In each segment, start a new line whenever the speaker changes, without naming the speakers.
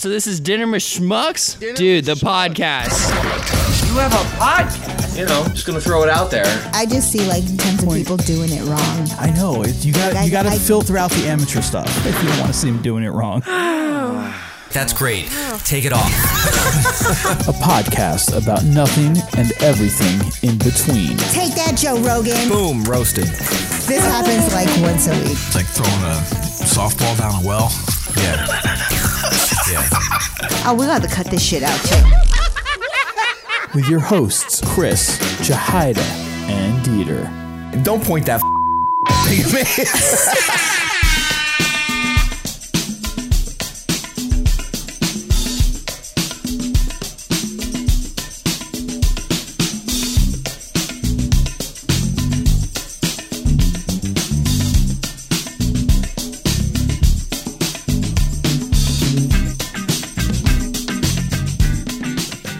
So this is Dinner with Schmucks, dude. The podcast.
You have a podcast. You know, just gonna throw it out there.
I just see like tons of people doing it wrong.
I know. It, you got
Like, I-
you got to
I-
filter out the amateur stuff if you don't want to see him doing it wrong.
That's great. Take it off.
A podcast about nothing and everything in between.
Take that, Joe Rogan.
Boom, roasted.
This happens like once a week.
It's like throwing a softball down a well. Yeah. yeah.
Oh, we got to cut this shit out too.
With your hosts, Chris, Jahida, and Dieter.
Don't point that thing at me.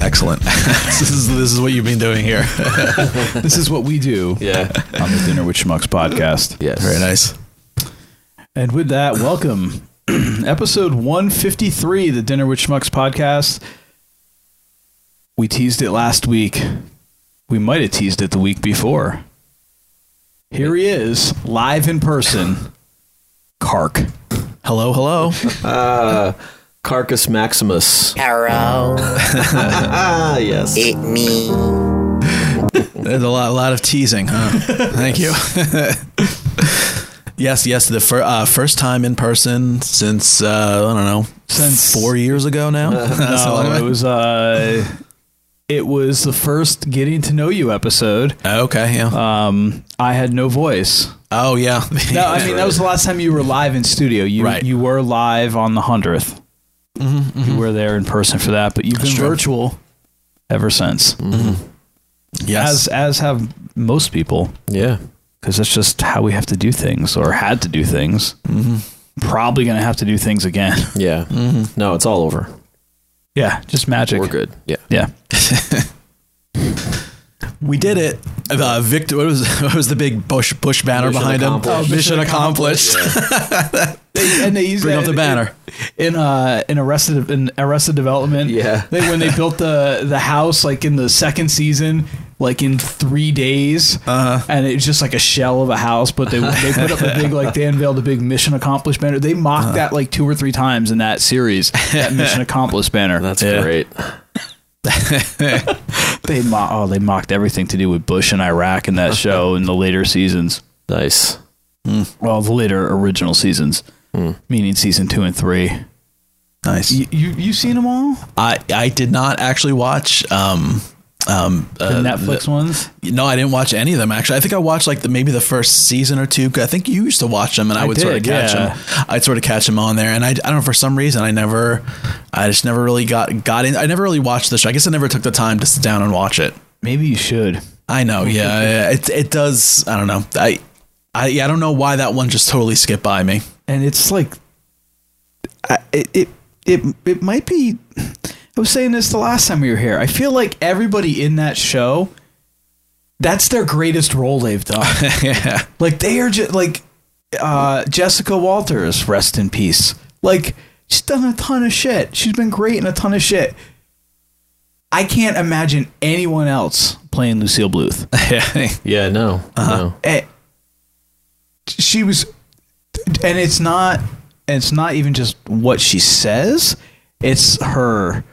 Excellent. this is this is what you've been doing here. this is what we do.
Yeah.
On the Dinner with Schmucks podcast.
Yes.
Very nice.
And with that, welcome. Episode 153, the Dinner with Schmucks podcast. We teased it last week. We might have teased it the week before. Here he is, live in person. Kark.
Hello, hello.
Carcass Maximus.
Hello,
Ah, yes.
it me.
There's a lot, a lot of teasing, huh? Thank you. yes, yes. The fir- uh, first time in person since uh, I don't know,
Since-
four years ago now. That's how long
No,
it
it was uh it was the first getting to know you episode.
uh, okay, yeah.
Um I had no voice.
oh yeah.
No, I mean that was the last time you were live in studio. You
Right.
you were live on the 100th. You were there in person for that, but you've been
true.
virtual ever since. As
yes.
as have most people
Yeah.
because that's just how we have to do things or had to do things. Probably going to have to do things again.
Yeah. No, it's all over.
yeah, just magic.
We're good. Yeah.
Yeah.
we did it. Uh, Victor, what was what was the big Bush Bush banner
Mission
behind him?
accomplished.
Oh, mission accomplished.
and they used
Bring
that
up the
in-
banner.
in uh in Arrested in Arrested Development.
Yeah.
they, when they built the the house like in the second season, like in three days, uh-huh. and it's just like a shell of a house. But they they put up a big like they unveiled a big mission accomplished banner. They mocked that like two or three times in that series. That mission accomplished banner.
That's
Yeah.
great.
they mo- oh they mocked everything to do with Bush and Iraq in that show in the later seasons.
Nice.
Well, the later original seasons, meaning season two and three.
Nice.
You you, you seen them all?
I I did not actually watch. Um, um,
The
uh,
Netflix ones.
No, I didn't watch any of them actually. I think I watched like the maybe the first season or two. 'cause I think you used to watch them, and I,
I
would sort of
did,
catch
yeah.
them. I'd sort of catch them on there, and I, I don't know for some reason I never, I just never really got got in. I never really watched the show. I guess I never took the time to sit down and watch it.
Maybe you should.
I know, yeah, yeah, it it does. I don't know. I I yeah, I don't know why that one just totally skipped by me.
and it's like I- it it it, it might be I was saying this the last time we were here. I feel like everybody in that show that's their greatest role they've done.
yeah,
like they are just like uh Jessica Walters, rest in peace. Like she's done a ton of shit. She's been great in a ton of shit. I can't imagine anyone else playing Lucille Bluth.
yeah,
Yeah. No. No.
Eh, she was and it's not it's not even just what she says it's her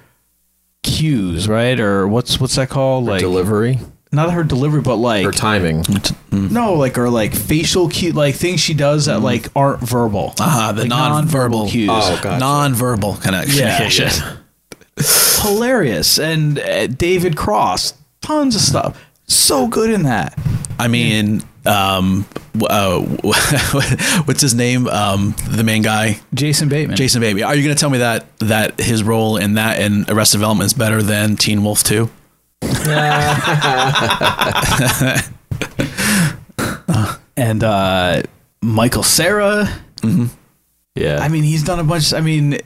cues right or what's what's that called like
Delivery
not her delivery but like
or timing.
no like or like facial cue like things she does that like aren't verbal
Ah, the
Like
non-verbal,
nonverbal cues
Oh, gotcha.
non-verbal connection.
Yeah, hilarious and uh, david cross tons of stuff so good in that
I mean, um, w- uh, what's his name? Um, the main guy,
jason bateman
Jason Baby. Are you going to tell me that that his role in that in Arrested Development is better than Teen Wolf Two?
and uh michael sarah
Yeah.
I mean, he's done a bunch. I mean,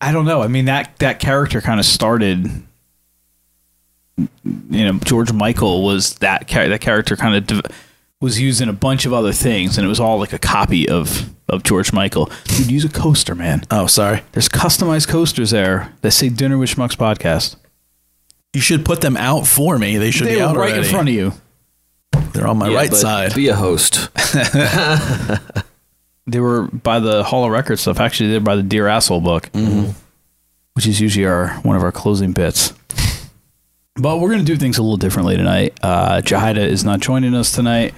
I don't know. I mean that that character kind of started. You know, George Michael was that char- that character kind of de- was used in a bunch of other things, and it was all like a copy of of George Michael. Dude, use a coaster, man.
Oh, sorry.
There's customized coasters there that say "Dinner with Schmucks" podcast.
You should put them out for me. They should
They
be
were
out
right in
already.
front of you.
They're on my
Yeah,
right
but
side.
Be a host.
They were by the Hall of Records stuff. Actually, they're by the Dear Asshole book, which is usually our one of our closing bits. But we're gonna do things a little differently tonight. Uh, Jahida is not joining us tonight,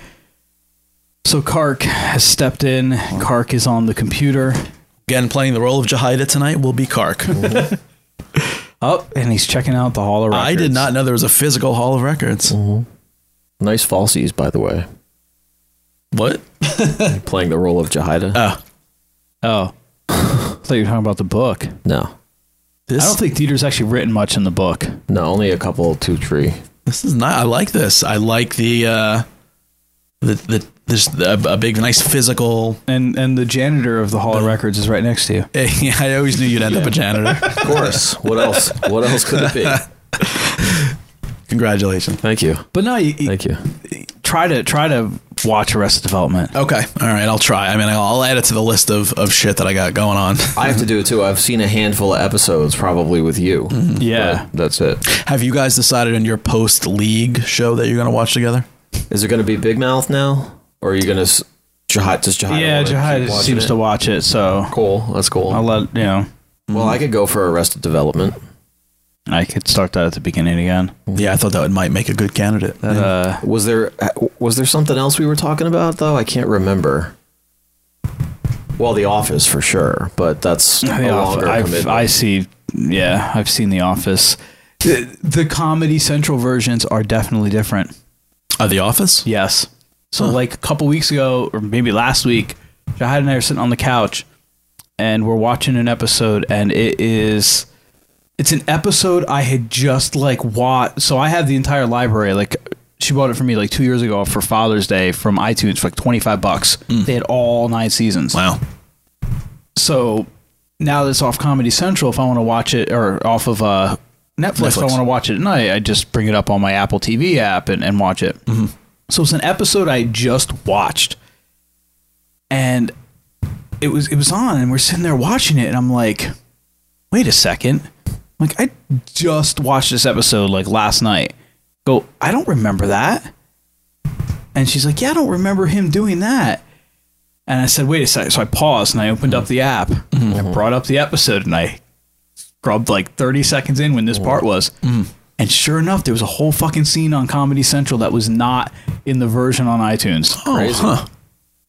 so Kark has stepped in. Kark is on the computer.
Again, playing the role of Jahida tonight will be Kark.
Up Oh, and he's checking out the Hall of Records.
I did not know there was a physical Hall of Records.
Mm-hmm.
Nice falsies, by the way.
What?
Playing the role of Jahida.
Oh,
Oh, I thought you were talking about the book.
no,
this,
I don't think Dieter's actually written much in the book.
no, only a couple, two, three.
this is not. I like this. I like the uh, the the this a, a big nice physical.
And and the janitor of the Hall of Records is right next to you.
I always knew you'd end up a janitor.
Of course. what else? What else could it be?
Congratulations.
Thank you.
But no, you, you
Thank you.
try to try to watch Arrested Development.
Okay. All right. I'll try. I mean, I'll, I'll add it to the list of, of shit that I got going on.
I have to do it too. I've seen a handful of episodes, probably with you.
Mm-hmm. Yeah,
That's it.
Have you guys decided on your post league show that you're going to watch together?
Is it going to be Big Mouth now, or are you going to? Jahid does Jahid.
yeah. Jahida seems to watch it, so
Cool. That's cool.
I'll let you know.
well, I could go for Arrested Development.
I could start that at the beginning again.
Yeah, I thought that would might make a good candidate.
Mm-hmm. Uh,
Was there was there something else we were talking about though? I can't remember. Well, The Office for sure, but that's a
The Office.
longer
I've,
commitment.
I see. Yeah, I've seen The Office. The, the Comedy Central versions are definitely different.
Uh, the Office?
Yes. So like a couple weeks ago, or maybe last week, Jahad and I are sitting on the couch, and we're watching an episode, and it is, it's an episode I had just like watched. So I have the entire library. Like she bought it for me like two years ago for Father's Day from iTunes for like twenty five bucks. They had all nine seasons.
Wow.
So now that it's off Comedy Central, if I want to watch it or off of uh, Netflix, if
Netflix.
I want to watch it at night, I just bring it up on my Apple TV app and, and watch it. So it's an episode I just watched, and it was it was on, and we're sitting there watching it, and I'm like, wait a second, like I just watched this episode like last night. Go, I don't remember that. And she's like, yeah, I don't remember him doing that. And I said, wait a second. So I paused and I opened up the app. I brought up the episode and I scrubbed like 30 seconds in when this part was. And sure enough, there was a whole fucking scene on Comedy Central that was not in the version on iTunes.
Oh, huh.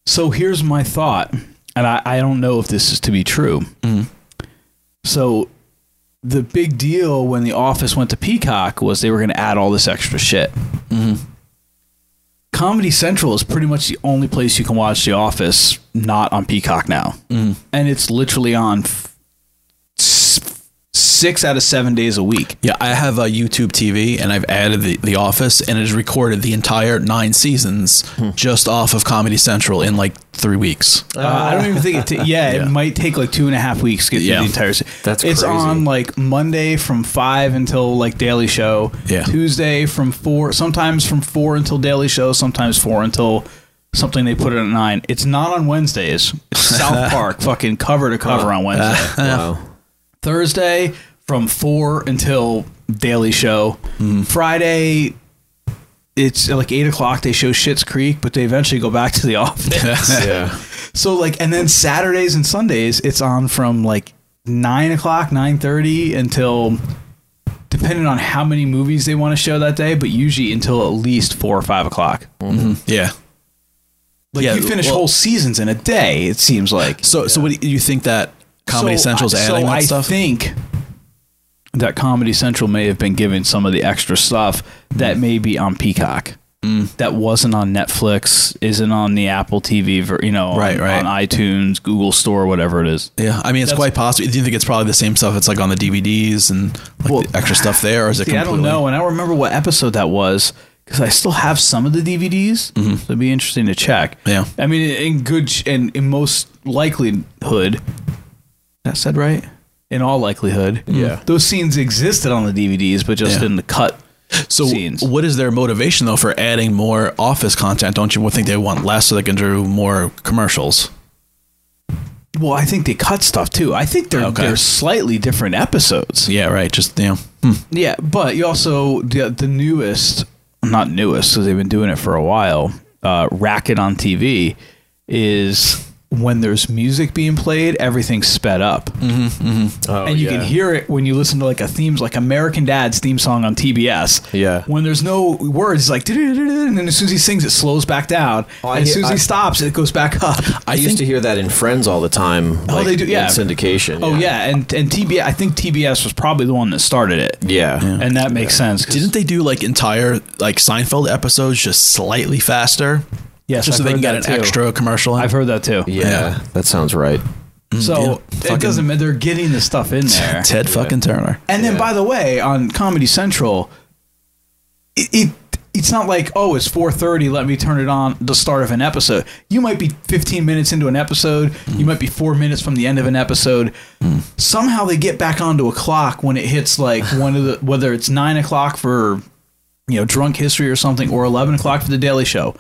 So here's my thought, and I, I don't know if this is to be true. So the big deal when The Office went to Peacock was they were going to add all this extra shit. Comedy Central is pretty much the only place you can watch The Office not on Peacock now. And it's literally on f- s- six out of seven days a week.
Yeah, I have a YouTube TV and I've added the, the Office and it has recorded the entire nine seasons
Hmm.
just off of Comedy Central in like three weeks.
Uh, I don't even think it. ta- yeah, it might take like two and a half weeks to get through
Yeah.
the entire. se-
That's
it's
crazy.
on like Monday from five until like Daily Show.
Yeah.
Tuesday from four, sometimes from four until Daily Show, sometimes four until something they put it at nine. It's not on Wednesdays. It's South Park, fucking cover to cover on Wednesday.
wow.
Thursday from four until Daily Show. Friday. It's like eight o'clock. They show Shit's Creek, but they eventually go back to the office.
yeah.
So like, and then Saturdays and Sundays, it's on from like nine o'clock, nine thirty until, depending on how many movies they want to show that day, but usually until at least four or five o'clock.
Yeah.
Like
Yeah,
you finish
well-
whole seasons in a day. It seems like
So, so what do you think that Comedy
So
Central's
I-
adding
so
that
I
stuff?
think that Comedy Central may have been given some of the extra stuff that may be on Peacock.
Mm.
That wasn't on Netflix, isn't on the Apple TV, ver- you know, on-
Right, right.
on iTunes, Google Store, whatever it is.
yeah, I mean, it's quite possible. Do you think it's probably the same stuff? It's like on the DVDs and like
Well,
the extra stuff there, or is it
See, I
completely?
don't know, and I don't remember what episode that was because I still have some of the DVDs. So it'd be interesting to check.
Mm-hmm. Yeah.
I mean, in good sh- and in most likelihood, that said right. In all likelihood,
Yeah.
those scenes existed on the DVDs, but just
Yeah.
in the cut
So
scenes.
what is their motivation though for adding more office content? Don't you think they want less so they can do more commercials?
Well, I think they cut stuff too. I think they're
Okay.
they're slightly different episodes.
Yeah, hmm. right. Just you know,
Yeah, but you also the, the newest, not newest, because they've been doing it for a while. Uh, racket on TV is when there's music being played, everything's sped up,
Mm. Oh,
and you can hear it when you listen to like a themes like American Dad's theme song on TBS.
Yeah.
when there's no words, it's like "Du-du-du-du-du," and then as soon as he sings, it slows back down.
Oh, I
and as
hear-
soon as he
I-
stops, it goes back up.
I, used to hear that in Friends all the time.
Oh,
like,
they do- yeah.
in syndication.
Oh yeah, and and TBS, I think TBS was probably the one that started it.
yeah,
and that makes sense. 'cause-
didn't they do like entire like Seinfeld episodes just slightly faster?
Yes,
just so
I've
they can
heard
get an
that too.
extra commercial. in?
I've heard that too.
yeah,
Yeah.
That sounds right.
So it doesn't matter. They're getting the stuff in there.
Ted fucking Turner.
and then, by the way, on Comedy Central, it, it it's not like oh, it's four thirty. Let me turn it on the start of an episode. You might be fifteen minutes into an episode. You might be four minutes from the end of an episode. Somehow they get back onto a clock when it hits like one of the whether it's nine o'clock for you know drunk history or something or eleven o'clock for the Daily Show.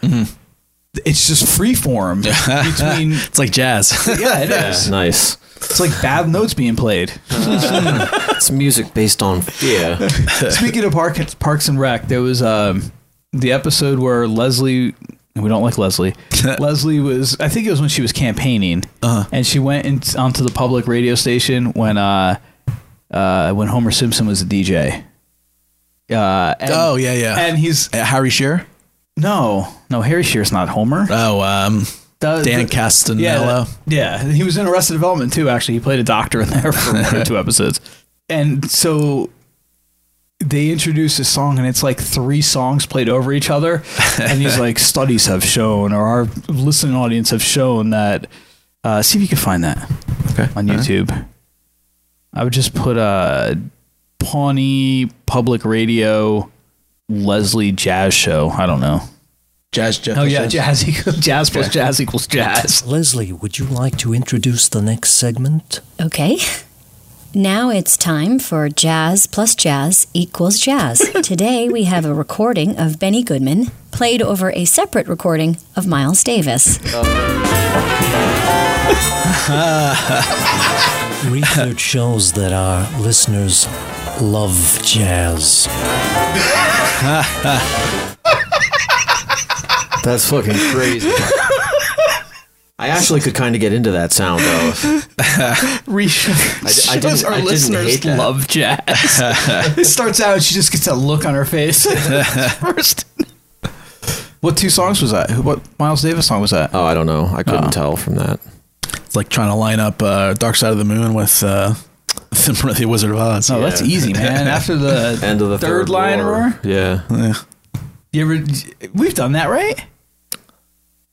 It's just free form between.
It's like jazz.
Yeah, it is.
Nice.
It's like bad notes being played.
It's music based on fear.
Speaking of park, Parks and Rec, there was um, the episode where Leslie. We don't like Leslie. Leslie was, I think it was when she was campaigning,
Uh-huh.
and she went in, onto the public radio station when uh, uh, when Homer Simpson was a DJ. Uh, and,
oh yeah, yeah.
and he's
Uh, Harry Shearer.
no, no Harry Shearer's not Homer.
Oh, um,
The-
Dan
the-
Castanello.
yeah, that- yeah. He was in Arrested Development too. Actually, he played a doctor in there for one or two episodes. And so they introduce a song, and it's like three songs played over each other. And he's like, "Studies have shown, or our listening audience have shown that." Uh, see if you can find that
Okay.
on YouTube. I would just put uh, Pawnee Public Radio Leslie Jazz Show. I don't know.
Jazz. Jeff
Oh yeah, jazz equals jazz plus jazz equals jazz.
Leslie, would you like to introduce the next segment?
Okay. Now it's time for Jazz plus Jazz equals Jazz. Today we have a recording of Benny Goodman played over a separate recording of Miles Davis.
Research shows that our listeners love jazz.
That's fucking crazy. I actually could kind of get into that sound though. I, d- I didn't,
Our
I didn't hate
listeners
that.
love jazz. it starts out, she just gets that look on her face first. What two songs was that? Who- What Miles Davis song was that?
Oh, I don't know. I couldn't tell from that.
It's like trying to line up uh, Dark Side of the Moon with uh, the, the Wizard of Oz.
No, Oh, that's easy, man. After the
End of the third,
line roar.
Yeah.
you ever we've done that right?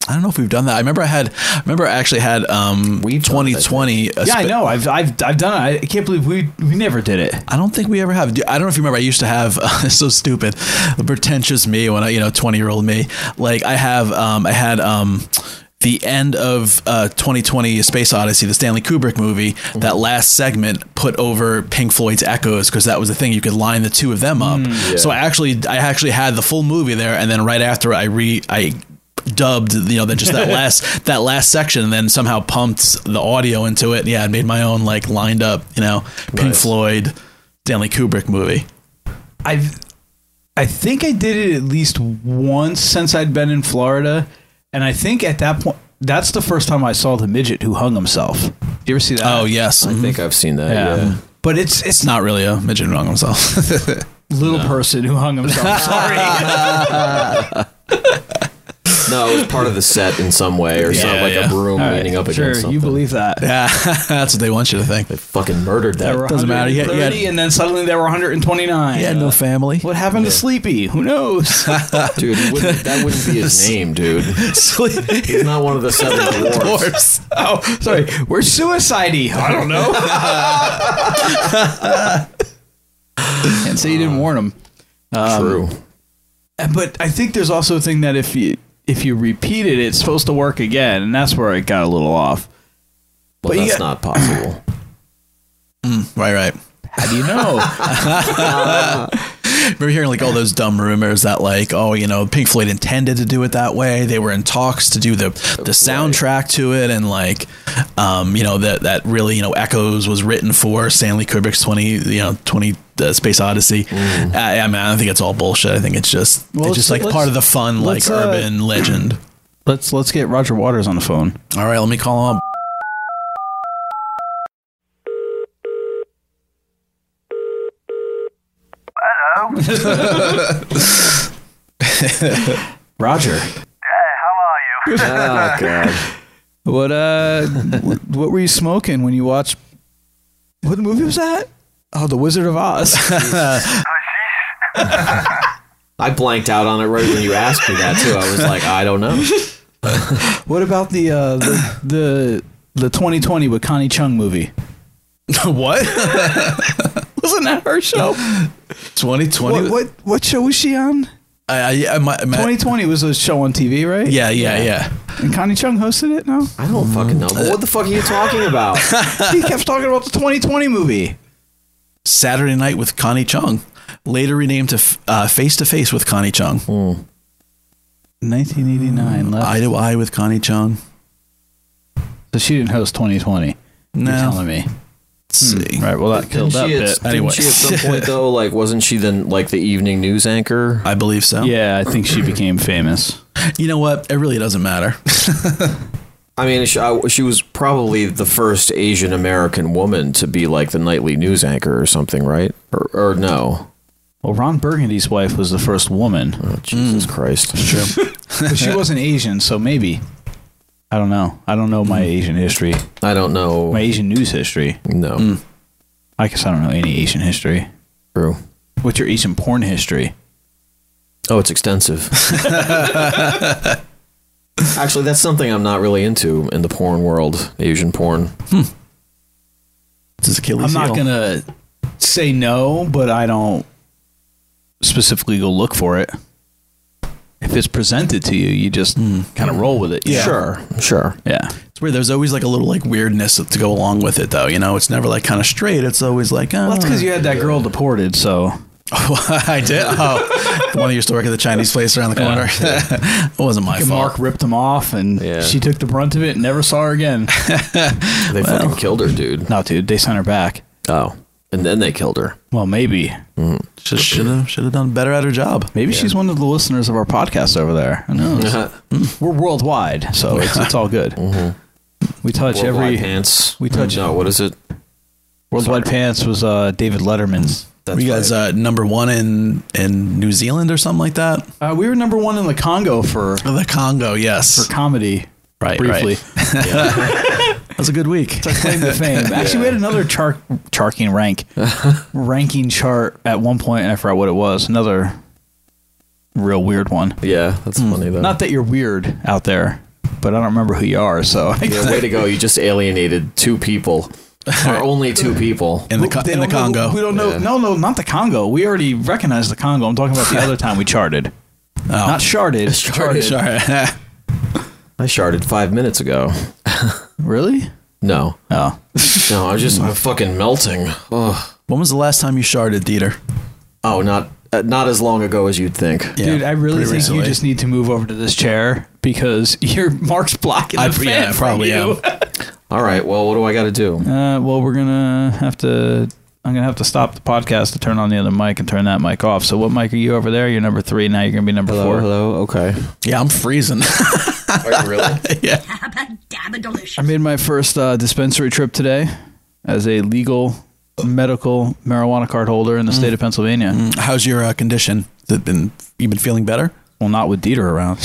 I don't know if we've done that. I remember I had. I remember I actually had. Um, we
We've done it, I
2020. a
Yeah, I
spe-
know. I've I've I've done it. I can't believe we we never did it.
I don't think we ever have. I don't know if you remember. I used to have it's so stupid, the pretentious me when I, you know, twenty year old me. Like I have, um, I had um, the end of uh, twenty twenty Space Odyssey, the Stanley Kubrick movie.
Mm-hmm.
That last segment put over Pink Floyd's Echoes because that was the thing you could line the two of them up.
Mm,
So I actually, I actually had the full movie there, and then right after I re, I dubbed you know then just that last that last section and then somehow pumped the audio into it yeah i made my own like lined up you know pink floyd stanley kubrick movie
I've I think I did it at least once since I'd been in Florida, and I think at that point that's the first time I saw the midget who hung himself. Do you ever see that?
oh yes
I
Mhm.
think I've seen that.
yeah.
Yeah.
But it's it's
it's not really a midget wrong himself
little person who hung himself. Sorry.
No, it was part of the set in some way, or something like
yeah.
a broom leaning up
sure,
against something.
you believe that.
yeah that's what they want you to think
They fucking murdered
There were
that.
Doesn't matter. You had- you
130,
had-
and then suddenly there were 129.
yeah no family
What happened to Sleepy? Who knows?
Dude, he wouldn't, that wouldn't be his name, dude. He's not one of the seven dwarfs.
Dwarfs.
oh, sorry. We're suicide-y. I don't know. and so you didn't warn him.
True.
Uh, But I think there's also a thing that if you if you repeat it, it's supposed to work again, and that's where it got a little off.
Well,
you
that's
got-
not possible.
right right
How do you know?
remember hearing like all those dumb rumors that like, oh, you know, Pink Floyd intended to do it that way. They were in talks to do the the soundtrack to it, and like, um, you know, that that really you know echoes was written for Stanley Kubrick's twenty, you know, twenty. Uh, Space Odyssey. I, I mean, I don't think it's all bullshit. I think it's just
Mm. Well,
it's just like
let's-
part of the fun, like
let's, uh,
urban legend.
Let's let's get Roger Waters on the phone.
All right, let me call him up.
Roger,
Oh god.
what uh, wh- what were you smoking when you watched? What movie was that? Oh, The Wizard of Oz.
I blanked out on it right when you asked me that too. I was like, I don't know.
what about the uh, the the the 2020 with Connie Chung movie?
what?
Wasn't that her show?
Twenty
what,
twenty.
what what show was she on?
I, I, I, my, my,
2020 was a show on TV, right?
Yeah, yeah, yeah.
And Connie Chung hosted it. No,
I don't fucking know. But what the fuck are you talking about?
he kept talking about the 2020 movie.
Saturday Night with Connie Chung, later renamed to F- uh, Face to Face with Connie Chung.
Hmm.
1989. left.
Eye to Eye Mm, with Connie Chung.
so she didn't host 2020. You're
No.
telling me.
Let's see.
All right. Well, that
Didn't
killed that
she, at,
bit.
didn't
Anyway.
she at some point though, like wasn't she then like the evening news anchor?
I believe so.
Yeah, I think she became famous.
You know what? It really doesn't matter.
I mean, she, I, she was probably the first Asian American woman to be like the nightly news anchor or something, right? Or, or no?
Well, Ron Burgundy's wife was the first woman.
Oh,
Hmm.
Jesus Christ! True.
But she wasn't Asian, so maybe. I don't know. I don't know my Asian history,
I don't know.
my Asian news history.
No.
Hmm. I guess I don't know any Asian history.
True.
What's your Asian porn history?
Oh, it's extensive. Actually, that's something I'm not really into in the porn world, Asian porn.
This is Achilles.
I'm not
heel.
going to say no, but I don't specifically go look for it. If it's presented to you, you just kind of roll with it. Yeah.
Sure, sure.
Yeah.
It's weird. There's always like a little like weirdness to go along with it, though. You know, it's never like kind of straight. It's always like, oh,
Well, that's because you had that girl deported, so.
I did. Oh, the one who used to work at the Chinese place around the corner. it wasn't my
And
fault.
Mark ripped him off, and
Yeah.
she took the brunt of it and never saw her again.
They fucking killed her, dude.
no, dude, they sent her back.
Oh, and then they killed her.
Well, maybe.
Should have should have done better at her job.
Maybe she's one of the listeners of our podcast over there. Who knows? We're worldwide, so it's, it's all good. We touch
Worldwide
every.
pants.
we touch-
No, what is it?
Worldwide Pants was uh, David Letterman's.
That's
Were you guys uh, number one in in New Zealand or something like that?
Uh, we were number one in the Congo for,
The Congo, yes.
for comedy.
Right,
Briefly.
right. That was a good week.
It's our claim to fame. Actually, we had another chart, charting rank, ranking chart at one point, and I forgot what it was. Another real weird one.
Yeah, that's
Hmm.
funny though.
Not that you're weird out there, but I don't remember who you are. So
Yeah, way to go. You just alienated two people. Or only two people.
In the, co-
They
in the
don't know-
Congo.
we don't know.
Yeah.
No, no, not the Congo. We already recognized the Congo. I'm talking about the other time we charted.
Oh.
Not sharded.
Charted.
Sorry.
I sharded five minutes ago.
Really?
No.
Oh.
No, I'm just I'm fucking melting. Ugh.
when was the last time you sharded, Dieter?
Oh, not uh, not as long ago as you'd think.
Yeah,
Dude, I really
pretty
think
recently.
you just need to move over to this chair because your mark's blocking the
I-
fan
yeah,
for
probably
you.
All right. Well, what do I got to do?
Uh, well, we're gonna have to. I'm gonna have to stop the podcast to turn on the other mic and turn that mic off. So, what mic are you over there? You're number three. Now you're gonna be number four.
hello. Okay.
Yeah, I'm freezing.
Are you really?
I made my first uh, dispensary trip today as a legal medical marijuana card holder in the state of Pennsylvania.
How's your uh, condition? Has it been you been feeling better?
Well, not with Dieter around.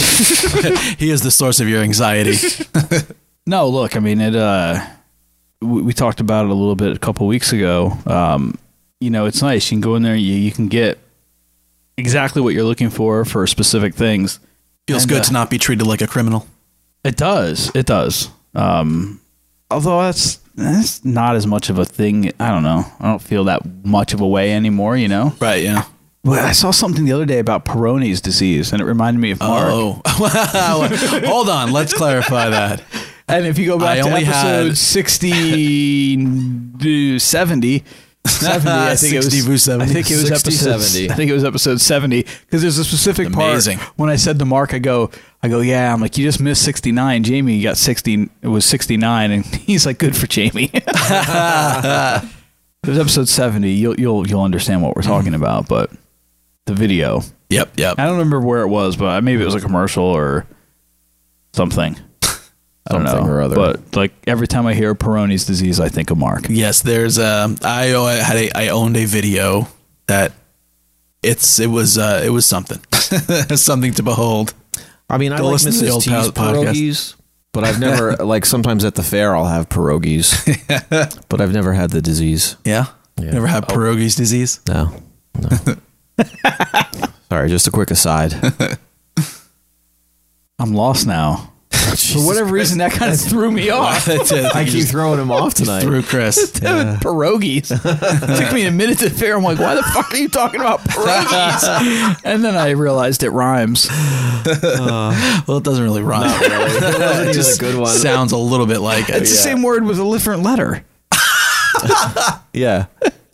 He is the source of your anxiety.
No, look, I mean it. Uh, we, we talked about it a little bit a couple weeks ago. Um, you know, it's nice. You can go in there. You you can get exactly what you're looking for for specific things.
Feels
And,
good
uh,
to not be treated like a criminal.
It does. It does. Um, although that's that's not as much of a thing. I don't know. I don't feel that much of a way anymore. You know.
Right, yeah.
But I saw something the other day about Peyronie's disease, and it reminded me of Mark.
Oh. Hold on, let's clarify that.
And if you go back
I
to
only
episode
had-
60 to 70, 70, I think it
60
was.
Vu 70.
I think it was
60,
episode
70.
I think it was episode seventy because there's a specific part
Amazing.
when I said to Mark, I go, I go, yeah. I'm like, you just missed sixty nine. Jamie you got sixty. It was sixty nine, and he's like, good for Jamie. it was episode seventy. You'll you'll you'll understand what we're talking
Mm-hmm.
about, but the video.
Yep, yep.
I don't remember where it was, but maybe it was a commercial or something. I don't know.
Something or other.
But like every time I hear Peroni's disease, I think of Mark.
Yes, there's um I o- I had a I owned a video that it's it was uh it was something. something to behold.
I mean, I
Go
like
listen to
Mrs.
the old
T's
pod- podcast.
pierogies, but I've never like sometimes at the fair I'll have pierogies, but I've never had the disease.
Yeah. Never had pierogies disease.
No, no. Sorry, just a quick aside.
I'm lost now. For whatever reason, that kind of threw me off.
I keep throwing him off tonight.
through Chris.
pierogies. it took me a minute to figure. I'm like, why the fuck are you talking about pierogies? and then I realized it rhymes.
well, it doesn't Uh. really rhyme.
That was a good one.
Sounds a little bit like it.
It's the same word with a different letter,
Yeah,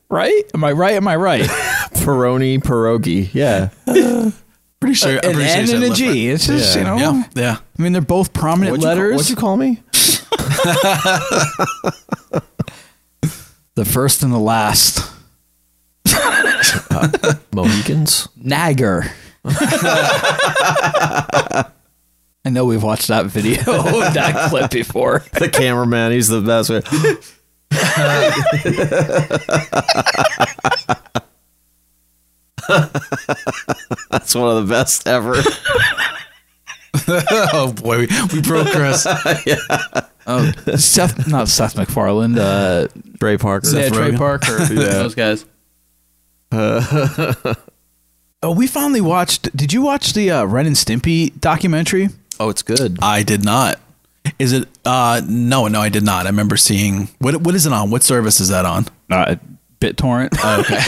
right? Am I right? Am I right?
Peroni pierogi. Yeah,
Pretty sure. I'm
An
pretty sure
N
it's
and a
that left
G. It's just you know.
foot. Yeah, yeah.
I mean, they're both prominent
What'd you call-
letters.
what'd you call me?
the first and the last.
Mohicans.
Nagger. I know we've watched that video, Oh, that clip before.
the cameraman. He's the best. Way. That's one of the best ever.
Oh boy, we, we broke Chris.
Um, Seth, not Seth MacFarlane, uh,
Trey Parker.
yeah, Trey
Rogen.
Parker, those guys. oh, we finally watched. Did you watch the uh, Ren and Stimpy documentary?
Oh, it's good.
I did not. Is it? Uh, no, no, I did not. I remember seeing. What what is it on? What service is that on?
Uh, BitTorrent. Oh, okay.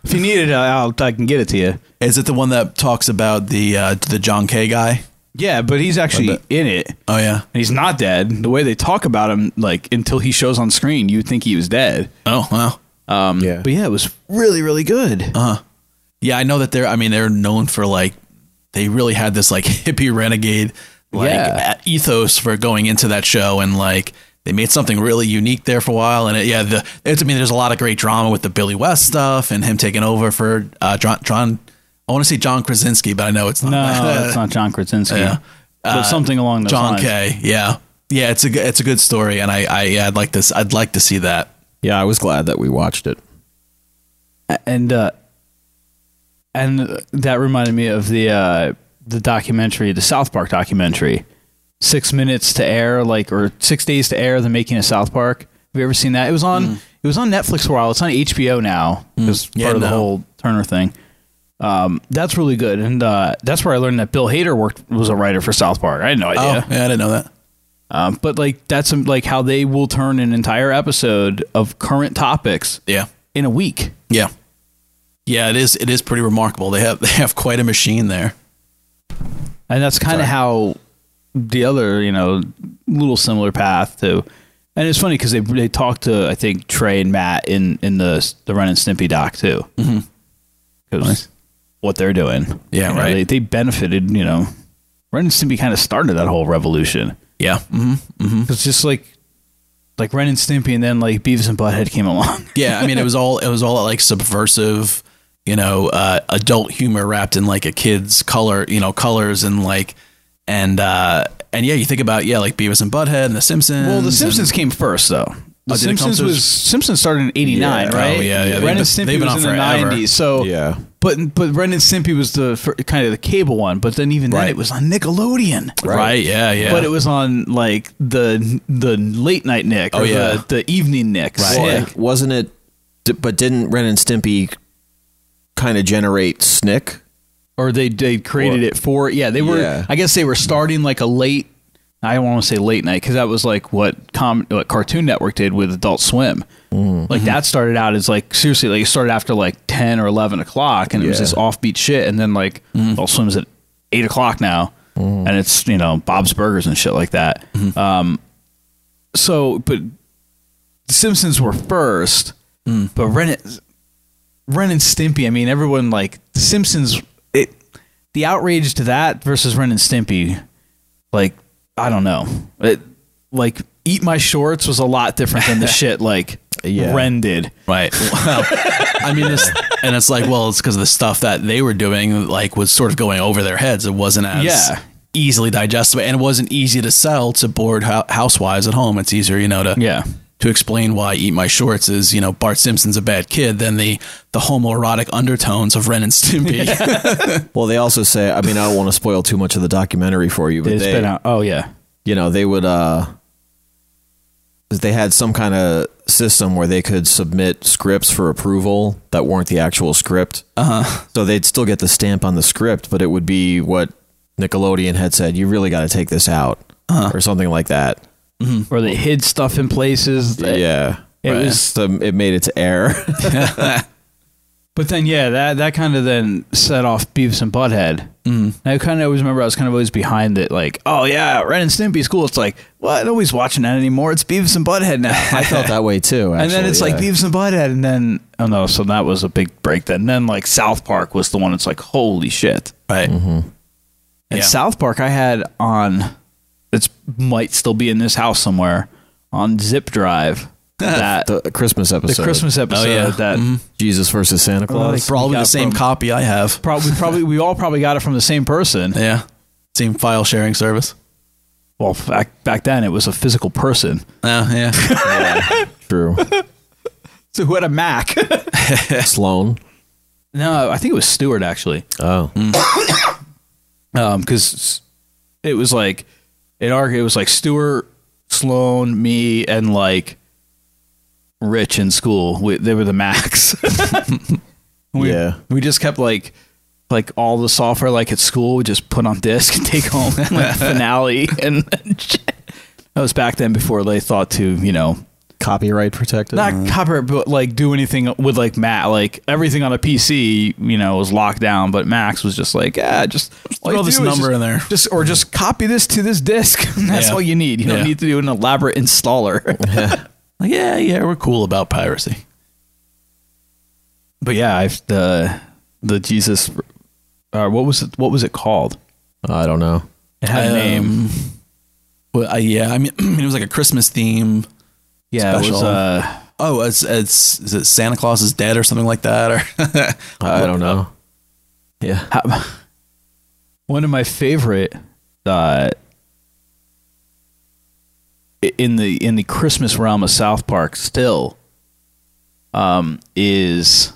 if you need it, I'll, I can get it to you.
Is it the one that talks about the uh, the John Kay guy?
Yeah, but he's actually in it.
Oh yeah.
And he's not dead. The way they talk about him, like until he shows on screen, you'd think he was dead.
Oh wow.
Um,
Yeah.
But yeah, it was really, really good. Oh,
Yeah, I know that they're. I mean, they're known for like they really had this like hippie renegade like
Yeah.
a- ethos for going into that show, and like they made something really unique there for a while. And it, yeah, the it's, I mean, there's a lot of great drama with the Billy West stuff and him taking over for uh, John. John I want to say John Krasinski, but I know it's not.
no, it's not John Krasinski.
Yeah.
But something along those
John
lines.
Kay. Yeah, yeah, it's a g- it's a good story, and I I yeah, I'd like this. I'd like to see that.
Yeah, I was glad that we watched it.
and uh, and that reminded me of the uh, the documentary, the South Park documentary, six minutes to air, like or six days to air the making of South Park. Have you ever seen that? It was on it was on Netflix for a while. It's on HBO now. It was part
Mm. Yeah,
of the
no.
whole Turner thing. Um, that's really good, and uh, that's where I learned that Bill Hader worked was a writer for South Park. I had no idea.
Oh, yeah, I didn't know that.
Um, but like that's um, like how they will turn an entire episode of current topics
Yeah,
in a week.
yeah, yeah. It is it is pretty remarkable. They have they have quite a machine there.
And that's kind of how the other, you know, little similar path to. And it's funny because they they talked to I think Trey and Matt in in the the Ren and Snippy doc too. Mm-hmm. what they're doing,
Yeah,
You know,
right.
They, they benefited, you know. Ren and Stimpy kind of started that whole revolution.
Yeah. Mm-hmm.
It's just like like Ren and Stimpy, and then like Beavis and Butthead came along.
yeah i mean it was all it was all like subversive you know uh adult humor wrapped in like a kid's color you know colors and like and uh and yeah you think about yeah like beavis and butthead and the simpsons
Well, The Simpsons came first, though. The
Oh, did it come
Simpsons
to-
was Simpsons started in '89,
Yeah.
right?
Oh, yeah, yeah. They've
Ren
been-
and Stimpy
they've been
was
on
in the
forever.
'90s, so
Yeah.
But but Ren and Stimpy was the fir- kind of the cable one, but then even then
Right.
it was on Nickelodeon,
right. yeah yeah
But it was on like the the late night Nick, or
Oh, yeah.
the, the evening Nick,
Right.
Snick.
Yeah.
Like, wasn't it? di- But didn't Ren and Stimpy kind of generate Snick?
or they they created it for yeah they were
Yeah.
I guess they were starting like a late I don't want to say late night because that was like what com what Cartoon Network did with Adult Swim
Mm-hmm.
like that started out as like seriously like it started after like ten or eleven o'clock and it was
Yeah. Mm-hmm.
this offbeat shit and then like Adult Swim's at eight o'clock now and it's you know Bob's Burgers and shit like that
Mm-hmm.
um so but the Simpsons were first
Hmm.
But Ren, Ren and Stimpy. I mean, everyone like The Simpsons. It the outrage to that versus Ren and Stimpy. Like I don't know. It like Eat My Shorts was a lot different than the shit like
Yeah.
Ren did.
Right. Well, I mean, it's, and it's like, well, it's because the stuff that they were doing, like, was sort of going over their heads. It wasn't as
Yeah.
easily digestible, and it wasn't easy to sell to bored hou- housewives at home. It's easier, you know, to
Yeah.
to explain why Eat My Shorts is, you know, Bart Simpson's a bad kid than the the homoerotic undertones of Ren and Stimpy.
Well, they also say, I mean, I don't want to spoil too much of the documentary for you, but
It's
they,
been out. Oh yeah.
you know, they would, uh, they had some kind of system where they could submit scripts for approval that weren't the actual script. Uh
Uh-huh.
huh. So they'd still get the stamp on the script, but it would be what Nickelodeon had said, you really got to take this out
Uh-huh.
or something like that.
Or they hid stuff in places. that-
Mm-hmm. yeah.
it was-
So it made it to air.
But then, yeah, that that kind of then set off Beavis and Butthead. Mm. I kind of always remember I was kind of always behind it, like, oh yeah, Ren and Stimpy's cool. It's like, what? Nobody's watching that anymore. It's Beavis and Butthead now.
I felt that way too.
and then
actually,
it's like
yeah.
Beavis and Butthead, and then oh no, so that was a big break. Then, then like South Park was the one. It's like, holy shit!
right.
And
Yeah.
South Park, I had on, it's might still be in this house somewhere on zip drive. That the,
the Christmas episode.
Christmas episode
yeah.
that.
Jesus versus Santa Claus.
Like,
Probably
got
the same
from-
copy I have.
Probably, probably, we all probably got it from the same person.
Yeah. Same file sharing service.
Well, back back then it was a physical person.
Oh, yeah.
True.
So who had a Mac?
Sloan.
no, I think it was Stewart actually,
Oh.
because it was like it arg it was like Stewart, Sloan, me, and like Rich in school. We, they were the Macs. we,
Yeah.
we just kept like like all the software like at school we just put on disk and take home and like finale and shit. that was back then before they thought to you know
Copyright protected.
Mm-hmm.
not copyright, but like do anything with like Mac, like everything on a PC, you know, was locked down. But Max was just like, yeah, just all you
Throw this
do is
number
just-
in there."
just or just copy this to this disk. That's
Yeah.
all you need. You
Yeah.
don't need to do an elaborate installer.
Like, yeah, yeah, we're cool about piracy.
but yeah, I've the the Jesus, uh, what was it? What was it called?
I don't know.
It had a name.
um, Well, uh, yeah, I mean, it was like a Christmas theme.
Yeah, it was.
special.
Uh,
Oh, it's it's is it Santa Claus is dead or something like that, or
I don't know. Yeah.
how- one of my favorite. Uh, in the in the Christmas realm of South Park still um, is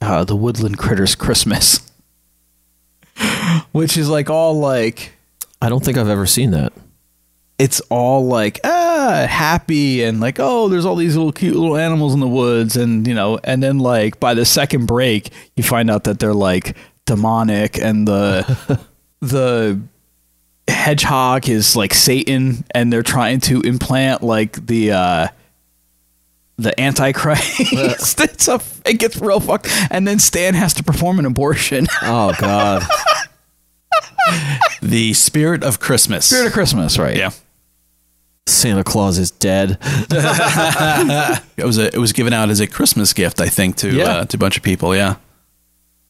uh, the Woodland Critters Christmas, which is like all like
I don't think I've ever seen that.
it's all like ah happy and like oh there's all these little cute little animals in the woods and you know and then like by the second break you find out that they're like demonic and the the hedgehog is like satan and they're trying to implant like the uh the antichrist it's a it gets real fucked and then stan has to perform an abortion
Oh God.
the spirit of Christmas.
spirit of christmas right
yeah,
Santa Claus is dead.
it was a, it was given out as a Christmas gift, I think, to
Yeah.
uh, to a bunch of people. Yeah,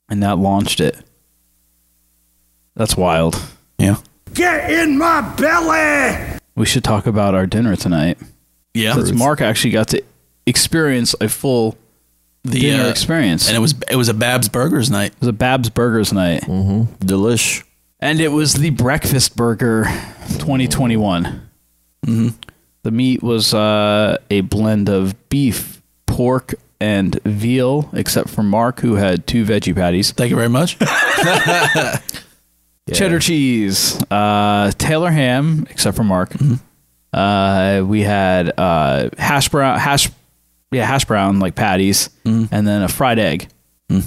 and that launched it that's wild
yeah,
We should talk about our dinner tonight.
yeah.
Since Mark actually got to experience a full
the
dinner
uh,
experience.
and
it
it was it was a Babs Burgers night.
was a Babs Burgers night.
Delish.
And it was the Breakfast Burger 2021. The meat was uh, a blend of beef, pork, and veal, except for Mark, who had two veggie patties,
Thank you very much.
cheddar cheese, uh, Taylor ham, except for Mark.
Mm-hmm.
Uh, we had uh, hash brown, hash, yeah, hash brown like patties,
Mm-hmm.
and then a fried egg
Mm.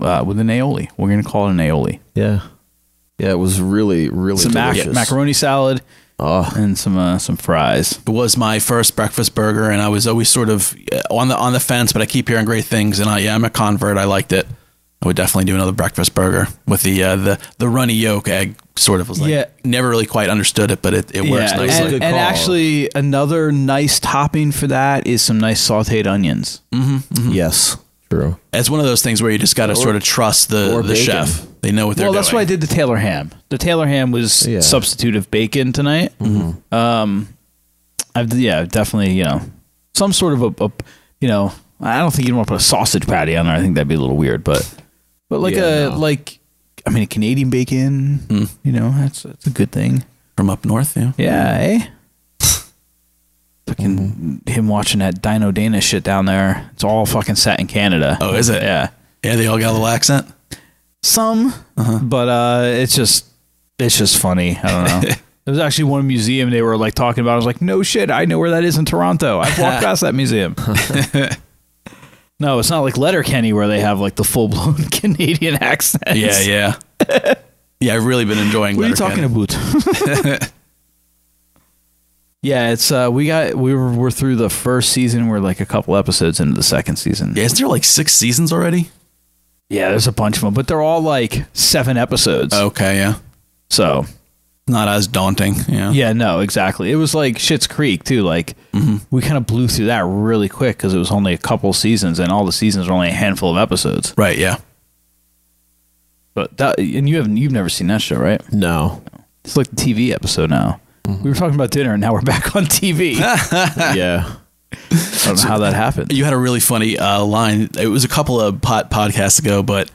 uh, with an aioli. We're gonna call it an aioli.
Yeah. Yeah, it was really, really
Some mac-
delicious.
macaroni salad
Oh.
and some uh, some fries.
It was my first breakfast burger, and I was always sort of uh, on the on the fence, but I keep hearing great things, and I yeah, I'm a convert. I liked it. I would definitely do another breakfast burger with the uh, the the runny yolk egg sort of was like,
Yeah.
never really quite understood it, but it, it works
yeah,
nicely.
and,
Good
and
call.
actually, another nice topping for that is some nice sautéed onions.
Mm-hmm. Yes. True.
it's one of those things where you just got to sort of trust the,
or
the
bacon.
chef. They know what they're
well,
doing.
that's why I did the Taylor ham. The Taylor ham was
Yeah.
substitute of bacon tonight. Um, I've yeah, definitely you know some sort of a, a you know I don't think you'd want to put a sausage patty on there. I think that'd be a little weird, but but like
Yeah,
a
no.
like I mean a Canadian bacon, you know that's that's a good thing.
From up north, yeah.
Yeah, eh? fucking him watching that Dino Dana shit down there. It's all fucking set in Canada.
Oh, is it?
Yeah
Yeah, they all got a little accent.
some,
Uh-huh.
but uh, it's just it's just funny. I don't know. there was actually one museum they were like talking about. I was like, no shit, I know where that is in Toronto. I've walked past that museum. no, it's not like Letterkenny where they have like the full blown Canadian accent.
Yeah, yeah. yeah, I've really been enjoying
What are you
Letterkenny.
talking about? yeah, it's uh, we got we were, we're through the first season. We're like a couple episodes into the second season.
Yeah, is there like six seasons already?
yeah, there's a bunch of them, but they're all like seven episodes.
Okay, yeah.
So
Not as daunting. Yeah.
Yeah, no, exactly. It was like Shit's Creek too. Like
Mm-hmm.
we kind of blew through that really quick because it was only a couple seasons, and all the seasons were only a handful of episodes.
Right, yeah.
But that, and you haven't, you've never seen that show, right?
No.
It's like the TV episode now.
Mm-hmm.
We were talking about dinner, and now we're back on TV. I
yeah.
don't know how that happened.
You had a really funny uh, line. It was a couple of pot podcasts ago, but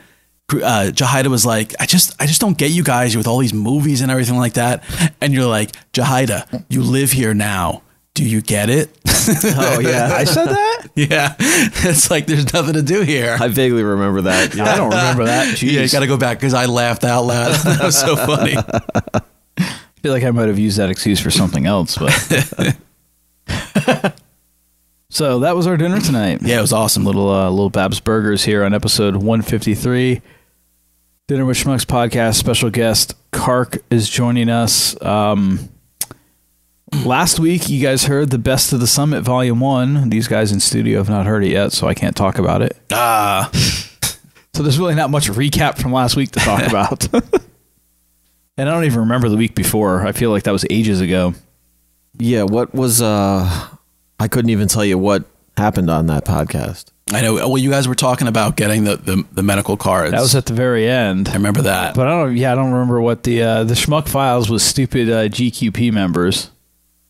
uh, Jahida was like, "I just, I just don't get you guys with all these movies and everything like that." And you're like, "Jahida, you live here now. Do you get it?"
Oh yeah.
I said that.
yeah, it's like there's nothing to do here.
I vaguely remember that. Yeah.
I don't remember that. Jeez.
Yeah, you got to go back because I laughed out loud. that was so funny.
I feel like I might have used that excuse for something else, but. so that was our dinner tonight.
Yeah, it was awesome.
little uh, little Babs Burgers here on episode 153. Dinner with Schmucks podcast special guest Kark is joining us. Um, last week, you guys heard the best of the summit volume one. These guys in studio have not heard it yet, so I can't talk about it. Ah. so there's really not much recap from last week to talk about. and I don't even remember the week before. I feel like that was ages ago.
Yeah, what was uh I couldn't even tell you what happened on that podcast.
I know. Well, you guys were talking about getting the the, the medical cards.
That was at the very end.
I remember that.
But I don't. Yeah, I don't remember what the uh, the Schmuck Files was. Stupid uh, GQP members.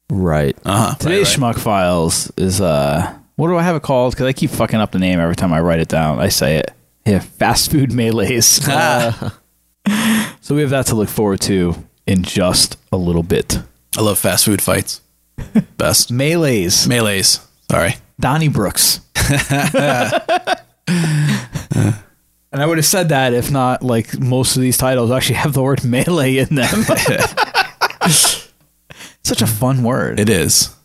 Right.
Uh-huh.
Today's Schmuck Files is uh, what do I have it called? Because I keep fucking up the name every time I write it down. I say it. Yeah, fast food melee's. Uh, so we have that to look forward to in just a little bit.
I love fast food fights. Best
Melee's,
melee's. Sorry.
Donnie Brooks. and I would have said that if not like most of these titles actually have the word melee in them. Such a fun word.
It is.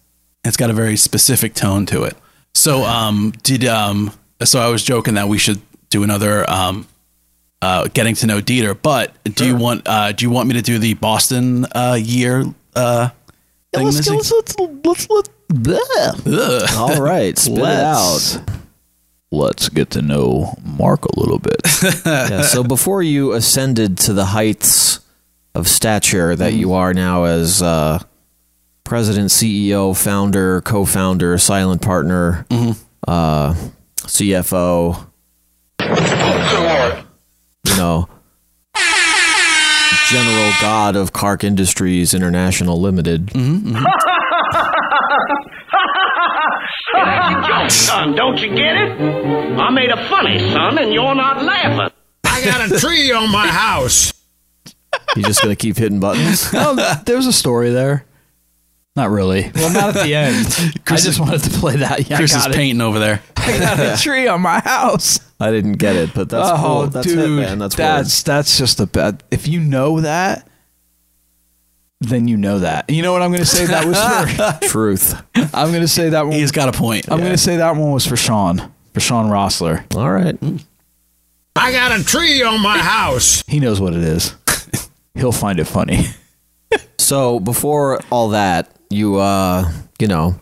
It's got a very specific tone to it. So um did um so I was joking that we should do another um uh getting to know Dieter, but do you want uh do you want me to do the Boston uh year uh thing this week?
let's let's let's
Ugh.
All right. Spit it out.
let's, let's get to know Mark a little bit.
yeah, Uh, so before you ascended to the heights of stature that
Mm-hmm.
you are now as uh, president, CEO, founder, co-founder, silent partner,
Mm-hmm.
uh, CFO, you know, general god of Kark Industries International Limited.
Mm-hmm.
joke, son. Don't you get it? I made a funny, son, and you're not laughing.
I got a tree on my house.
You're just gonna keep hitting buttons.
oh, there's a story there. Not really. Well, not at the end. I just wanted to play that. Yeah,
Chris
I
is
got it.
painting over there.
I got a tree on my house.
I didn't get it, but that's
oh,
cool. That's
dude,
it, man. That's,
that's that's just a bad. If you know that, then you know that. You know what I'm going to say? That was for.
word. truth.
I'm going to say that one.
He's got a point.
I'm going to say that one was for Sean. For Sean Rossler.
All right.
I got a tree on my house.
He knows what it is. He'll find it funny.
So before all that, you uh, you know,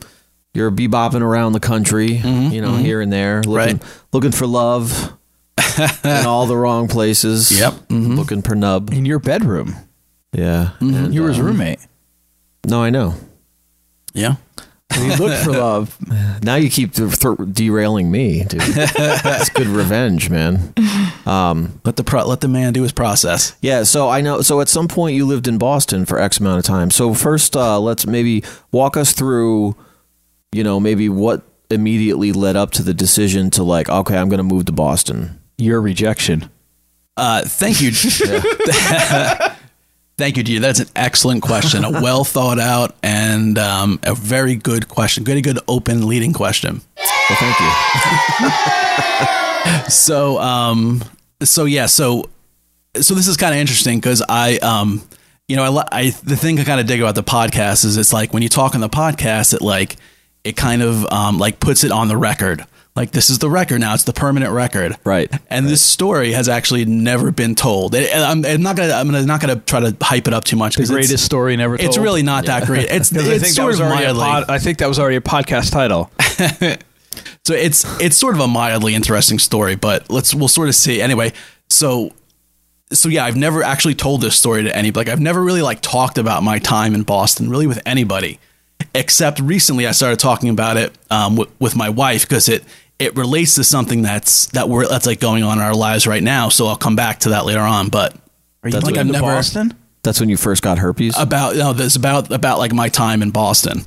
you're bebopping around the country, you know, here and there,
Mm-hmm.
looking
Right.
looking for love in all the wrong places.
Yep. Mm-hmm.
Looking for nub.
In your bedroom.
Yeah. um,
You were his roommate.
No, I know.
Yeah.
We looked for love.
Now you keep th- th- derailing me, dude. It's good revenge, man. Um,
let the pro- let the man do his process.
Yeah, so I know. So at some point you lived in Boston for X amount of time. So first, uh, let's maybe walk us through, you know, maybe what immediately led up to the decision to like, okay, I'm going to move to Boston.
Your rejection.
Uh, thank you. Thank you, G. That's an excellent question. A well thought out and um, a very good question. Good, good, open, leading question.
Well, thank
you. so, um, so yeah, so, so this is kind of interesting because I, um, you know, I, li- I the thing I kind of dig about the podcast is it's like when you talk on the podcast, it like it kind of um, like puts it on the record. Like this is the record now; it's the permanent record,
right?
And this story has actually never been told. And- and I'm, I'm not gonna I'm gonna- not gonna try to hype it up too much.
The
'cause it's-
greatest story never told.
It's really not that great. It's,
'Cause I
it's
think that
sort
was
of
already a
mildly.
pod- I think that was already a podcast title.
So it's it's sort of a mildly interesting story, but let's we'll sort of see anyway. So so yeah, I've never actually told this story to anybody. Like I've never really like talked about my time in Boston really with anybody, except recently I started talking about it um, with, with my wife because it it relates to something that's that we're that's like going on in our lives right now. So I'll come back to that later on. But
That's
like
when- That's when you first got herpes.
about no, that's about about like my time in Boston.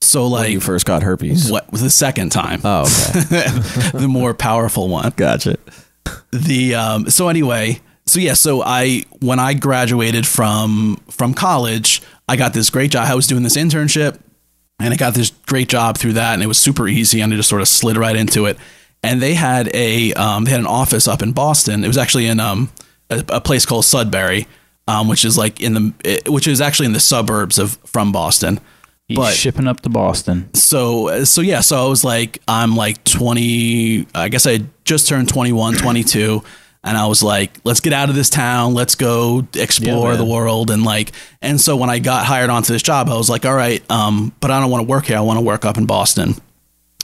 So like
you first got herpes.
What the second time?
Oh, okay.
the more powerful one.
Gotcha.
The um, so anyway, so yeah, so I when I graduated from from college, I got this great job. I was doing this internship, and I got this great job through that, and it was super easy, and I just sort of slid right into it. And they had a um, they had an office up in Boston. It was actually in um, a, a place called Sudbury, um, which is like in the it- which is actually in the suburbs of from Boston.
He's shipping up to Boston.
So so yeah, so I was like I'm like 20, I guess I had just turned 21, 22 and I was like let's get out of this town, let's go explore
man.
the world and like and so when I got hired onto this job, I was like all right, um but I don't want to work here. I want to work up in Boston.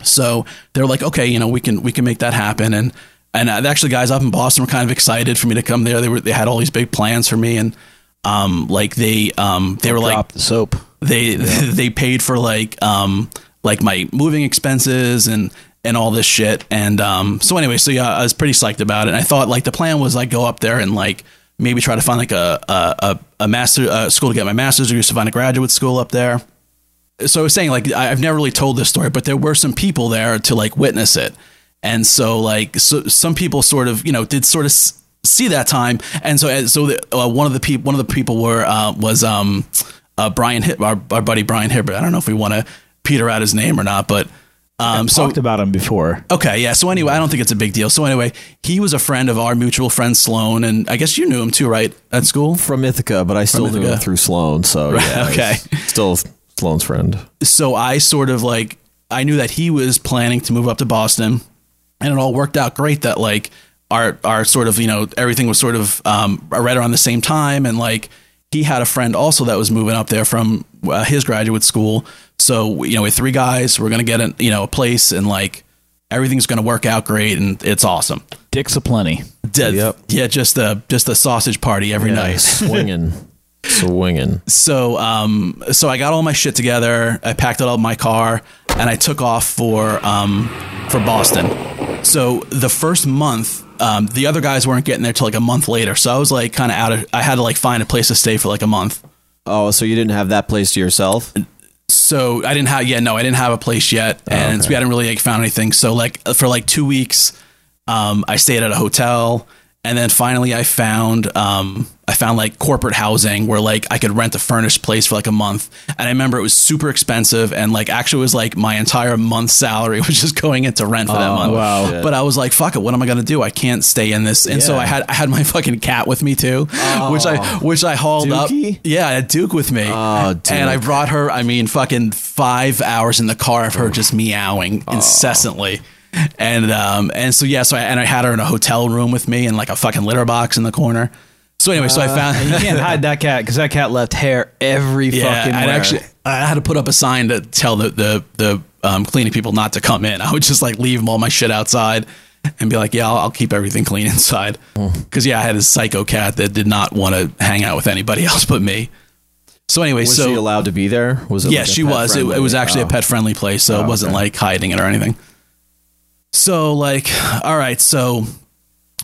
So they're like okay, you know, we can we can make that happen and and uh, actually guys up in Boston were kind of excited for me to come there. They were they had all these big plans for me and um like they um they were like
Drop the soap.
they they paid for like um like my moving expenses and and all this shit and um so anyway so yeah I was pretty psyched about it and I thought like the plan was like go up there and like maybe try to find like a a a, a master a school to get my master's degree to find a graduate school up there so I was saying like I- I've never really told this story, but there were some people there to like witness it, and so like so some people sort of you know did sort of s- see that time, and so and so the, uh, one of the people one of the people were uh, was um uh, Brian Hib- our, our buddy Brian Hibbert. I don't know if we want to peter out his name or not, but um so
Talked about him before.
Okay, yeah. So anyway, I don't think it's a big deal. So anyway, he was a friend of our mutual friend Sloan, and I guess you knew him too, right? At school
from Ithaca, but I still knew him through Sloan. So
Right,
yeah,
okay.
it's still Sloan's friend.
so I sort of like I knew that he was planning to move up to Boston, and it all worked out great. That like our our sort of you know everything was sort of um, right around the same time, and like he had a friend also that was moving up there from uh, his graduate school. So you know, with three guys, we're gonna get a you know a place, and like everything's gonna work out great, and it's awesome.
Dicks a plenty.
Yeah, just a just a sausage party every
Yeah,
night.
swinging, swinging.
So, um, so I got all my shit together. I packed it up in my car, and I took off for um, for Boston. So the first month, um, the other guys weren't getting there till like a month later. So I was like kind of out of. I had to like find a place to stay for like a month.
Oh, so you didn't have that place to yourself?
So I didn't have. Yeah, no, I didn't have a place yet,
Oh,
and so we hadn't really like found anything. So like for like two weeks, um, I stayed at a hotel. And then finally, I found um, I found like corporate housing where like I could rent a furnished place for like a month. And I remember it was super expensive, and like actually it was like my entire month's salary was just going into rent for that
Oh,
month.
wow. shit.
But I was like, "Fuck it, what am I gonna do? I can't stay in this." And so
Yeah. Oh.
I had I had my fucking cat with me too, which I which I hauled up. Yeah, I had Duke with me,
Oh,
and I brought her. I mean, fucking five hours in the car of her just meowing
Oh.
incessantly and um and so yeah so I, and I had her in a hotel room with me and like a fucking litter box in the corner. So anyway, so I found
Uh, you can't hide that cat because that cat left hair every fucking.
I
where.
actually I had to put up a sign to tell the the the um, cleaning people not to come in. I would just like leave all my shit outside, and be like, yeah, I'll, I'll keep everything clean inside.
Hmm.
Because yeah, I had a psycho cat that did not want to hang out with anybody else but me. So anyway,
was
so
she allowed to be there? Was it
yeah,
like a
she
pet
was. It, it
friendly?
was actually
Oh.
a pet friendly place, so
Oh,
it wasn't
okay.
like hiding it or anything. So like, all right, so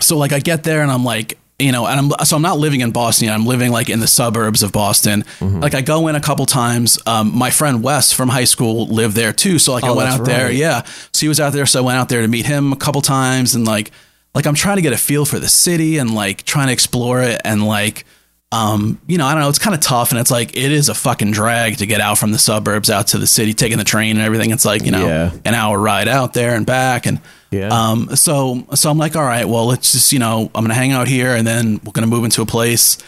so like I get there and I'm like, you know, and I'm so I'm not living in Boston. yet. I'm living like in the suburbs of Boston.
Mm-hmm.
Like I go in a couple times. Um, my friend Wes from high school lived there too, so like I
Oh,
went
that's
out there.
right.
Yeah, so he was out there, so I went out there to meet him a couple times and like like I'm trying to get a feel for the city and like trying to explore it and like um, you know, I don't know. It's kind of tough, and it's like it is a fucking drag to get out from the suburbs out to the city, taking the train and everything. It's like you know,
Yeah.
an hour ride out there and back, and yeah. Um, so so I'm like, all right, well, let's just you know, I'm gonna hang out here, and then we're gonna move into a place.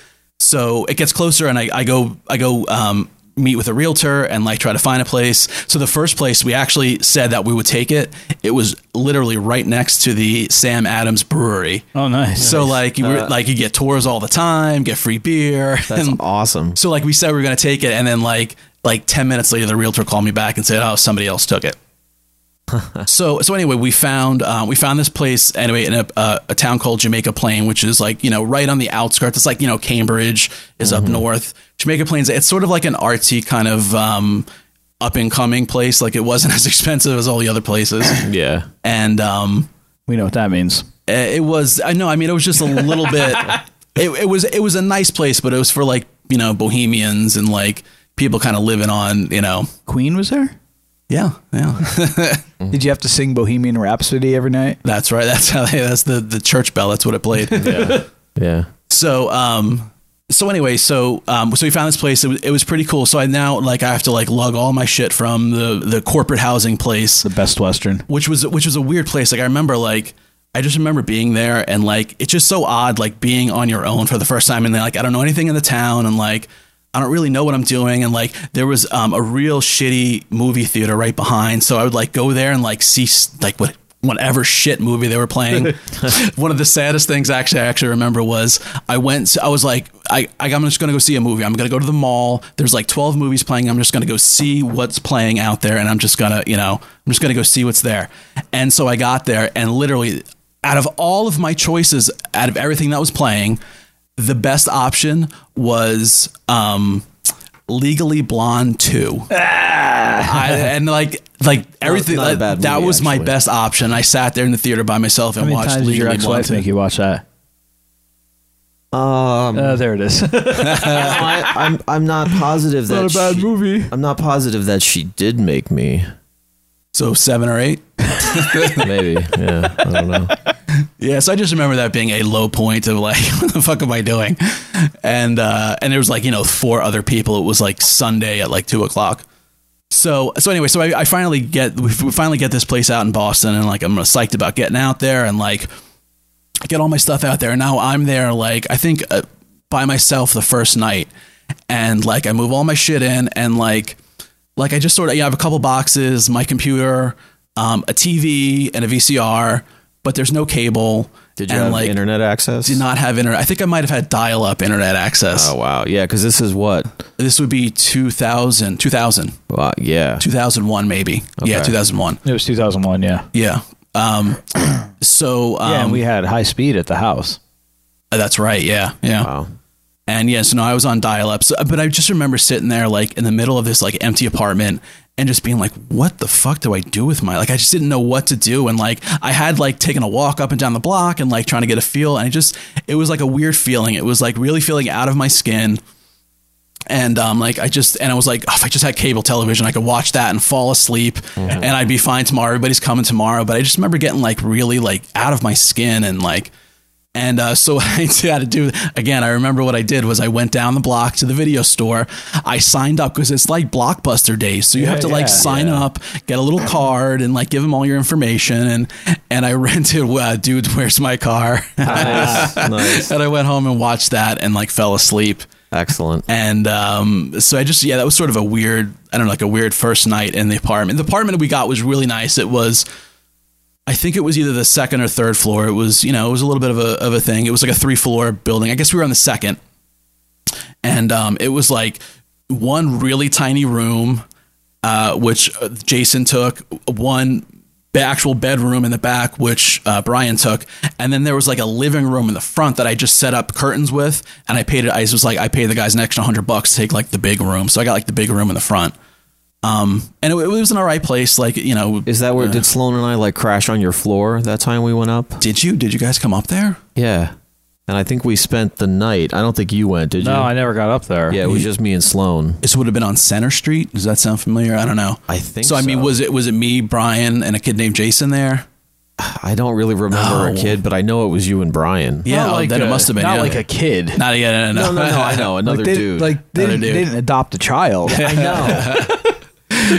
So it gets closer, and I, I go I go um, meet with a realtor and like try to find a place. So the first place we actually said that we would take it, it was literally right next to the Sam Adams Brewery.
Oh, nice.
So like you were, like you get tours all the time, get free beer.
That's
and
awesome.
so like we said we were gonna take it, and then like like ten minutes later, the realtor called me back and said, "Oh, somebody else took it." so so anyway, we found um, we found this place anyway in a, a, a town called Jamaica Plain, which is like you know right on the outskirts. It's like you know Cambridge is up north. Jamaica Plains. It's sort of like an artsy kind of um, up and coming place. Like it wasn't as expensive as all the other places,
Yeah.
and um,
We know what that means.
uh, it was i know i mean it was just a little bit it, it was it was a nice place but it was for like you know bohemians and like people kind of living on you know
Queen was there.
yeah yeah
Mm-hmm.
Did you have to sing Bohemian Rhapsody every night?
that's right that's how they, that's the the church bell that's what it played
Yeah.
so um so anyway so um so we found this place it was, it was pretty cool so i now like i have to like lug all my shit from the the corporate housing place
The Best Western.
which was which was a weird place. Like I remember like I just remember being there and like it's just so odd like being on your own for the first time and like I don't know anything in the town and like I don't really know what I'm doing and like there was um, a real shitty movie theater right behind so I would like go there and like see s- like what whatever shit movie they were playing. One of the saddest things actually I actually remember was I went I was like I, I I'm just gonna go see a movie. I'm gonna go to the mall. There's like 12 movies playing. I'm just gonna go see what's playing out there and I'm just gonna, you know, I'm just gonna go see what's there. And so I got there and literally out of all of my choices, out of everything that was playing, the best option was um Legally Blonde 2. I, and like like everything
Ah. not a
like,
bad
that
movie,
was my
actually.
best option. I sat there in the theater by myself
How
and
many
watched
times did your
Legally Blonde
ex-wife
2.
make you watch that?
Um,
Uh, there it is.
I, I'm I'm not positive that she-
movie.
I'm not positive that she did make me.
So 7 or 8.
Maybe. Yeah. I don't know.
Yeah, so I just remember that being a low point of like, what the fuck am I doing? And uh, and there was like you know four other people. It was like Sunday at like two o'clock. So so anyway, so I, I finally get we we finally get this place out in Boston, and like I'm psyched about getting out there and like get all my stuff out there. And now I'm there like I think uh, by myself the first night, and like I move all my shit in, and like like I just sort of you know, I have a couple boxes, my computer, um, a TV, and a VCR, but there's no cable.
Did you
and
have
like
internet access?
did not have internet. I think I might have had dial-up internet access.
Oh wow. Yeah, because this is what.
This would be 2000, 2000,
Wow, yeah.
2001 maybe. Yeah,
Okay.
2001.
It was 2001. Yeah.
Yeah. Um so um
yeah, and we had high speed at the house.
that's right. Yeah. Yeah.
Wow.
And yes, no, I was on dial up. So, but I just remember sitting there, like in the middle of this like empty apartment, and just being like, "What the fuck do I do with my?" Like, I just didn't know what to do, and like I had like taken a walk up and down the block and like trying to get a feel, and I just it was like a weird feeling. It was like really feeling out of my skin, and um, like I just and I was like, oh, if I just had cable television, I could watch that and fall asleep, and I'd be fine tomorrow. Everybody's coming tomorrow, but I just remember getting like really like out of my skin and like. And uh, so what I had to do again. I remember what I did was I went down the block to the video store. I signed up because it's like Blockbuster days, so you have to like sign up, get a little card, and like give them all your information. And and I rented, uh, dude, where's my car?
Nice. nice.
and I went home and watched that and like fell asleep.
Excellent.
And um, so I just yeah, that was sort of a weird I don't know like a weird first night in the apartment. The apartment we got was really nice. It was I think it was either the second or third floor. It was you know it was a little bit of a of a thing. It was like a three floor building. I guess we were on the second, and um, it was like one really tiny room, uh, which uh, Jason took one the actual bedroom in the back, which uh, Brian took, and then there was like a living room in the front that I just set up curtains with, and I paid it. I was like, I paid the guys an extra hundred bucks to take like the big room, so I got like the big room in the front. Um, and it, it was an alright place, like you know.
Is that where did Sloan and I like crash on your floor that time we went up?
Did you? Did you guys come up there?
Yeah. And I think we spent the night. I don't think you went, did you?
No, I never got up there.
Yeah, it was just me and Sloan.
This would have been on Center Street. Does that sound familiar? I don't know.
I think
so. I mean,
so.
was it was it me, Brian, and a kid named Jason there?
I don't really remember a kid, but I know it was you and Brian.
Yeah, oh, then it must have been
not
yeah.
like a kid.
Not yet. No, no,
No, no, no, I know another
like they,
dude.
Like they
Another
didn't, they
dude.
didn't adopt a child.
I know.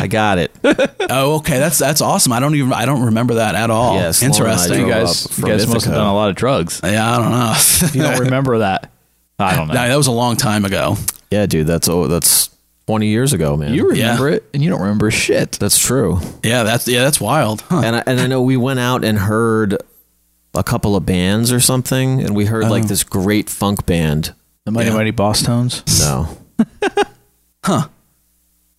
I got it.
Oh, okay. That's that's awesome. I don't even I don't remember that at all.
Yeah, Sloan and I
Interesting.
drove
You guys,
up
you
from
guys must have
Ithaca.
done a lot of drugs.
Yeah, I don't know.
If you don't remember that, I don't know.
No, that was a long time ago.
Yeah, dude, that's oh, that's twenty years ago, man.
you remember
yeah.
it, and you don't remember shit.
that's true.
Yeah, that's yeah, that's wild. Huh.
And I, and I know we went out and heard a couple of bands or something, and we heard
Oh.
like this great funk band.
The Mighty
Yeah.
Mighty Boss Tones.
No,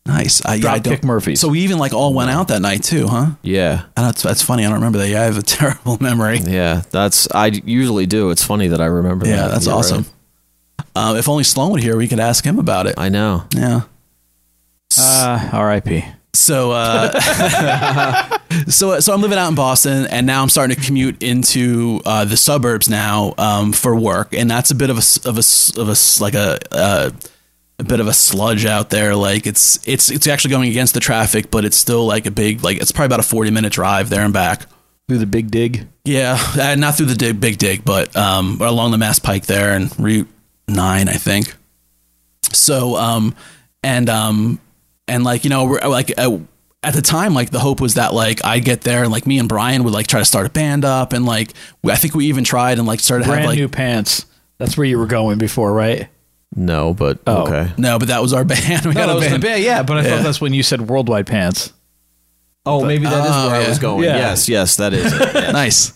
Nice. I, yeah, I
Dropkick
don't-
Murphys.
So we even like all went out that night too, huh?
yeah,
And that's that's funny. I don't remember that. Yeah, I have a terrible memory.
yeah. That's I usually do. It's funny that I remember.
Yeah,
that.
that's
You're
awesome.
right.
Um, if only Sloan were here, we could ask him about it.
I know.
Yeah.
Uh, R.I.P.
So, uh, so, so I'm living out in Boston, and now I'm starting to commute into uh, the suburbs now um, for work, and that's a bit of a s- of a s- of a s- like a uh, a bit of a sludge out there. Like it's it's it's actually going against the traffic, but it's still like a big like it's probably about a 40 minute drive there and back.
Through the Big Dig.
Yeah, uh, not through the dig, big dig, but um, but along the Mass Pike there and Route Nine, I think. So um, and um, and like you know, we're like uh, at the time, like the hope was that like I'd get there and like me and Brian would like try to start a band up and like I think we even tried and like started to
Brand
have like
new pants. That's where you were going before, right?
No, but
Oh.
okay.
no, but that was our band. We had a band.
Yeah, but I
Yeah.
thought that's when you said worldwide pants.
Oh, maybe that is where I was going.
Yeah.
Yes, yes, that is. It. Yeah.
nice.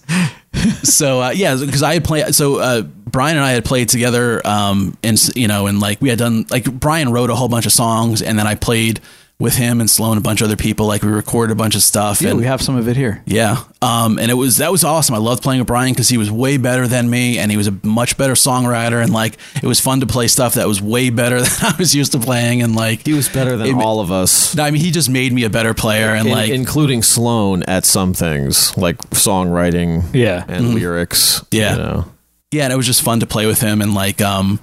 so uh, yeah, because I had played. So uh, Brian and I had played together, um, and s- you know, and like we had done like Brian wrote a whole bunch of songs, and then I played with him and Sloan and a bunch of other people. Like we recorded a bunch of stuff.
Yeah,
and,
we have some of it here.
yeah. Um, and it was that was awesome. I loved playing with Brian because he was way better than me, and he was a much better songwriter. And like it was fun to play stuff that was way better than I was used to playing. And like
He was better than
It-
all of us,
No, I mean, he just made me a better player. And
in-
like
including Sloan at some things like songwriting,
Yeah. Mm-hmm.
and lyrics,
Yeah.
you know.
yeah, and it was just fun to play with him and like um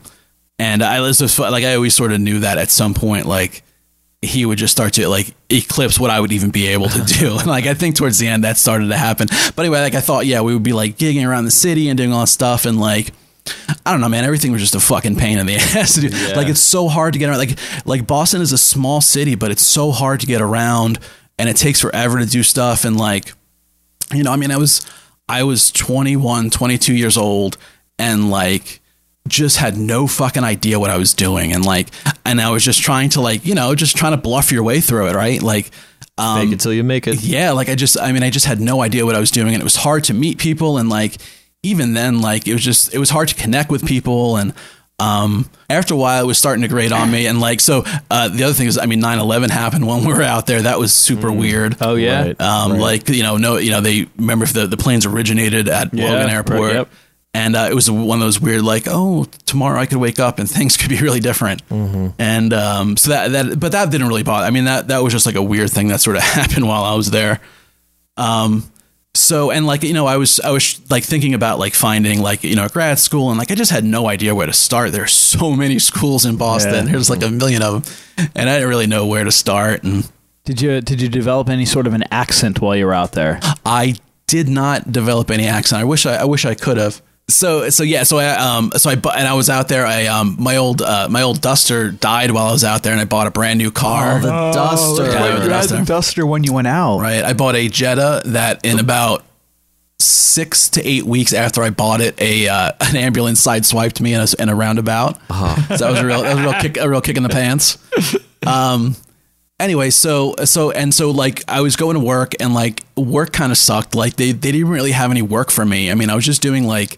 and I was just like I always sort of knew that at some point like he would just start to like eclipse what I would even be able to do. And like I think towards the end that started to happen. But anyway, like I thought, yeah, we would be like gigging around the city and doing all that stuff and like I don't know, man. Everything was just a fucking pain in the ass to do. Like it's so hard to get around. Like like Boston is a small city, but it's so hard to get around, and it takes forever to do stuff. And like you know, I mean, I was I was 21, 22 years old and like just had no fucking idea what I was doing and like and I was just trying to like, you know, just trying to bluff your way through it, right? Like um
Make it till you make it.
yeah, like I just I mean, I just had no idea what I was doing and it was hard to meet people and like even then like it was just it was hard to connect with people and um after a while it was starting to grate on me and like so uh the other thing is I mean 9/11 happened when we were out there. That was super weird.
Oh yeah.
Right.
Um, like you know, no, you know, they remember if the, the planes originated at
Yeah,
Logan
right,
Airport,
yep.
and uh, it was one of those weird, like, oh, tomorrow I could wake up and things could be really different,
Mm-hmm.
and um, so that that, but that didn't really bother. I mean, that that was just like a weird thing that sort of happened while I was there. Um, so and like you know, I was I was like thinking about like finding like you know grad school and like I just had no idea where to start. There's so many schools in Boston.
Yeah.
There's like a million of them, and I didn't really know where to start and.
Did you did you develop any sort of an accent while you were out there?
I did not develop any accent. I wish I, I wish I could have. So so yeah. So I um so I bu- and I was out there. I um my old uh, my old Duster died while I was out there, and I bought a brand new car.
Duster.
Yeah, I
you had
Duster.
the duster when you went out.
Right. I bought a Jetta that
Oh.
in about six to eight weeks after I bought it, a uh, an ambulance sideswiped me in a, in a roundabout.
Uh-huh.
So that was a real that was a real kick a real kick in the pants. Um. Anyway, so so and so like I was going to work and like work kind of sucked. Like they they didn't really have any work for me. I mean, I was just doing like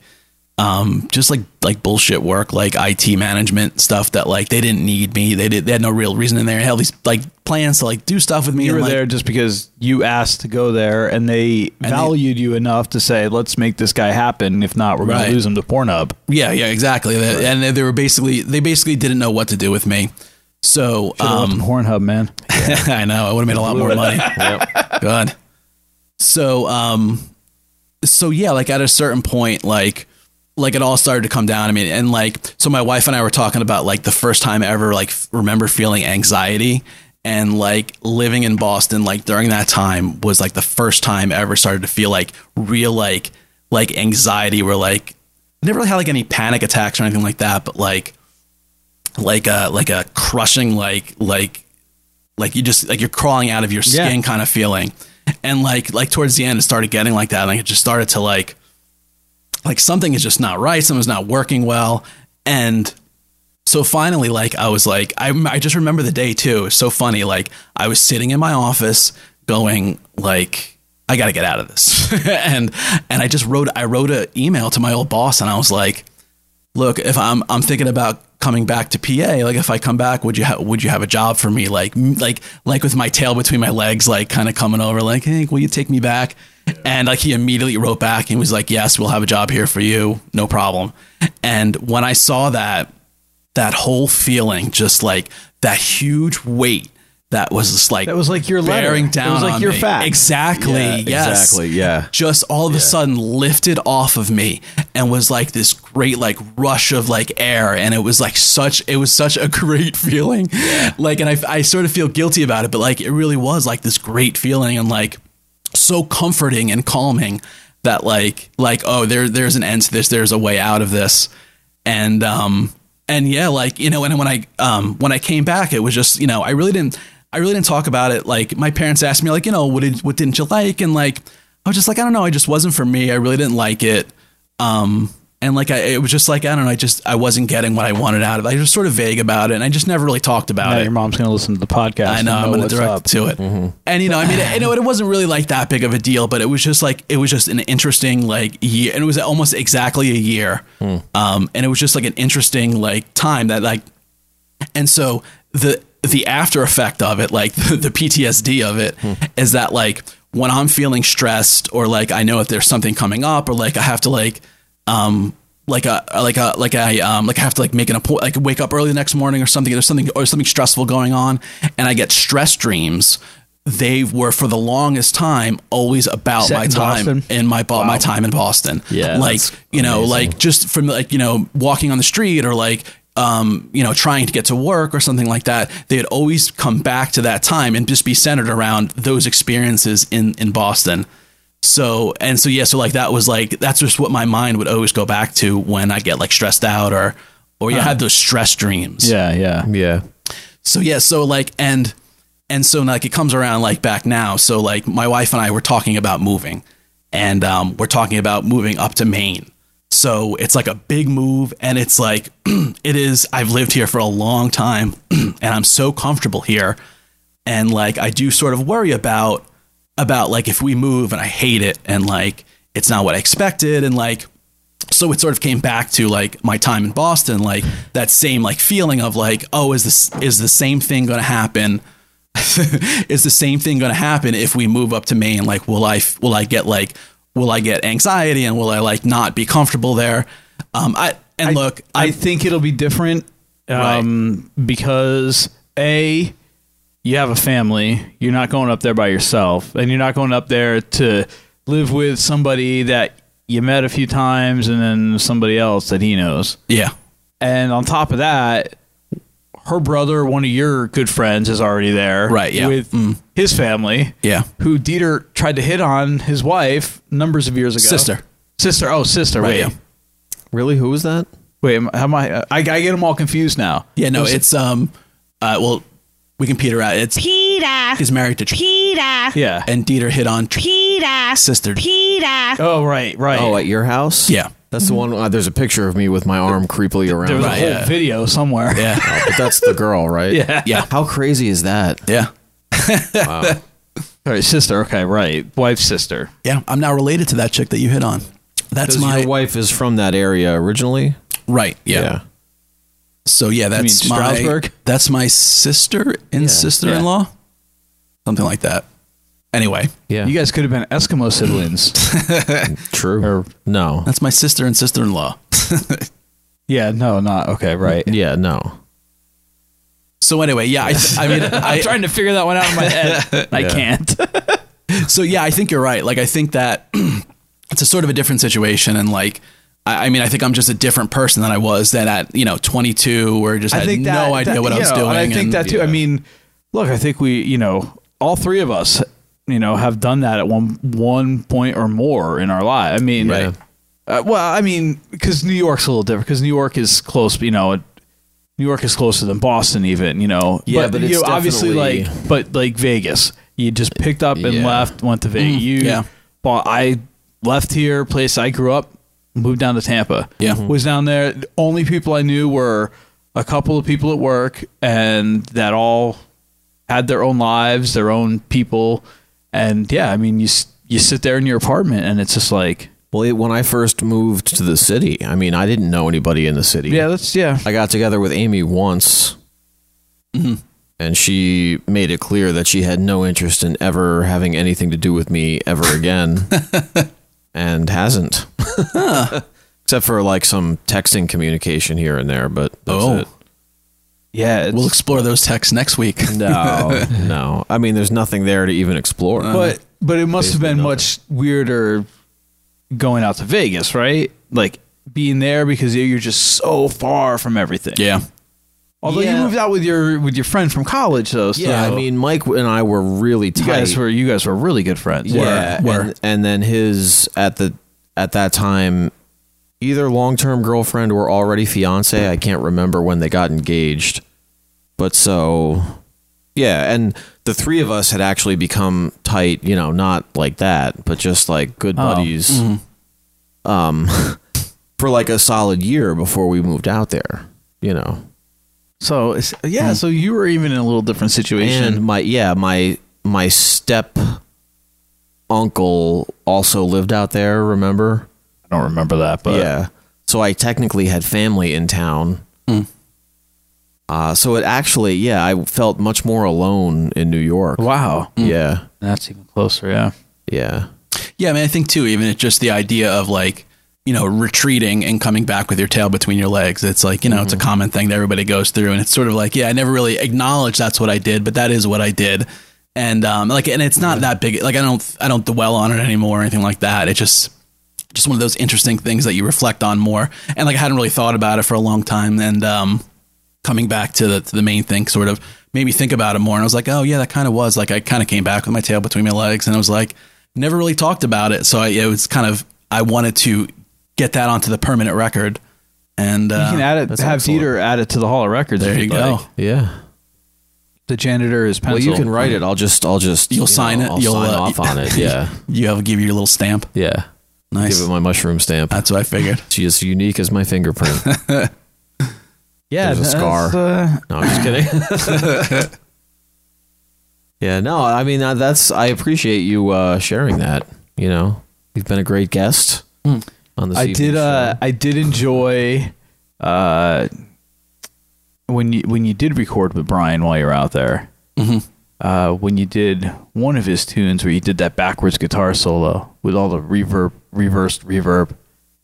um, just like like bullshit work, like IT management stuff that like they didn't need me. They did. They had no real reason in there. Hell, these like plans to like do stuff with me.
You
and,
were
like,
there just because you asked to go there, and they valued you enough to say, "Let's make this guy happen. If not, we're going
Right.
to lose him to Pornhub."
Yeah, yeah, exactly. They- And they, they were basically they basically didn't know what to do with me. So
Should've went
um,
to Pornhub, man.
I know I would have made a lot more money. God. So um, so yeah, like at a certain point, like like it all started to come down. I mean, and like so, my wife and I were talking about like the first time I ever like f- remember feeling anxiety. And like living in Boston, like during that time was like the first time I ever started to feel like real, like like anxiety. Where like I never really had like any panic attacks or anything like that, but like like a like a crushing like like like you just like you're crawling out of your
Yeah.
skin kind of feeling and like like towards the end it started getting like that and like it just started to like like something is just not right something's not working well and so finally like i was like i, I just remember the day too it's so funny like i was sitting in my office going like i gotta get out of this and and i just wrote i wrote an email to my old boss and i was like look, if I'm I'm thinking about coming back to PA, like if I come back, would you ha- would you have a job for me? Like m- like like with my tail between my legs, like kind of coming over, like hey, will you take me back? And like he immediately wrote back and was like, yes, we'll have a job here for you, no problem. And when I saw that, that whole feeling, just like that huge weight. That was just like that was
like your letter.
bearing
It was
down
like
on
your
me.
fact.
exactly
Yeah,
yes
exactly, yeah.
just all of a sudden lifted off of me and was like this great like rush of like air and it was like such it was such a great feeling like and I, I sort of feel guilty about it but like it really was like this great feeling and like so comforting and calming that like like oh there there's an end to this there's a way out of this and um and yeah like you know and when i um when i came back it was just you know i really didn't i really didn't talk about it like my parents asked me like you know what did what didn't you like and like i was just like i don't know it just wasn't for me i really didn't like it um and like I, it was just like I don't know, I just I wasn't getting what I wanted out of it. I was just sort of vague about it, and I just never really talked about
Now
it.
your mom's going to listen to the podcast.
I
and
know. I'm going to
what's
direct
up. Mm-hmm.
to it. And you know, I mean, you know, it wasn't really like that big of a deal, but it was just like it was just an interesting like year, and it was almost exactly a year.
Hmm.
Um, and it was just like an interesting like time that like, and so the the after effect of it, like the, PTSD of it, is that like when I'm feeling stressed or like I know if there's something coming up or like I have to like um like a like a like I um like I have to like make an appointment like wake up early the next morning or something there's something or something stressful going on and I get stress dreams they were for the longest time always about
Set
my
in
time
Boston?
in my bo- my time in Boston
Yeah,
like
that's
you know
amazing.
like just from like you know walking on the street or like um you know trying to get to work or something like that they would always come back to that time and just be centered around those experiences in in Boston so and so yeah so like that was like that's just what my mind would always go back to when I get like stressed out or or you
Huh.
had those stress dreams
Yeah, yeah,
yeah.
so yeah, so like and and so like it comes around like back now. So like my wife and I were talking about moving, and um, we're talking about moving up to Maine. So it's like a big move, and it's like it is. I've lived here for a long time, and I'm so comfortable here, and like I do sort of worry about about like if we move and I hate it, and like it's not what I expected, and like so it sort of came back to like my time in Boston, like that same like feeling of like, oh, is this is the same thing going to happen? is the same thing going to happen if we move up to Maine? Like, will I f- will I get like will I get anxiety and will I like not be comfortable there? Um, I and look,
I think it'll be different um, because a you have a family. You're not going up there by yourself, and you're not going up there to live with somebody that you met a few times, and then somebody else that he knows.
Yeah.
And on top of that, her brother, one of your good friends, is already there.
Right, yeah. Mm.
With his family.
Yeah.
Who Dieter tried to hit on his wife numbers of years ago.
Sister.
Sister. Oh, sister.
Right,
wait.
yeah.
Really? Who was that?
Wait, am, how am I, uh, I? I get them all confused now.
yeah, no,
Who's it?
it's um, uh, well, we can peter out. It's
Peter.
He's married to
Peter.
Yeah.
and Dieter hit on Tr-
Peter.
sister.
Peter.
Oh, right, right.
Oh, at your house?
Yeah.
That's the one. Uh, there's a picture of me with my arm creepily around.
There was a whole video somewhere.
Yeah.
but that's the girl, right?
Yeah.
Yeah.
How crazy is that?
Yeah.
Wow.
All right, sister. Okay, right. Wife's sister.
Yeah, I'm now related to that chick that you hit on. That's
'Cause
my-
Your wife is from that area originally,
right? Yeah. So yeah,
mean
that's my
Strasbourg?
that's my sister and sister-in-law, something like that. Anyway,
yeah,
You guys could have been Eskimo siblings.
True. Or no?
that's my sister and sister-in-law.
yeah. No. Not okay. Right.
Yeah. No.
So anyway, yeah, I, th- I mean, I,
I'm trying to figure that one out in my head. I
Yeah.
can't.
so yeah, I think you're right. Like I think that it's a sort of a different situation, and like I, I mean, I think I'm just a different person than I was then at you know 22, where I just had no idea what I
you
was
know,
doing.
and I think
and-
that too. I mean, look, I think we, you know, all three of us, you know, have done that at one one point or more in our life. I mean, uh, well, I mean, because New York's a little different. Because New York is close, you know. New York is closer than Boston, even you know.
Yeah, but
you
it's
know, obviously,
definitely-
like, but like Vegas, you just picked up and left, went to Vegas. you,
Mm-hmm. yeah.
bought, I left here, place I grew up, moved down to Tampa.
Yeah.
Hmm.
was down there. The only people I knew were a couple of people at work, and that all had their own lives, their own people, and yeah, I mean, you s- you sit there in your apartment, and it's just like,
Well, it, when I first moved to the city, I mean, I didn't know anybody in the city.
yeah, that's yeah.
I got together with Amy once,
Mm-hmm.
and she made it clear that she had no interest in ever having anything to do with me ever again, and hasn't, except for like some texting communication here and there. But that's
Oh.
it.
Yeah,
we'll explore those texts next week.
No, no. I mean, there's nothing there to even explore.
but but it must have been much weirder going out to Vegas, right? Like being there because you're just so far from everything.
yeah,
Although you
Yeah.
moved out with your with your friend from college, though. So
yeah. I mean, Mike and I were really tight.
you guys were you guys were really good friends.
Yeah,
Were.
And, and then his at the at that time, either long term girlfriend or already fiance. I can't remember when they got engaged, but so yeah, and the three of us had actually become tight. You know, not like that, but just like good
Oh.
buddies.
Mm-hmm.
Um, for like a solid year before we moved out there. You know,
So it's, yeah, so you were even in a little different situation.
Mm. and my yeah my my step uncle also lived out there. Remember.
I don't remember that, but
yeah. So I technically had family in town. Uh, so it actually, yeah, I felt much more alone in New York.
wow,
Yeah,
that's even closer. Yeah,
yeah,
yeah. I mean, I think too, even it's just the idea of like you know retreating and coming back with your tail between your legs. It's like you know, it's a common thing that everybody goes through, and it's sort of like yeah, I never really acknowledged that's what I did, but that is what I did. And um, like, and it's not that big. Like, I don't, I don't dwell on it anymore or anything like that. It just just one of those interesting things that you reflect on more. And like I hadn't really thought about it for a long time. And um, coming back to the to the main thing, sort of made me think about it more. And I was like, oh yeah, that kind of was like I kind of came back with my tail between my legs, and I was like, never really talked about it. So I, it was kind of I wanted to get that onto the permanent record. And uh,
you can add it.
that's
have
excellent.
Dieter add it to the Hall of Records.
there
if
you
you'd
go.
like.
yeah.
The janitor is
Well,
pencil.
you can write it. I'll just, I'll just,
You'll
you
sign
know,
it.
I'll
You'll
sign
uh,
off on it. Yeah,
you have give you your little stamp.
yeah.
Nice. Uh,
Give it my mushroom stamp.
That's what I figured.
She is unique as my fingerprint.
Yeah,
There's a
that's,
scar.
uh,
No, I'm just kidding. yeah, no, I mean uh, that's I appreciate you uh, sharing that. You know, you've been a great guest on this.
I did.
evening's
Uh,
show.
I did enjoy uh, when you when you did record with Brian while you were out there.
Mm-hmm.
Uh, when you did one of his tunes where you did that backwards guitar solo with all the reverb, reversed reverb,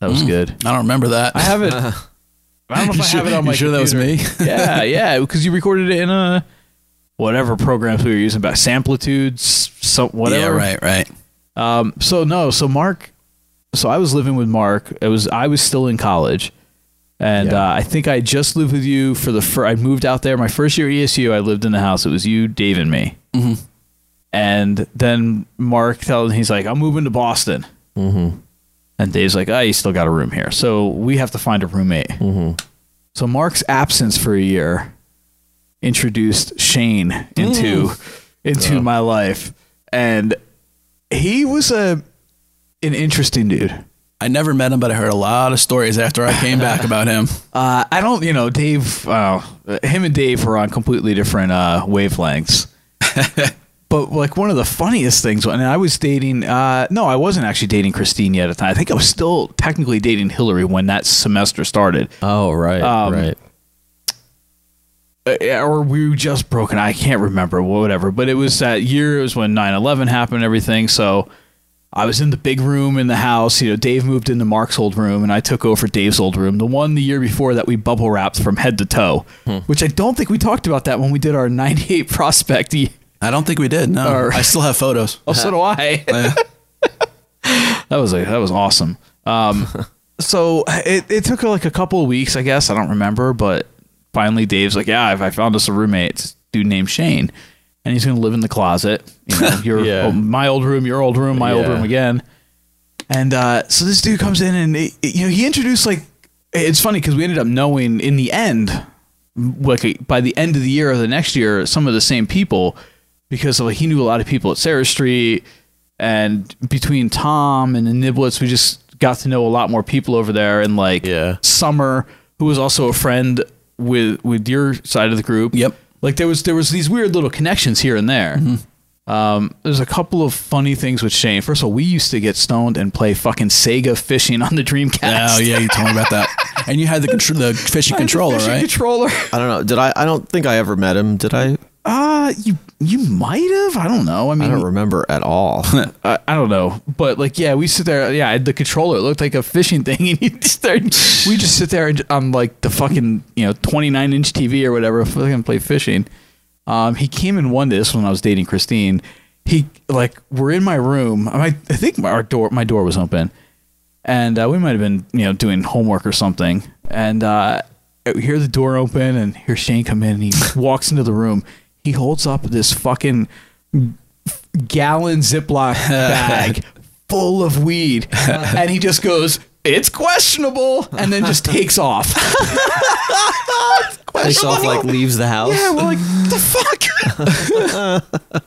that
Mm-hmm.
was good.
I don't remember that.
I have it. I don't know if I have it on my.
you sure that was me?
computer. yeah, yeah, because you recorded it in a whatever programs we were using, about Samplitude, s- so whatever.
Yeah, right, right.
Um, so no, so Mark, so I was living with Mark. It was I was still in college, and uh, I think I just lived with you for the first. I moved out there my first year at ESU. I lived in the house. It was you, Dave, and me. And then Mark tells he's like, I'm moving to Boston. And Dave's like, oh, you still got a room here. So we have to find a roommate. So Mark's absence for a year introduced Shane into into my life. And he was a an interesting dude.
I never met him, but I heard a lot of stories after I came back about him.
Uh, I don't, you know, Dave, uh, him and Dave were on completely different uh, wavelengths. But like one of the funniest things when I was dating, uh, no, I wasn't actually dating Christine yet at the time. I think I was still technically dating Hillary when that semester started.
Oh right, right.
uh, Or we were just broken. I can't remember, whatever. But it was that year. It was when 9-11 happened and everything. So I was in the big room in the house. You know, Dave moved into Mark's old room, and I took over Dave's old room. The one the year before that we bubble wrapped from head to toe, which I don't think we talked about that when we did our '98 prospect.
I don't think we did. No, I still have photos.
Oh, so do I. that was a, that was awesome. Um, so it, it took like a couple of weeks, I guess. I don't remember, but finally Dave's like, yeah, I I found us a roommate, It's a dude named Shane, and he's gonna live in the closet. You know, your oh, my old room, your old room, my old
Yeah.
room again. And uh, so this dude comes in, and he- you know he introduced like it's funny because we ended up knowing in the end, like by the end of the year or the next year, some of the same people because like he knew a lot of people at Sarah Street, and between Tom and the Niblets, we just got to know a lot more people over there, and like Summer, who was also a friend with with your side of the group. Yep. Like there was there was these weird little connections here and there. Um, there's a couple of funny things with Shane. First of all, we used to get stoned and play fucking Sega fishing on the Dreamcast.
Oh yeah, you told me about that. And you had the contr- the fishing controller,
fishing
right?
Controller.
I don't know. Did I? I don't think I ever met him. Did I?
Uh, you you might have. I don't know. I
I
mean,
Mm-hmm.
don't remember at all.
I, I don't know, but like, yeah, we sit there. Yeah, I had the controller It looked like a fishing thing, and you just there, we just sit there and on like the fucking you know twenty nine inch TV or whatever, fucking play fishing. Um, he came and won this when I was dating Christine. He like we're in my room. I I think my our door my door was open, and uh, we might have been you know doing homework or something. And uh, we hear the door open and hear Shane come in. and He walks into the room. He holds up this fucking gallon Ziploc bag full of weed, and he just goes, "It's questionable," and then just takes off.
Takes off like leaves the house.
yeah, we're like, "The fuck."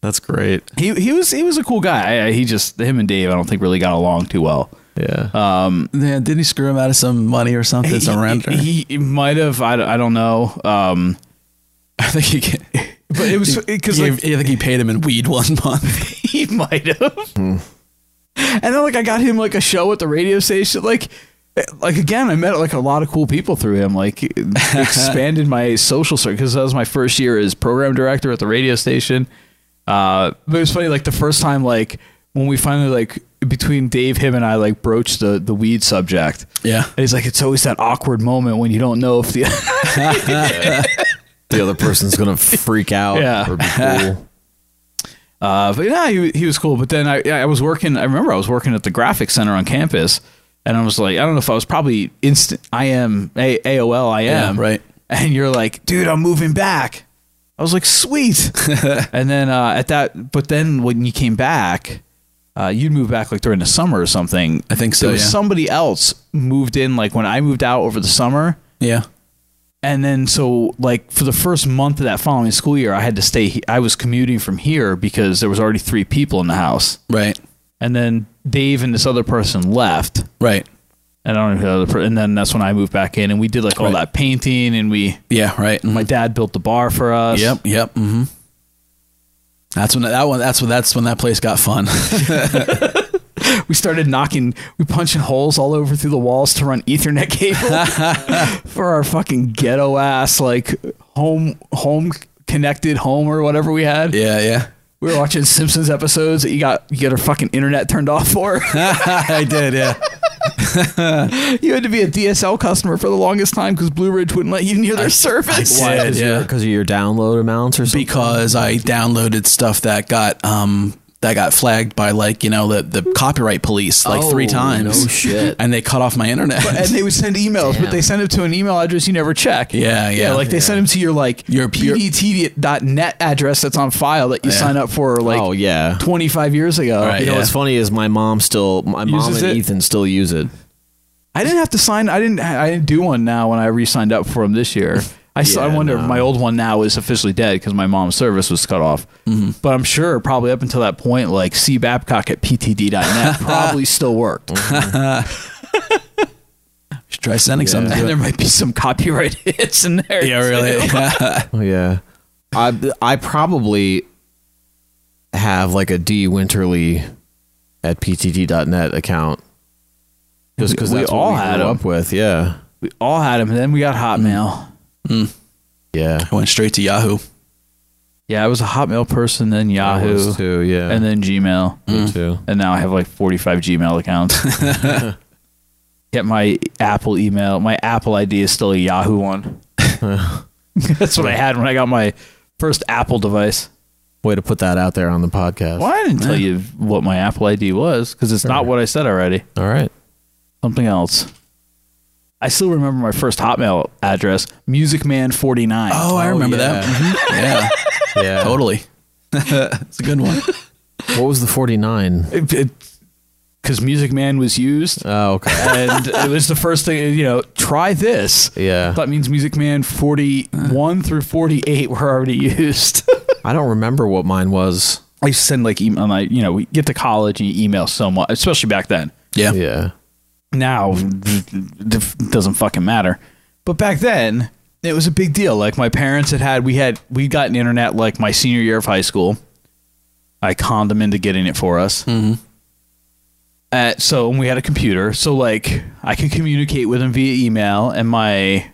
That's great.
he he was he was a cool guy. I, I- he just him and Dave, I don't think really got along too well.
Yeah.
Uh,
Um.
Yeah, didn't he screw him out of some money or something? Some rent. or-
He, he might have. I, don't- I don't know. Um. I think he. Can, but it was because
He-
like,
I think he paid him in weed one month.
he might have. Hmm. And then like I got him like a show at the radio station. Like, like again, I met like a lot of cool people through him. Like, it expanded my social circle because that was my first year as program director at the radio station. Uh, but it was funny. Like the first time, like when we finally like between Dave, him, and I like broached the the weed subject.
Yeah.
and he's like, it's always that awkward moment when you don't know if the
The other person's gonna freak out.
Yeah.
Or be cool.
Uh, but yeah, he, he was cool. But then I, yeah, I was working, I remember I was working at the graphics center on campus and I was like, I don't know if I was probably instant, I am A- AOL, I am.
Yeah, right.
And you're like, dude, I'm moving back. I was like, sweet. and then uh, at that, but then when you came back, uh, you'd move back like during the summer or something.
I think so,
There was
yeah.
Somebody else moved in like when I moved out over the summer.
Yeah.
And then so like for the first month of that following school year, I had to stay. he- I was commuting from here because there was already three people in the house.
Right.
And then Dave and this other person left.
Right.
And I don't know who the other person. And then that's when I moved back in, and we did like all that painting, and we
Yeah. Right. Mm-hmm.
my dad built the bar for us.
Yep. Yep. Mm-hmm. That's when that one. That's when that's when that place got fun.
We started knocking, we punching holes all over through the walls to run Ethernet cable for our fucking ghetto ass like home home connected home or whatever we had.
yeah. Yeah.
We were watching Simpsons episodes that you got you got our fucking internet turned off for.
I did. Yeah.
you had to be a DSL customer for the longest time because Blue Ridge wouldn't let you near their service.
I did. Yeah.
Because of your download amounts or something.
because I downloaded stuff that got um that got flagged by like you know the the copyright police like three
Oh,
times.
no shit.
And they cut off my internet.
and they would send emails, but they send them to an email address you never check.
Yeah, yeah.
like they send them to your like
Your- your-
pdt.net address that's on file that you
Yeah.
sign up for like
oh yeah.
25 years ago.
Right,
You know
yeah.
what's funny is my mom still my mom
Uses
and
it?
Ethan still use it.
I didn't have to sign. I didn't. I didn't do one now when I re-signed up for them this year. I, s- I
Yeah,
wonder if my old one now is officially dead because my mom's service was cut off.
Mm-hmm.
But I'm sure probably up until that point, like C Babcock at PTD.net probably still worked.
Mm.
Should try sending something.
And
To
there
it.
might be some copyright hits in there.
Yeah,
too.
really.
Oh yeah. I I probably have like a D Winterly at ptt.net account just because
We
that's
all
what we
had
grew
him.
up with. Yeah,
we all had them. And then we got
Mm.
Hotmail.
Yeah,
I went straight to Yahoo.
Yeah, I was a Hotmail person, then Yahoo,
was too, yeah.
and then Gmail,
Me too.
and now I have like forty-five Gmail accounts. Get my Apple email. My Apple ID is still a Yahoo one. That's what I had when I got my first Apple device.
Way to put that out there on the podcast.
Well, I didn't tell you what my Apple ID was because it's not what I said already.
All right.
Something else. I still remember my first Hotmail address, musicman49.
Oh, I remember that. Mhm.
Yeah. yeah.
Totally. it's a good one.
Oh, What was the 49?
because Music Man was used.
Oh, okay.
and it was the first thing, you know, try this.
Yeah.
That means Music Man 41 through 48 were already used.
I don't remember what mine was.
I used to send like email, like, you know, we get to college and you email so much, especially back then.
Yeah.
Yeah.
Now, it doesn't fucking matter. But back then, it was a big deal. Like my parents had had, we had, we got an internet like my senior year of high school. I conned them into getting it for us.
Mm-hmm.
Uh, so and we had a computer, so like I could communicate with him via email, and my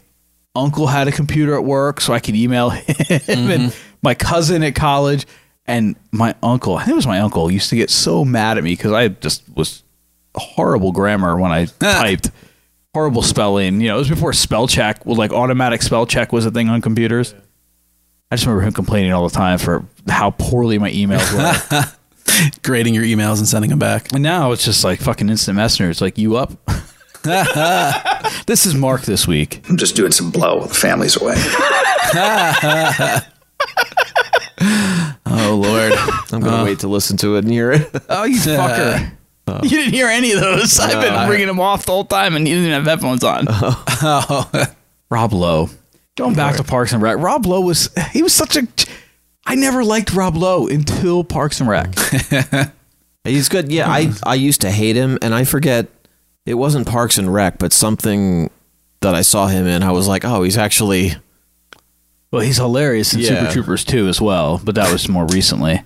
uncle had a computer at work, so I could email him, and my cousin at college, and my uncle, I think it was my uncle, used to get so mad at me because I just was horrible grammar when I typed, horrible spelling. You know, it was before spell check, well, like automatic spell check was a thing on computers. I just remember him complaining all the time for how poorly my emails were.
Grading your emails and sending them back.
And now it's just like fucking instant messenger. It's like you up. this is Mark this week.
I'm just doing some blow. The family's away.
Oh Lord.
I'm gonna wait to listen to it and hear it.
Oh, you fucker. You didn't hear any of those. I've been bringing them off the whole time, and you didn't have headphones on. Rob Lowe. Going back to Parks and Rec. Rob Lowe was he was such a. I never liked Rob Lowe until Parks and Rec.
He's good. Yeah,
Hmm.
I I used to hate him, and I forget it wasn't Parks and Rec, but something that I saw him in, I was like, oh, he's actually
Well, he's hilarious in
Yeah.
Super Troopers 2 as well, but that was more recently.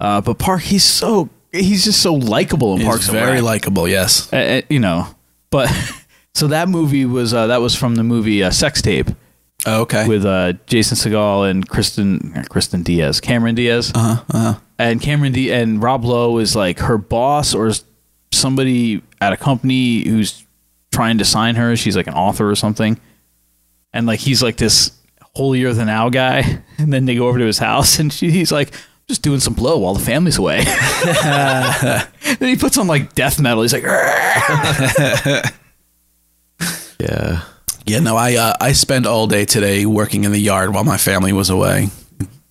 Uh, but Park, he's so he's just so likable in
He's
Parks and Rec.
very likable. Yes.
uh, uh, you know but so that movie was uh, that was from the movie uh, sex tape
Oh, okay.
with uh, jason segal and kristen uh, kristen diaz cameron diaz
Uh-huh, uh-huh.
and cameron D- and rob lowe is like her boss or is somebody at a company who's trying to sign her she's like an author or something and like he's like this holier than thou guy and then they go over to his house and she, he's like just doing some blow while the family's away then he puts on like death metal he's like
yeah.
Yeah. No, I uh, I spent all day today working in the yard while my family was away,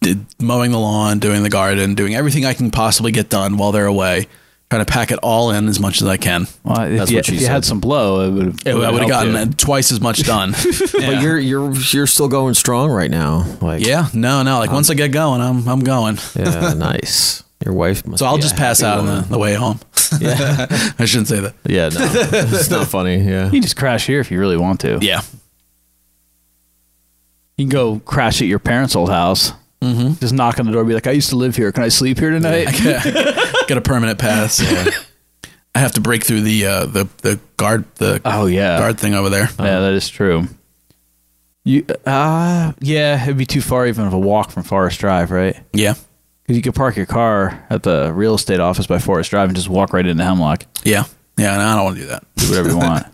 Did, mowing the lawn, doing the garden, doing everything I can possibly get done while they're away. Trying to pack it all in as much as I can.
Well, if,
That's
you,
what she
if you
said.
had some blow, it would have.
It, I would have gotten twice as much done.
But you're you're you're still going strong right now. Like
Yeah, no, no. Like once I get going, I'm I'm going.
yeah, nice. Your wife must.
So I'll
be a
just pass
happy
out on the,
woman.
the way home. I shouldn't say that.
Yeah, no, it's not funny. Yeah,
You can just crash here if you really want to.
Yeah.
You can go crash at your parents' old house. Mm-hmm. Just knock on the door, and be like, "I used to live here. Can I sleep here tonight?"
Get a permanent pass. I have to break through the uh, the the guard the
Oh yeah,
guard thing over there.
yeah, that is true. You, uh yeah, it'd be too far even of a walk from Forest Drive, right?
Yeah.
Because you could park your car at the real estate office by Forest Drive and just walk right into Hemlock.
Yeah. Yeah, no, I don't want to do that.
do whatever you want.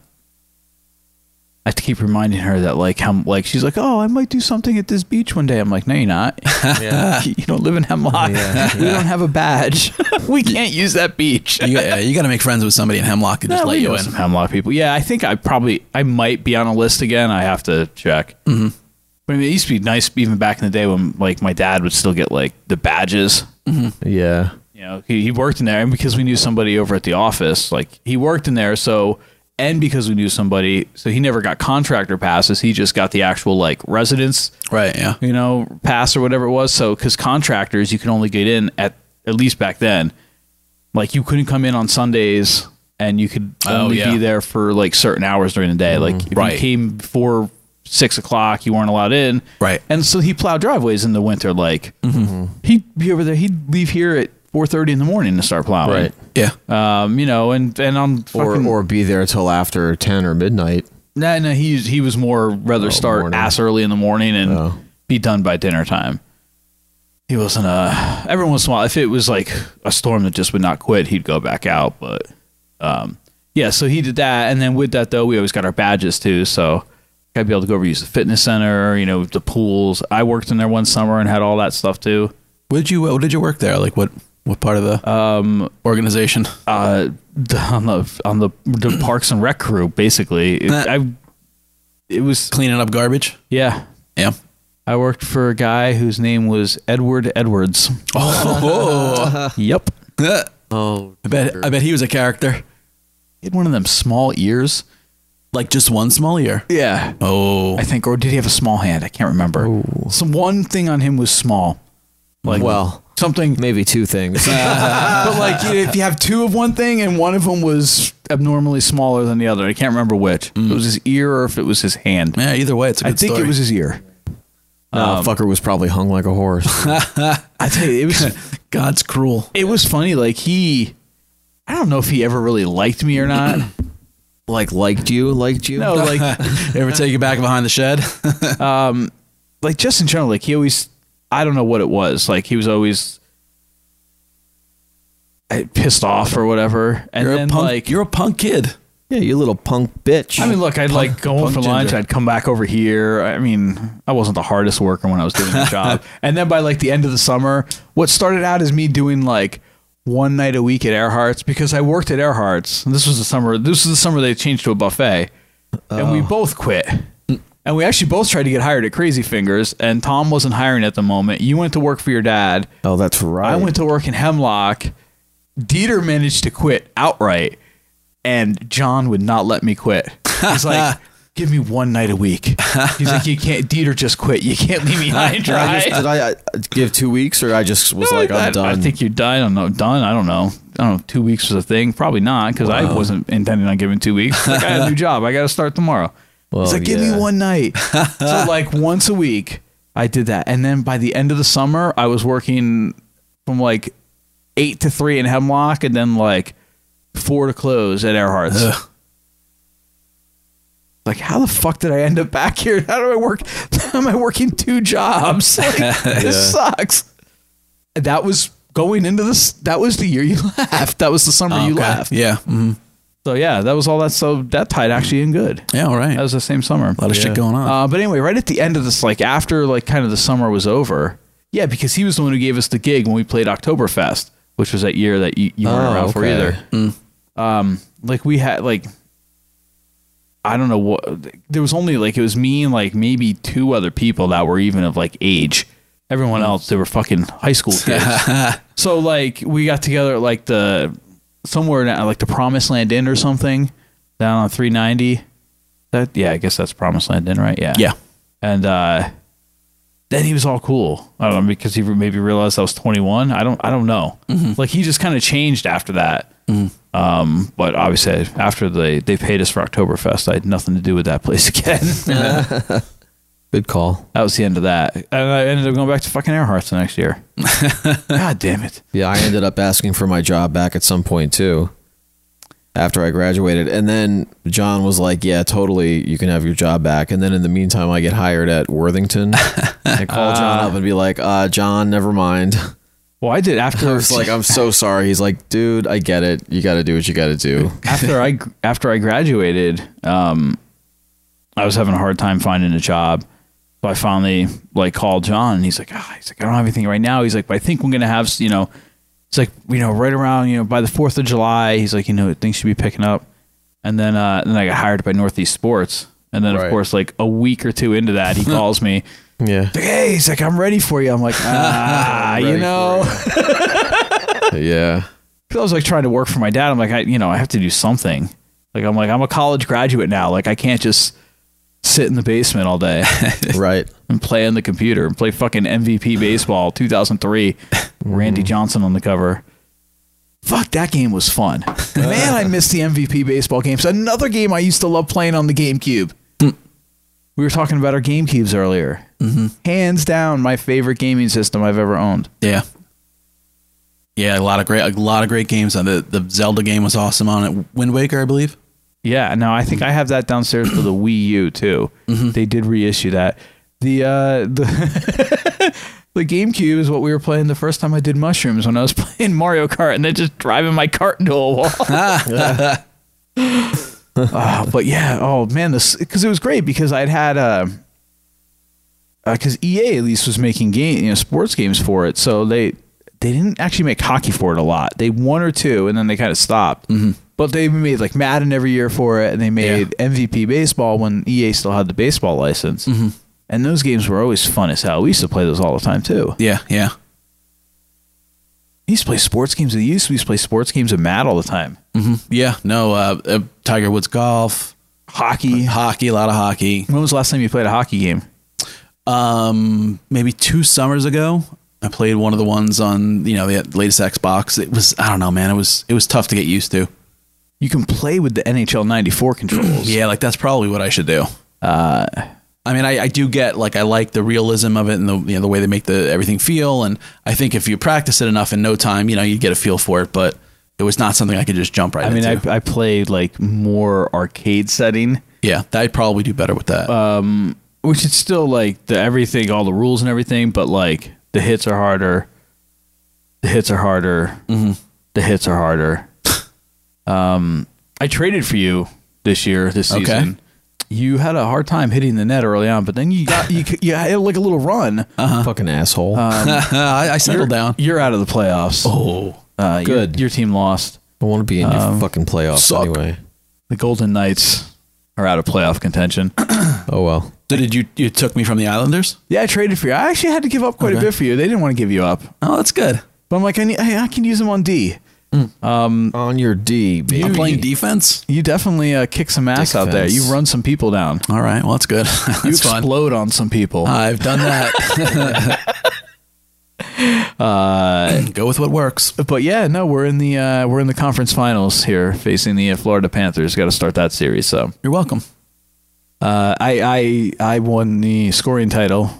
I have to keep reminding her that like how like she's like, oh, I might do something at this beach one day. I'm like, no, you're not. you don't live in Hemlock. We don't have a badge. we can't use that beach.
You, yeah, you got to make friends with somebody in Hemlock and just
Yeah,
let
Oh, we
you
know
in.
some Hemlock people. Yeah, I think I probably I might be on a list again. I have to check. Mm-hmm. But I mean, it used to be nice even back in the day when like my dad would still get like the badges.
yeah.
You know, he, he worked in there, and because we knew somebody over at the office, like he worked in there, so and because we knew somebody, so he never got contractor passes. He just got the actual like residence,
Right. Yeah.
you know, pass or whatever it was. So because contractors, you can only get in at at least back then, like you couldn't come in on Sundays, and you could
Oh,
only
yeah.
be there for like certain hours during the day. Like if
Right.
you came before six o'clock. You weren't allowed in. Right. And so he plowed driveways in the winter. Like he'd be over there. He'd leave here at four thirty in the morning to start plowing.
Right.
Yeah.
Um. You know, and and on
or
fucking-
or be there till after ten or midnight.
No, no, he he was more rather start ass early in the morning and be done by dinner time. He wasn't uh every once in a while. If it was like a storm that just would not quit, he'd go back out. But um yeah, so he did that, and then with that though, we always got our badges too. So I'd be able to go over use the fitness center, you know, the pools. I worked in there one summer and had all that stuff too.
What did you uh, What did you work there? Like what what part of the
um
organization?
Uh, on the on the the Parks and Rec crew basically. It, I it was
cleaning up garbage.
Yeah.
Yeah.
I worked for a guy whose name was Edward Edwards.
Oh.
yep.
Oh, I bet I bet he was a character.
He had one of them small ears,
like just one small ear.
Yeah.
Oh,
I think, or did he have a small hand? I can't remember. Some one thing on him was small. Like
well,
something
maybe two things.
but like if you have two of one thing and one of them was abnormally smaller than the other, I can't remember which. If It was his ear or if it was his hand.
Yeah, either way, it's a
I
Mm. good
think
story.
it was his ear.
No,
Um,
fucker was probably hung like a horse.
I tell you, it was
God's cruel.
It was funny. Like he, I don't know if he ever really liked me or not.
like liked you, liked you.
No, like
ever take you back behind the shed?
um, like just in general, like he always, I don't know what it was. Like he was always I, pissed off or whatever. And
You're a
then
punk-
like
you're a punk kid.
Yeah, you little punk bitch.
I mean, look, I'd
Punk-
like go in
punk
for lunch.
ginger.
I'd come back over here. I mean, I wasn't the hardest worker when I was doing the job. And then by like the end of the summer, what started out as me doing like one night a week at Earhart's because I worked at Earhart's. And this was the summer. This was the summer they changed to a buffet, and
Oh.
we both quit.
Mm.
And we actually both tried to get hired at Crazy Fingers, and Tom wasn't hiring at the moment. You went to work for your dad.
Oh, that's right.
I went to work in Hemlock. Dieter managed to quit outright, and John would not let me quit. He's like, "Give me one night a week." He's like, "You can't." Dieter just quit. You can't leave me high and dry.
I just- did I uh, give two weeks or I just was like,
I,
I'm done?
I think you died. I don't know. Done. I don't know. I don't know. Two weeks was a thing. Probably not because I wasn't intending on giving two weeks. Like, I had a new job. I got to start tomorrow. He's
Well,
like, give
yeah.
me one night. so like once a week, I did that, and then by the end of the summer, I was working from like eight to three in Hemlock, and then like four to close at Earhart's. Like, how the fuck did I end up back here? How do I work? How am I working two jobs? Like, This
Yeah.
sucks. That was going into this. That was the year you left. That was the summer
Oh,
you
okay.
left.
Yeah. mhm.
So yeah, that was all that. So that tied actually in good.
Yeah, all right.
That was the same summer. A
lot of shit going on.
Uh, but anyway, right at the end of this, like after like kind of the summer was over. Yeah, because he was the one who gave us the gig when we played Oktoberfest, which was that year that you, you weren't
Oh,
around for
okay.
either.
Mm.
Um, like we had like I don't know what there was only like it was me and like maybe two other people that were even of like age. Everyone else they were fucking high school kids. so like we got together at like the somewhere down, like the Promised Land Inn or something down on 390. That yeah, I guess that's Promised Land Inn, right? Yeah.
Yeah.
And uh then he was all cool. I don't know because he maybe realized I was 21. I don't I don't know. Like he just kind of changed after that. Um, but obviously after they they paid us for Oktoberfest, I had nothing to do with that place again.
Good call.
that was the end of that, and I ended up going back to fucking Earhart's the next year. God damn it!
Yeah, I ended up asking for my job back at some point too after I graduated. And then John was like, Yeah, totally, you can have your job back. And then in the meantime, I get hired at Worthington. I call John up and be like, uh, John, never mind.
Well, I did after
I was like, I'm so sorry. He's like, Dude, I get it. You got to do what you got to do.
after I after I graduated, um, I was having a hard time finding a job. So I finally like called John, and he's like, ah, he's like, I don't have anything right now. He's like, but I think we're gonna have, s- you know, it's like you know, right around you know by the Fourth of July. He's like, you know, things should be picking up. And then uh, then I got hired by Northeast Sports, and then of course like a week or two into that, he calls me.
Yeah.
Like, hey, he's like, I'm ready for you. I'm like, ah, you know.
Yeah.
'Cause I was like trying to work for my dad. I'm like, I, you know, I have to do something. Like, I'm like, I'm a college graduate now. Like, I can't just sit in the basement all day
Right.
and play on the computer and play fucking MVP baseball 2003. Randy Johnson on the cover. Fuck, that game was fun. Man, I miss the MVP baseball games. Another game I used to love playing on the GameCube. We were talking about our GameCubes earlier. Hands down, my favorite gaming system I've ever owned.
Yeah. Yeah, a lot of great, a lot of great games on the the Zelda game was awesome on it. Wind Waker, I believe.
Yeah, no, I think I have that downstairs for the Wii U too. They did reissue that. The uh the the GameCube is what we were playing the first time I did mushrooms when I was playing Mario Kart and then just driving my cart into a wall. Ah, but yeah, oh man, this because it was great because I'd had uh because EA E at least was making game you know sports games for it, so they they didn't actually make hockey for it a lot. They one or two, and then they kind of stopped.
Mm-hmm.
But they made like Madden every year for it, and they made MVP baseball when EA still had the baseball license.
Mm-hmm.
And those games were always fun as hell. We used to play those all the time too.
Yeah, yeah.
We used to play sports games. We used to, we used to play sports games with Matt all the time.
hmm Yeah, no, uh, uh, Tiger Woods golf,
hockey,
hockey, a lot of hockey.
When was the last time you played a hockey game?
Um, maybe two summers ago. I played one of the ones on you know the latest Xbox. It was I don't know, man. It was it was tough to get used to.
You can play with the NHL '94 controls.
yeah, like that's probably what I should do.
Uh,
I mean, I, I do get like I like the realism of it and the you know the way they make the everything feel, and I think if you practice it enough in no time, you know you get a feel for it. But it was not something I could just jump right.
I mean,
into.
I, I played like more arcade setting.
Yeah, I'd probably do better with that.
Um, which is still like the everything, all the rules and everything, but like the hits are harder. The hits are harder.
Mm-hmm.
The hits are harder. um, I traded for you this year, this
Okay.
season. You had a hard time hitting the net early on, but then you got you c- you had like a little run.
Uh-huh.
Fucking asshole.
Um,
I, I settled
you're-
down.
You're out of the playoffs.
Oh,
Uh, your-
Good.
Your, team lost.
I want to be in your
Um,
fucking playoffs
suck.
anyway.
The Golden Knights are out of playoff contention.
Oh well.
so did you? You took me from the Islanders?
yeah, I traded for you. I actually had to give up quite a
Okay.
bit for you. They didn't want to give you up,
Oh, that's good.
but I'm like, I need, hey, I can use them on D.
On your D, baby.
I'm playing defense.
You definitely uh, kick some ass
Dick
out there.
fence.
You run some people down.
All right, well that's good. that's
You
fun.
explode on some people.
I've done that. Go with what works.
but yeah, no, we're in the uh, we're in the conference finals here, facing the uh, Florida Panthers. Got to start that series. So
You're welcome.
uh, I I I won the scoring title.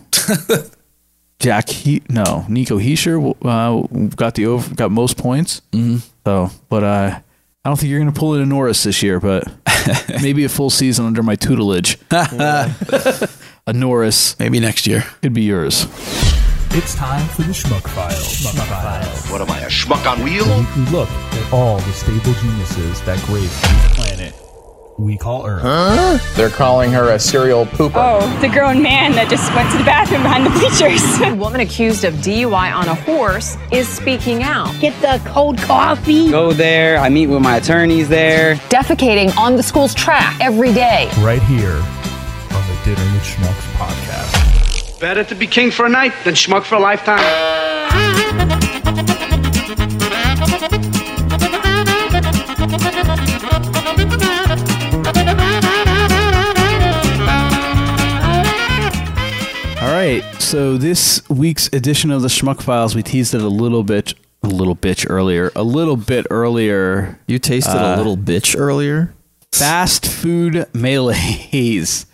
Jack he no Nico Heischer uh, got the over, got most points. Mm-hmm. So, but uh, I don't think you're gonna pull it in Norris this year, but maybe a full season under my tutelage. a Norris
Maybe next year.
could be yours.
It's time for the Schmuck File. Schmuck File.
What am I, a schmuck on
A weekly look at all the stable geniuses that grace the planet we call Earth.
Huh? They're calling her a serial pooper.
Oh, the grown man that just went to the bathroom behind the bleachers. a woman accused of DUI on a horse is speaking out. Get the cold coffee.
go there. I meet with my attorneys there.
Defecating on the school's track every day.
Right here on the Dinner with Schmucks podcast.
Better to be king for a night than schmuck for a lifetime.
All right. So this week's edition of the Schmuck Files, we teased it a little bit, a little bitch earlier, a little bit earlier.
You tasted
Uh,
a little bitch earlier.
Fast food melees.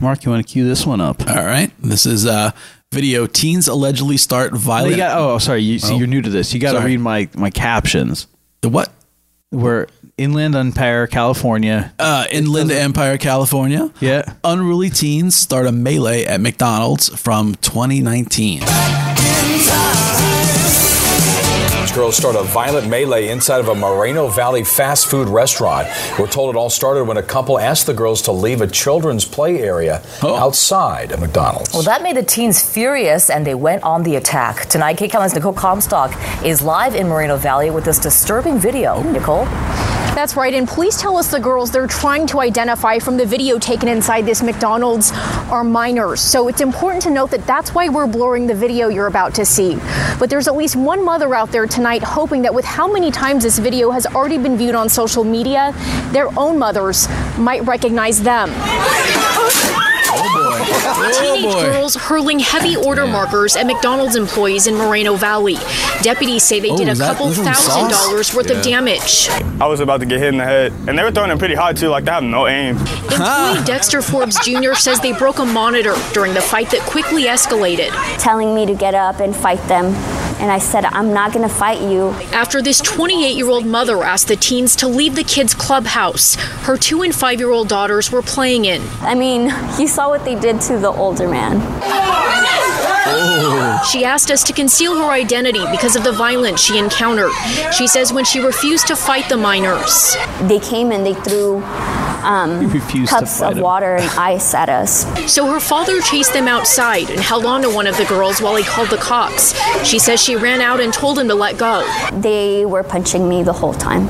Mark, you want to cue this one up?
All right. This is uh video teens allegedly start
Oh,
violent.
you got, oh, sorry. You, see, you're new to this. You got to
Sorry.
read my my captions.
the what?
We're inland Empire, California.
Uh, in Linda Empire, California.
Yeah.
Unruly teens start a melee at McDonald's from 2019.
Girls start a violent melee inside of a Moreno Valley fast food restaurant. We're told it all started when a couple asked the girls to leave a children's play area outside a McDonald's.
Well, that made the teens furious and they went on the attack. Tonight, Kate Collins, Nicole Comstock is live in Moreno Valley with this disturbing video. Nicole?
That's right, and police tell us the girls they're trying to identify from the video taken inside this McDonald's are minors. So it's important to note that that's why we're blurring the video you're about to see. But there's at least one mother out there tonight hoping that with how many times this video has already been viewed on social media, their own mothers might recognize them.
Oh,
Teenage
boy.
girls hurling heavy order markers at McDonald's employees in Moreno Valley. Deputies say they
Oh,
did a
was that
couple
literally
thousand
sauce?
dollars worth of
Yeah.
damage.
I was about to get hit in the head, and they were throwing it pretty hard too. Like they have no aim.
Employee Dexter Forbes Jr. says they broke a monitor during the fight that quickly escalated.
telling me to get up and fight them. And I said, I'm not going to fight you.
After this 28 year old mother asked the teens to leave the kids' clubhouse, her two and five year old daughters were playing in.
I mean, you saw what they did to the older man.
She asked us to conceal her identity because of the violence she encountered. She says when she refused to fight the minors,
They came and they threw um,
refused to
cups
fight
of
him.
water and ice at us.
So her father chased them outside and held on to one of the girls while he called the cops. She says she ran out and told him to let go.
They were punching me the whole time.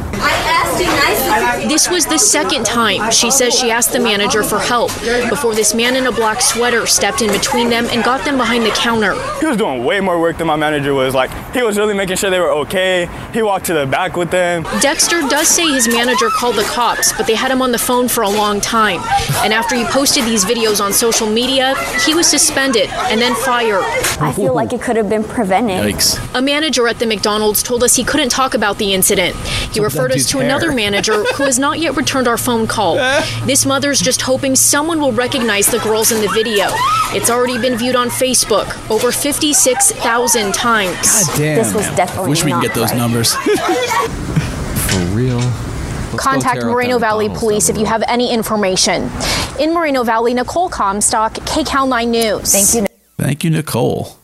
This was the second time she says she asked the manager for help before this man in a black sweater stepped in between them and got them behind the counter.
He was doing way more work than my manager was. Like he was really making sure they were okay. He walked to the back with them.
Dexter does say his manager called the cops, but they had him on the phone for a long time. And after he posted these videos on social media, he was suspended and then fired.
I feel like it could have been prevented.
Ah,
A manager at the McDonald's told us he couldn't talk about the incident. He referred us
dude's
to
hair.
another manager who has not yet returned our phone call. this mother's just hoping someone will recognize the girls in the video. It's already been viewed on Facebook over 56,000 times.
Damn, man. Wish we can get those numbers.
For real.
Contact Moreno Valley Police if you have any information. In Moreno Valley, Nicole Comstock, KCAL 9 News. Thank you.
Thank you, Nicole.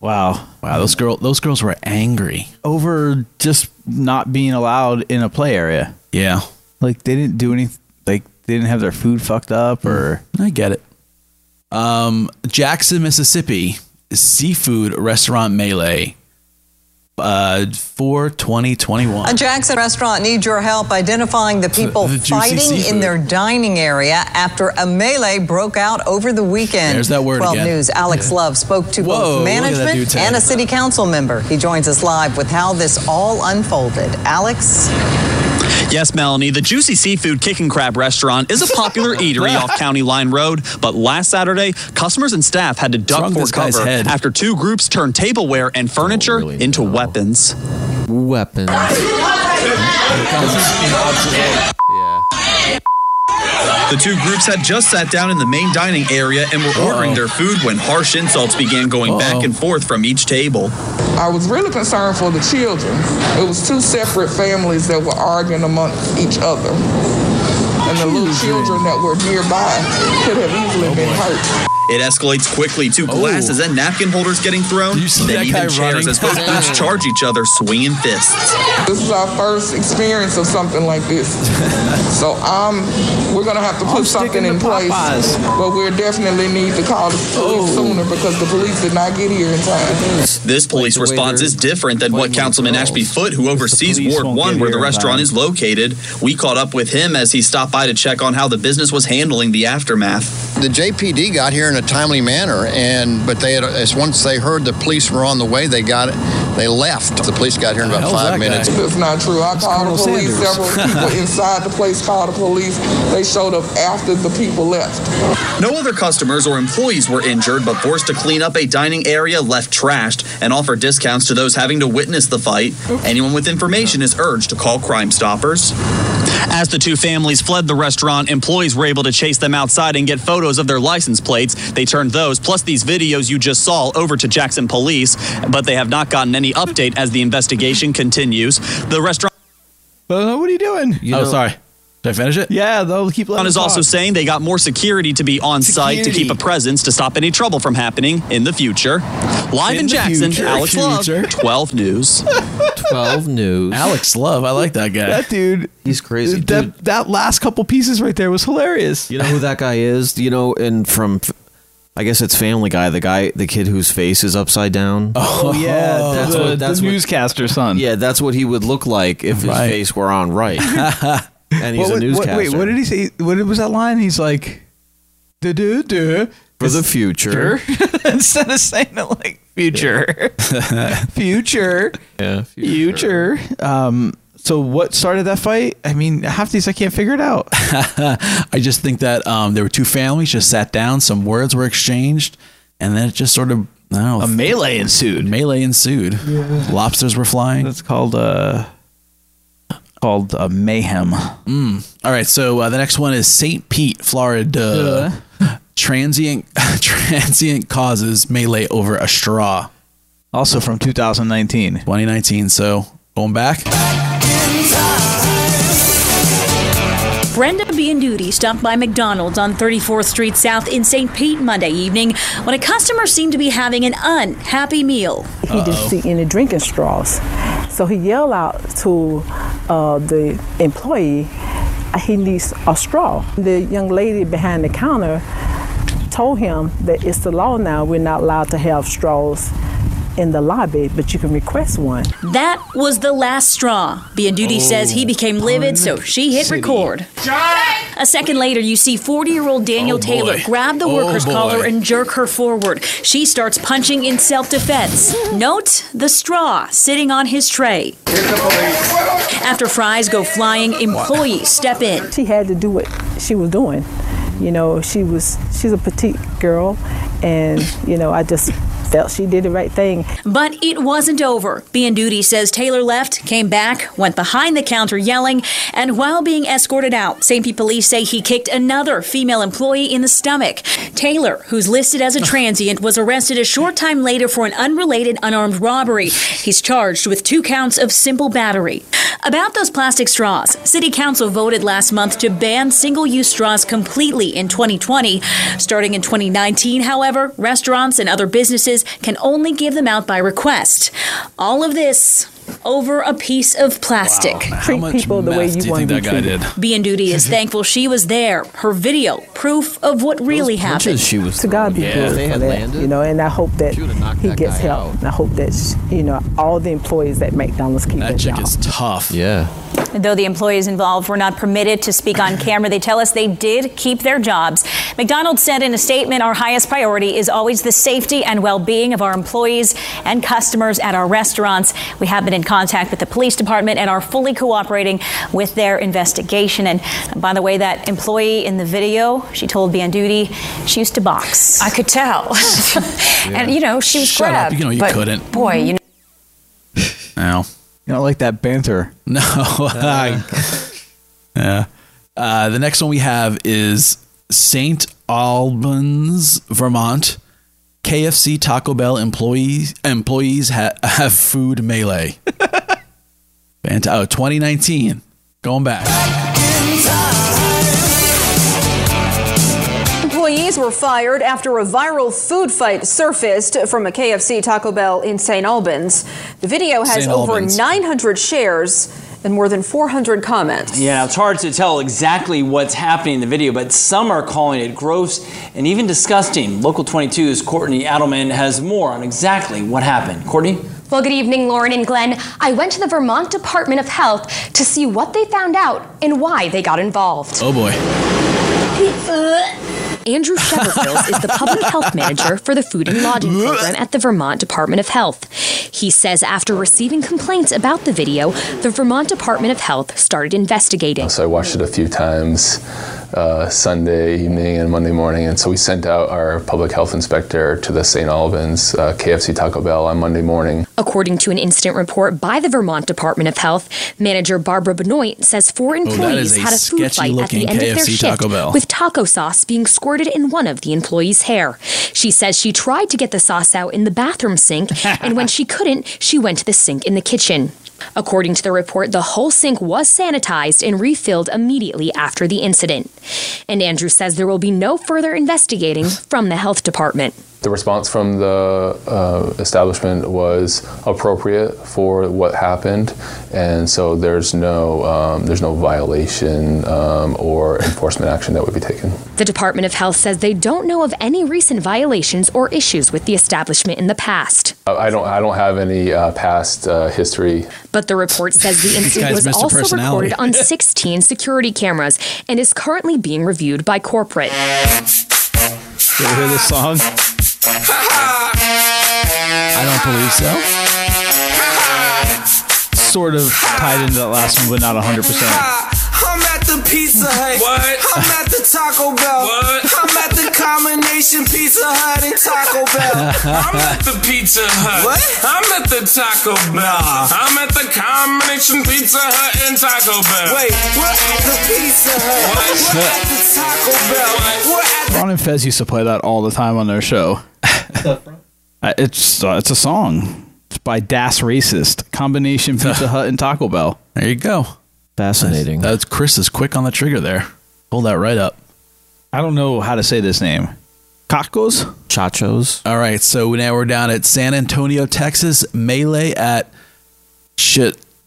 Wow.
Wow, those girl those girls were angry.
Over just not being allowed in a play area.
Yeah.
Like they didn't do anything. Like they didn't have their food fucked up or.
I get it. Um, Jackson, Mississippi, seafood restaurant melee. Uh, for twenty twenty one.
A Jackson restaurant needs your help identifying the people
The juicy
fighting in
seafood.
their dining area after a melee broke out over the weekend.
There's that word
12
again.
News. Alex Love spoke to
Whoa,
both
look at that
management
dude's head.
and a city council member. He joins us live with how this all unfolded. Alex.
Yes, Melanie, the Juicy Seafood Kicking Crab Restaurant is a popular eatery off County Line Road, but last Saturday, customers and staff had to duck for
this guy's
cover
head?
after two groups turned tableware and furniture into weapons.
Weapons.
The two groups had just sat down in the main dining area and were ordering their food when harsh insults began going back and forth from each table.
I was really concerned for the children. It was two separate families that were arguing amongst each other. And the little children that were nearby could have easily been
Oh,
hurt.
It escalates quickly to glasses and napkin holders getting thrown, then
that guy
even chairs
running?
as both groups charge each other, swinging fists.
This is our first experience of something like this. so um, we're going to have to put something in place. But we definitely need to call the police sooner because the police did not get here in time.
This police response is different than what Councilman Ashby Foote, who oversees
police
Ward
won't
1,
get
where the
here in
restaurant
time.
is located. We caught up with him as he stopped by to check on how the business was handling the aftermath.
The JPD got here in a timely manner, and but they had as once they heard the police were on the way, they got it. They left. The police got here in about five minutes.
That's not true. I called the police.
Sanders.
Several people inside the place called the police. They showed up after the people left.
No other customers or employees were injured, but forced to clean up a dining area left trashed and offer discounts to those having to witness the fight. Anyone with information is urged to call Crime Stoppers. As the two families fled the restaurant, employees were able to chase them outside and get photos of their license plates. They turned those, plus these videos you just saw, over to Jackson Police, but they have not gotten any update as the investigation continues. The restaurant.
what are you doing?
Oh, sorry.
Did I finish it?
Yeah, they'll keep letting.
Brown is
him
also
talk.
saying they got more security to be on site to keep a presence to stop any trouble from happening in the future. Live in,
the
Jackson,
future,
Alex
future.
Love, 12 News.
12 news.
Alex Love. I like that guy.
That dude.
He's crazy.
That that last couple pieces right there was hilarious.
You know who that guy is? You know, and from, I guess it's Family Guy, the guy, the kid whose face is upside down.
Oh, yeah,
that's
the-
what
the
that's what,
newscaster son.
Yeah, that's what he would look like if his
Right.
face were on right. and he's
What-
a
what-
newscaster
wait, what did he say? What was that line? He's like, "Do do do."
for the future.
Instead of saying it like future, future,
Yeah.
future. Um, So what started that fight? I mean, half these I can't figure it out.
I just think that um, there were two families just sat down, some words were exchanged, and then it just sort of I don't know, a
melee ensued.
Melee ensued. Lobsters were flying. That's
called uh called uh, mayhem.
Mm. All right, so uh, the next one is St. Pete, Florida. Transient transient causes melee over a straw.
Also from 2019.
2019, so going back.
Brenda B. and Duty stopped by McDonald's on 34th Street South in St. Pete Monday evening when a customer seemed to be having an unhappy meal.
He didn't see any drinking straws. So he yelled out to uh, the employee, uh, he needs a straw. The young lady behind the counter told him that it's the law now, we're not allowed to have straws in the lobby, but you can request one.
That was the last straw. B. and Duty
Oh.
says he became livid, so she hit
City.
record. A second later, you see 40 year old Daniel
Oh, boy.
Taylor grab the
Oh,
worker's
boy.
collar and jerk her forward. She starts punching in self defense. Note the straw sitting on his tray. After fries go flying, employees step in.
She had to do what she was doing. You know, she was she's a petite girl, and you know, I just felt she did the right thing.
But it wasn't over. B and Duty says Taylor left, came back, went behind the counter yelling, and while being escorted out, St. Pete police say he kicked another female employee in the stomach. Taylor, who's listed as a transient, was arrested a short time later for an unrelated unarmed robbery. He's charged with two counts of simple battery. About those plastic straws, City Council voted last month to ban single use straws completely in 2020. Starting in 2019, however, restaurants and other businesses can only give them out by request. All of this over a piece of plastic.
Treat people the way
meth do
you
you
want
think that
to be
guy
treated.
did?
B and Duty is thankful she was there. Her video, proof of what really happened.
to God be
Yeah.
glory
They
for
had
that,
landed,
you know. And I hope that he
that
gets
guy
help. And I hope that sh- you know all the employees at McDonald's keep that chick is
tough. Yeah.
Though the employees involved were not permitted to speak on camera, they tell us they did keep their jobs. McDonald's said in a statement, Our highest priority is always the safety and well being of our employees and customers at our restaurants. We have been in contact with the police department and are fully cooperating with their investigation. And by the way, that employee in the video, she told Be on Duty, she used to box. I could tell.
And, you
know, she was
Shut up, grabbed, you know, you but couldn't.
Boy, you know.
No.
You don't like that banter.
No. yeah. Uh, the next one we have is St. Albans, Vermont. KFC Taco Bell employees employees ha- have food melee. Fant- oh, 2019. Going back.
Employees were fired after a viral food fight surfaced from a KFC Taco Bell in St. Albans. The video has
St.
over
Albans.
900 shares and more than 400 comments.
Yeah, it's hard to tell exactly what's happening in the video, but some are calling it gross and even disgusting. Local 22's Courtney Adelman has more on exactly what happened. Courtney?
Well, good evening, Lauren and Glenn. I went to the Vermont Department of Health to see what they found out and why they got involved.
Oh boy.
Andrew Sheverfield is the public health manager for the food and lodging program at the Vermont Department of Health. He says after receiving complaints about the video, the Vermont Department of Health started investigating.
So I watched it a few times uh, Sunday evening and Monday morning. And so we sent out our public health inspector to the St. Albans uh, KFC Taco Bell on Monday morning.
According to an incident report by the Vermont Department of Health, manager Barbara Benoit says four
that
employees
is a
had a food fight at
sketchy-looking
the end of their
KFC
shift
Taco Bell.
with taco sauce being squirted in one of the employee's hair. She says she tried to get the sauce out in the bathroom sink, and when she couldn't, she went to the sink in the kitchen. According to the report, the whole sink was sanitized and refilled immediately after the incident. And Andrew says there will be no further investigating from the health department.
The response from the uh, establishment was appropriate for what happened, and so there's no um, there's no violation um, or enforcement action that would be taken.
The Department of Health says they don't know of any recent violations or issues with the establishment in the past.
I I don't I don't have any uh, past uh, history
But the report says the incident
guy's
was
Mr.
also
Personality.
recorded on 16 security cameras and is currently being reviewed by corporate.
You ever hear this song?
I don't believe so.
sort of tied into that last one, but not 100%.
I'm at the Pizza Hut.
What?
I'm at the Taco Bell. What? I'm at the combination Pizza Hut and Taco Bell.
I'm at the Pizza Hut.
What?
I'm at the Taco Bell. I'm at the combination Pizza Hut and Taco Bell.
Wait, we're at the Pizza Hut.
What?
We're at the Taco Bell. We're at
Ron and Fez used to play that all the time on their show. Uh, it's uh, it's a song. It's by Das Racist. Combination Pizza Hut and Taco Bell.
There you go.
Fascinating.
That's, Chris is quick on the trigger there. Pull that right up.
I don't know how to say this name. Cacos?
Chachos.
All right, so now we're down at San Antonio, Texas. Melee at Ch-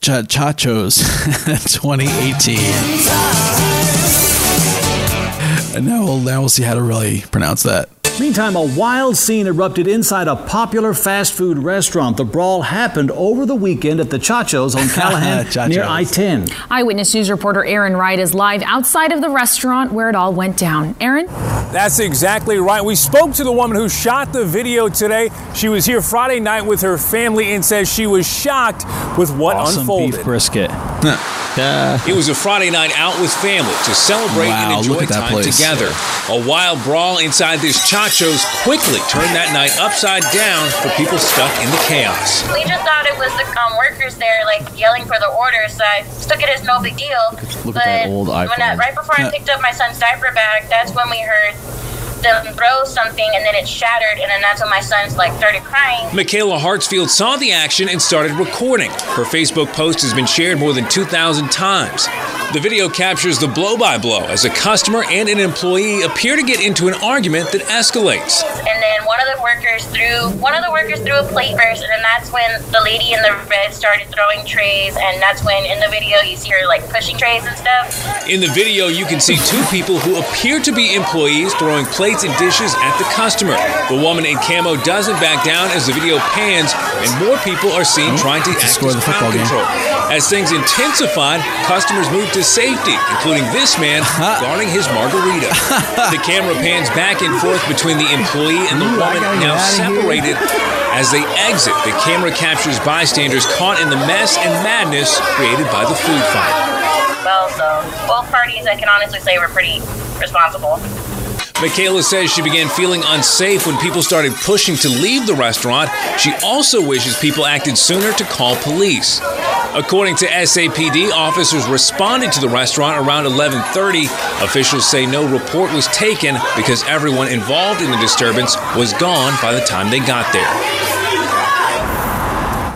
Ch- Chachos 2018. And now we'll, now we'll see how to really pronounce that.
Meantime, a wild scene erupted inside a popular fast food restaurant. The brawl happened over the weekend at the Chachos on Callahan near I 10.
Eyewitness News reporter Aaron Wright is live outside of the restaurant where it all went down. Aaron?
That's exactly right. We spoke to the woman who shot the video today. She was here Friday night with her family and says she was shocked with what
Awesome
unfolded.
beef brisket. Uh,
It was a Friday night out with family to celebrate
Wow,
and enjoy
look at that
time
place.
together. A wild brawl inside this Chacho's quickly turned that night upside down for people stuck in the chaos.
We just thought it was the um, workers there, like yelling for the order, so I took it as no big deal.
look
but
at that old
when I,
iPhone.
right before I picked up my son's diaper bag, that's when we heard them throw something, and then it shattered, and then that's when my son's like started crying.
Michaela Hartsfield saw the action and started recording. Her Facebook post has been shared more than 2,000 times. The video captures the blow by blow as a customer and an employee appear to get into an argument that escalates.
And then one of the workers threw one of the workers threw a plate first, and then that's when the lady in the red started throwing trays, and that's when in the video you see her like pushing trays and stuff.
In the video, you can see two people who appear to be employees throwing plates and dishes at the customer. The woman in camo doesn't back down as the video pans, and more people are seen
Oh.
trying to act as crowd control. As things intensified, customers moved to safety, including this man guarding his margarita. the camera pans back and forth between the employee and the woman now separated. As they exit, the camera captures bystanders caught in the mess and madness created by the food fight.
Well, so both parties, I can honestly say, were pretty responsible.
Michaela says she began feeling unsafe when people started pushing to leave the restaurant. She also wishes people acted sooner to call police. According to SAPD, officers responded to the restaurant around 11:30. Officials say no report was taken because everyone involved in the disturbance was gone by the time they got there.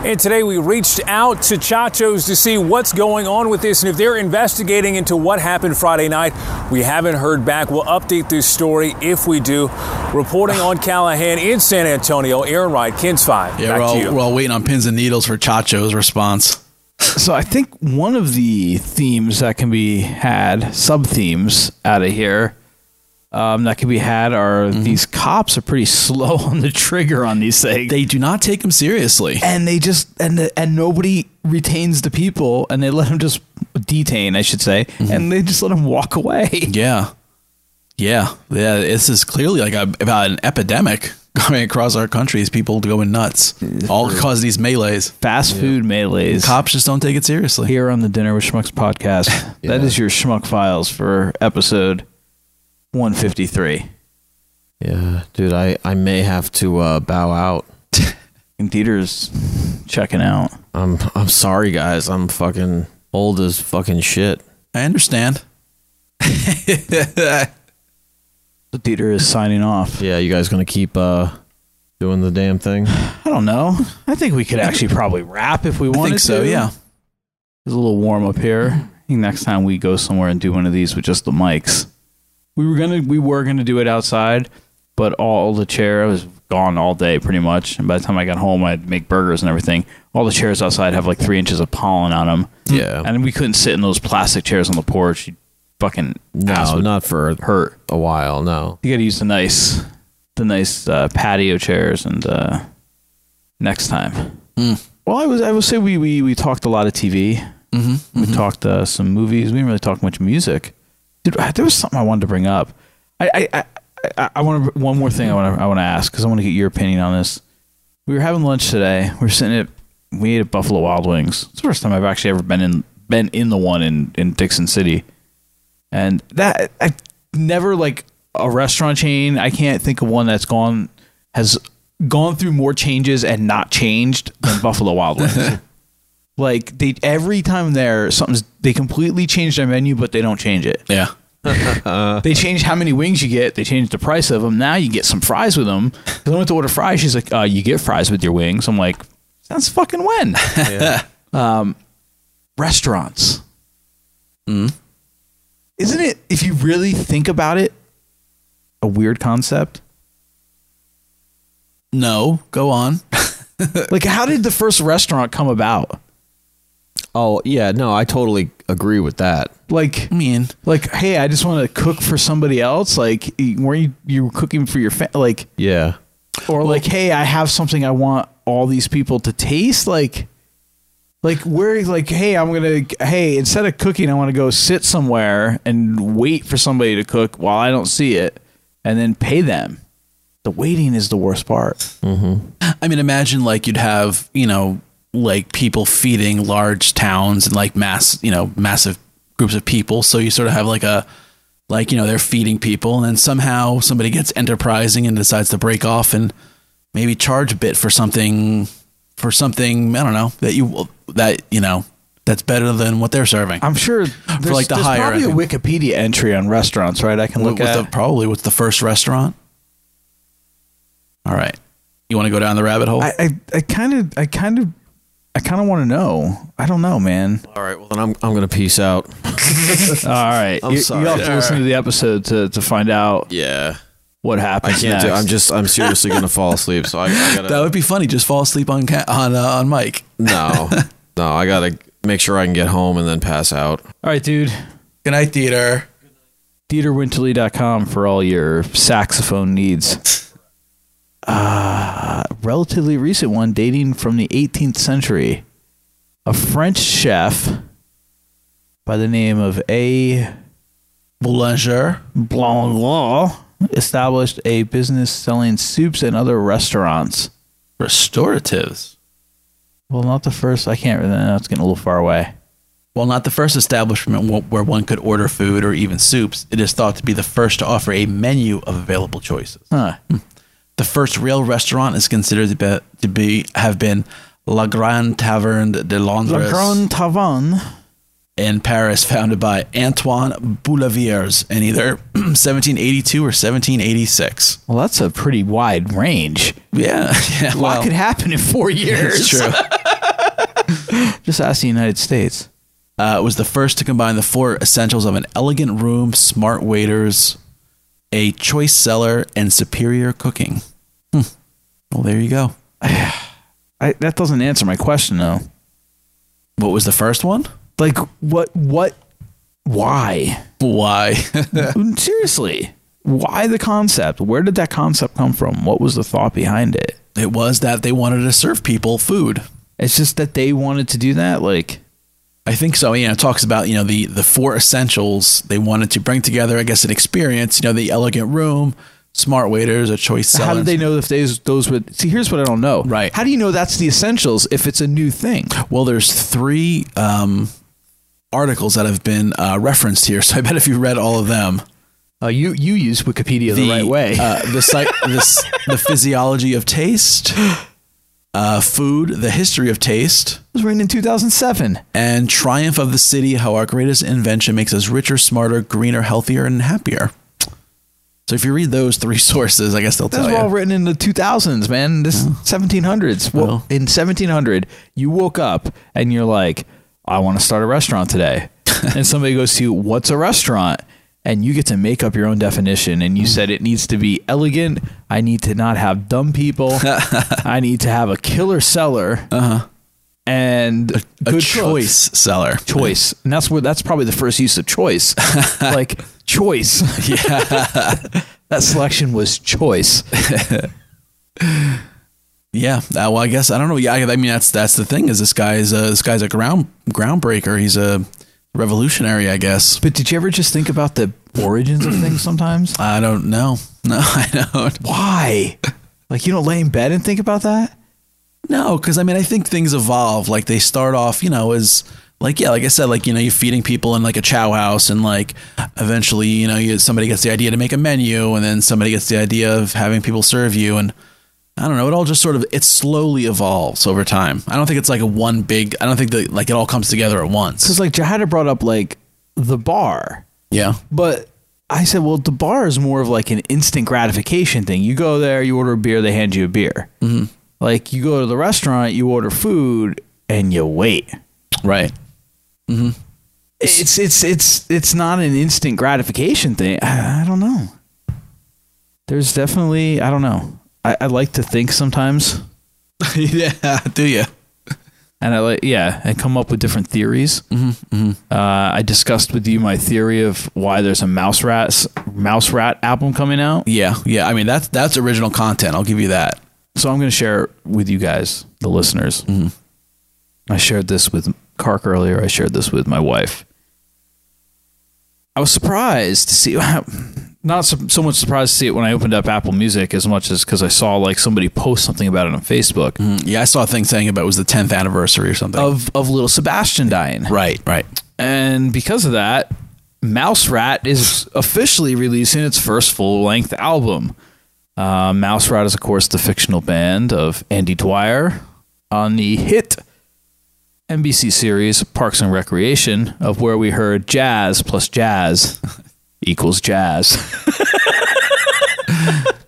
And today we reached out to Chacho's to see what's going on with this and if they're investigating into what happened Friday night. We haven't heard back. We'll update this story if we do. Reporting on Callahan in San Antonio, Aaron Wright, Kins 5.
Yeah,
back
we're
to
all,
you.
we're all waiting on pins and needles for Chacho's response.
So I think one of the themes that can be had, sub themes out of here, um, that can be had are
Mm-hmm.
these cops are pretty slow on the trigger on these things.
They do not take them seriously,
and they just and the, and nobody retains the people, and they let them just detain, I should say,
Mm-hmm.
and they just let them walk away.
Yeah, yeah, yeah. This is clearly like a, about an epidemic going across our country. Is people going nuts, all cause these melees,
fast food melees.
Cops just don't take it seriously.
Here on the Dinner with Schmucks podcast, that is your Schmuck Files for episode one fifty three.
Yeah, dude, I, I may have to uh, bow out.
and theaters checking out.
I'm I'm sorry, guys. I'm fucking old as fucking shit.
I understand.
The theater is signing off.
Yeah, you guys gonna keep uh doing the damn thing?
I don't know. I think we could actually probably wrap if we
think
wanted
so,
to.
yeah.
It's a little warm up here. I think next time we go somewhere and do one of these with just the mics. We were gonna we were gonna do it outside, but all the chair I was gone all day pretty much. And by the time I got home I'd make burgers and everything. All the chairs outside have like three inches of pollen on them.
Yeah.
And we couldn't sit in those plastic chairs on the porch. You'd fucking ass
No,
would
not for
hurt
a while. No.
you got to use the nice, the nice uh, patio chairs, and uh, next time. Well, I was I would say we we, we talked a lot of TV. Mm-hmm, we talked uh, some movies. We didn't really talk much music. Dude, I- there was something I wanted to bring up. I I I, I, I want to one more thing I want to I want to ask because I want to get your opinion on this. We were having lunch today. We are sitting at we ate at Buffalo Wild Wings. It's the first time I've actually ever been in been in the one in in Dixon City, and that I never like a restaurant chain. I can't think of one that's gone has gone through more changes and not changed than Buffalo Wild Wings. Like they every time there something's they completely change their menu, but they don't change it.
Yeah.
they changed how many wings you get. They changed the price of them. Now you get some fries with them. 'Cause I went to order fries. She's like, uh, "You get fries with your wings." I'm like, "That's fucking when." um, restaurants.
Mm-hmm.
Isn't it? If you really think about it, a weird concept.
No, go on. Uh,
like, how did the first restaurant come about?
Oh yeah, no, I totally agree with that.
Like,
I mean,
like, hey, I just want to cook for somebody else. Like, e- were you you were cooking for your fa- like,
Yeah.
or like, hey, I have something I want all these people to taste. Like, like we're like, hey, I'm gonna, hey, instead of cooking, I want to go sit somewhere and wait for somebody to cook while I don't see it, and then pay them. The waiting is the worst part.
Mm-hmm. I mean, imagine like you'd have you know like people feeding large towns and like mass you know massive groups of people. So you sort of have like a like you know they're feeding people, and then somehow somebody gets enterprising and decides to break off and maybe charge a bit for something for something I don't know that you that you know that's better than what they're serving.
I'm sure
for like the
there's
higher
probably
end.
a Wikipedia entry on restaurants, right? I can
What-
look
what's
at.
the- probably what's the first restaurant. All right, you want to go down the rabbit hole?
I I- I kind of I kind of I kind of want to know. I don't know, man.
All right, well then I'm I'm gonna peace out.
All right,
I'm
you,
sorry.
you have to listen to the episode to to find out.
Yeah,
what
I
happens?
can't do.
next.
I'm just. I'm seriously gonna fall asleep. So I, I gotta.
that would be funny. Just fall asleep on ca- on uh, on Mike.
no, no. I gotta make sure I can get home and then pass out.
All right, dude.
Good night, theater.
TheaterWinterly.com for all your saxophone needs. Uh, relatively recent one dating from the 18th century. A French chef by the name of A.
Boulanger.
Blanger established a business selling soups and other restaurants.
Restoratives.
Well, not the first. I can't. No, it's getting a little far away.
While not the first establishment wh- where one could order food or even soups, it is thought to be the first to offer a menu of available choices. Hmm.
Huh.
The first real restaurant is considered to be, to be have been La Grande Taverne de
La
Londres
Grande Taverne.
in Paris, founded by Antoine Bouleviers in either 1782 or 1786.
Well, that's a pretty wide range.
Yeah, yeah.
A lot could happen in four years.
It's true.
Just ask the United States.
Uh, it was the first to combine the four essentials of an elegant room, smart waiters, a choice cellar, and superior cooking. Hmm. Well, there you go.
I, that doesn't answer my question though.
What was the first one?
Like what? What? Why?
Why?
Seriously, why the concept? Where did that concept come from? What was the thought behind it?
It was that they wanted to serve people food.
It's just that they wanted to do that. Like,
I think so. You know, it talks about you know the the four essentials they wanted to bring together. I guess an experience. You know, the elegant room, smart waiters, a choice cellar.
how did they know if those those would see? Here's what I don't know. Right? How do you know that's the essentials if it's a new thing?
Well, there's three um, articles that have been uh, referenced here, so I bet if you read all of them,
uh, you you use Wikipedia
the, right way. uh, the psych, the, s- the physiology of taste, uh, food, the history of taste. It
was written in 2007.
And triumph of the city: how our greatest invention makes us richer, smarter, greener, healthier, and happier. So if you read those three sources, I guess they'll
Those
tell
were all
you.
written in the 2000s, man. This 1700s. Well, in 1700, you woke up and you're like, I want to start a restaurant today. and somebody goes to you, What's a restaurant? And you get to make up your own definition. And you said it needs to be elegant. I need to not have dumb people. I need to have a killer seller. Uh huh. And a,
choice seller.
Choice. And that's where that's probably the first use of choice. like choice.
Yeah.
that selection was choice.
Yeah. Uh, well, I guess I don't know. Yeah, I, I mean that's that's the thing is this guy's uh, this guy's a ground groundbreaker. He's a revolutionary, I guess.
But did you ever just think about the origins of things sometimes?
I don't know. No, I don't.
Why? Like you don't lay in bed and think about that?
No, because I mean, I think things evolve. Like they start off, you know, as like yeah, like I said, like you know, you're feeding people in like a chow house, and like eventually, you know, you, somebody gets the idea to make a menu, and then somebody gets the idea of having people serve you, and I don't know, it all just sort of it slowly evolves over time. I don't think it's like a one big. I don't think that like it all comes together at once.
Because like Jahada brought up like the bar.
Yeah.
But I said, well, the bar is more of like an instant gratification thing. You go there, you order a beer, they hand you a beer.
Mhm.
Like you go to the restaurant, you order food, and you wait.
Right. Mm-hmm.
It's it's it's it's not an instant gratification thing. I, I don't know. There's definitely I don't know. I, I like to think sometimes.
yeah, do you?
And I like yeah, and come up with different theories. Mm-hmm, Uh, I discussed with you my theory of why there's a mouse rat mouse rat album coming out.
Yeah, yeah. I mean that's that's original content. I'll give you that.
So I'm going to share it with you guys, the listeners. I shared this with Kark earlier. I shared this with my wife. I was surprised to see, not so, so much surprised to see it when I opened up Apple Music as much as because I saw like somebody post something about it on Facebook.
Mm, Yeah, I saw a thing saying about it was the 10th anniversary or something
of of little Sebastian dying.
Right, right.
And because of that, Mouse Rat is officially releasing its first full length album. Uh, Mouse Rat is, of course, the fictional band of Andy Dwyer on the hit NBC series Parks and Recreation, of where we heard jazz plus jazz equals jazz.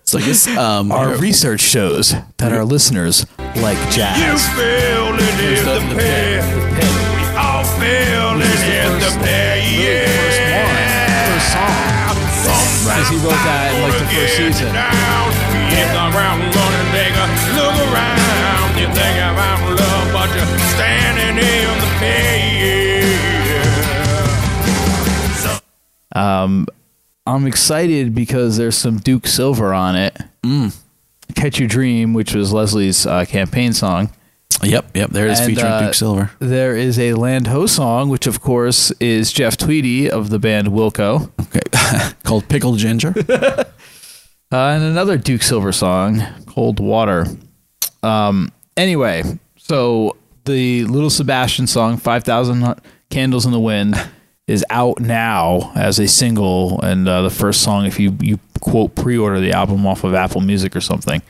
so I guess um,
our research shows that our listeners like jazz.
You feel it in the pit. We all feel it in the pit. Yeah. First song.
Because he wrote that in like the first season.
If I'm around running, nigga, look around. You think I'm out of love, but you're standing in the pit. So
Um, I'm excited because there's some Duke Silver on it. Mm. Catch Your Dream, which was Leslie's uh, campaign song.
Yep, yep. There it is
And,
featuring
uh,
Duke Silver.
There is a Land Ho song, which of course is Jeff Tweedy of the band Wilco.
Okay. Called Pickled Ginger.
uh, and another Duke Silver song, Cold Water. Um, anyway, so the Little Sebastian song, 5,000 Candles in the Wind, is out now as a single. And uh, the first song, if you, you quote pre order the album off of Apple Music or something.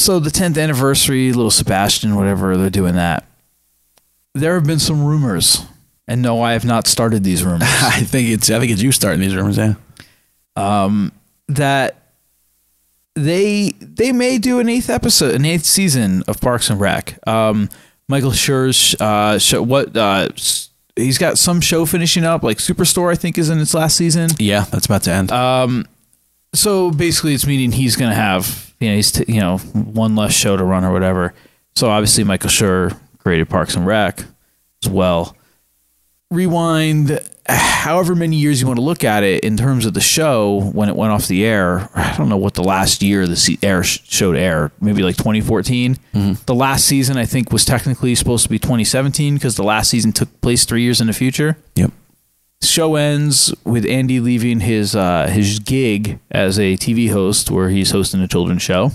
So the 10th anniversary, Little Sebastian, whatever, they're doing that. There have been some rumors, and no, I have not started these rumors.
I think it's I think it's you starting these rumors, yeah.
Um, that they they may do an eighth episode, an eighth season of Parks and Rec. Um, Michael Schur's uh, show, what uh, s- he's got some show finishing up, like Superstore, I think, is in its last season.
Yeah, that's about to end.
Um, so basically, it's meaning he's going to have you know he's t- you know one less show to run or whatever. So obviously, Michael Schur created Parks and Rec as well. Rewind, however many years you want to look at it in terms of the show when it went off the air. I don't know what the last year the se- air sh- showed air, maybe like 2014. The last season I think was technically supposed to be 2017 because the last season took place three years in the future show ends with Andy leaving his uh, his gig as a TV host, where he's hosting a children's show.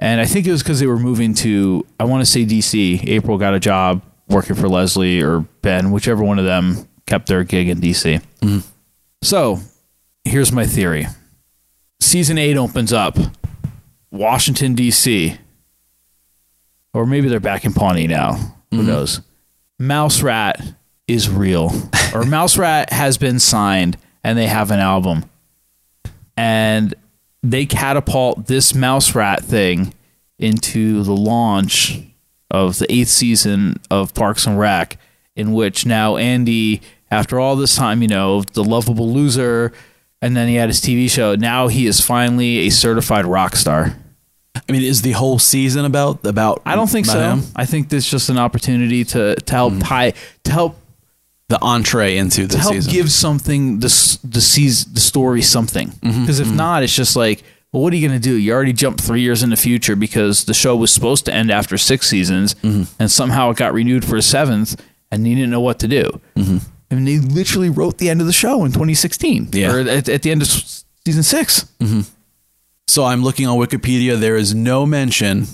And I think it was because they were moving to I want to say DC. April got a job working for Leslie or Ben, whichever one of them kept their gig in DC. So here's my theory: season eight opens up, Washington DC, or maybe they're back in Pawnee now. Who knows? Mouse Rat is real, or Mouse Rat has been signed, and they have an album, and they catapult this Mouse Rat thing into the launch of the eighth season of Parks and Rec, in which now Andy, after all this time, you know, the lovable loser, and then he had his TV show. Now he is finally a certified rock star.
I mean, is the whole season about about?
I don't think so. I think this is just an opportunity to to help tie to help
the entree into the
to help
season.
give something the s- the seas the story something
Mhm,
because if not, it's just like. Well, what are you going to do? You already jumped three years in the future because the show was supposed to end after six seasons,
Mm-hmm.
and somehow it got renewed for a seventh, and you didn't know what to do.
Mm-hmm.
I mean, they literally wrote the end of the show in 2016,
Yeah. Mm-hmm.
or at, at the end of s- season 6
So I'm looking on Wikipedia. There is no mention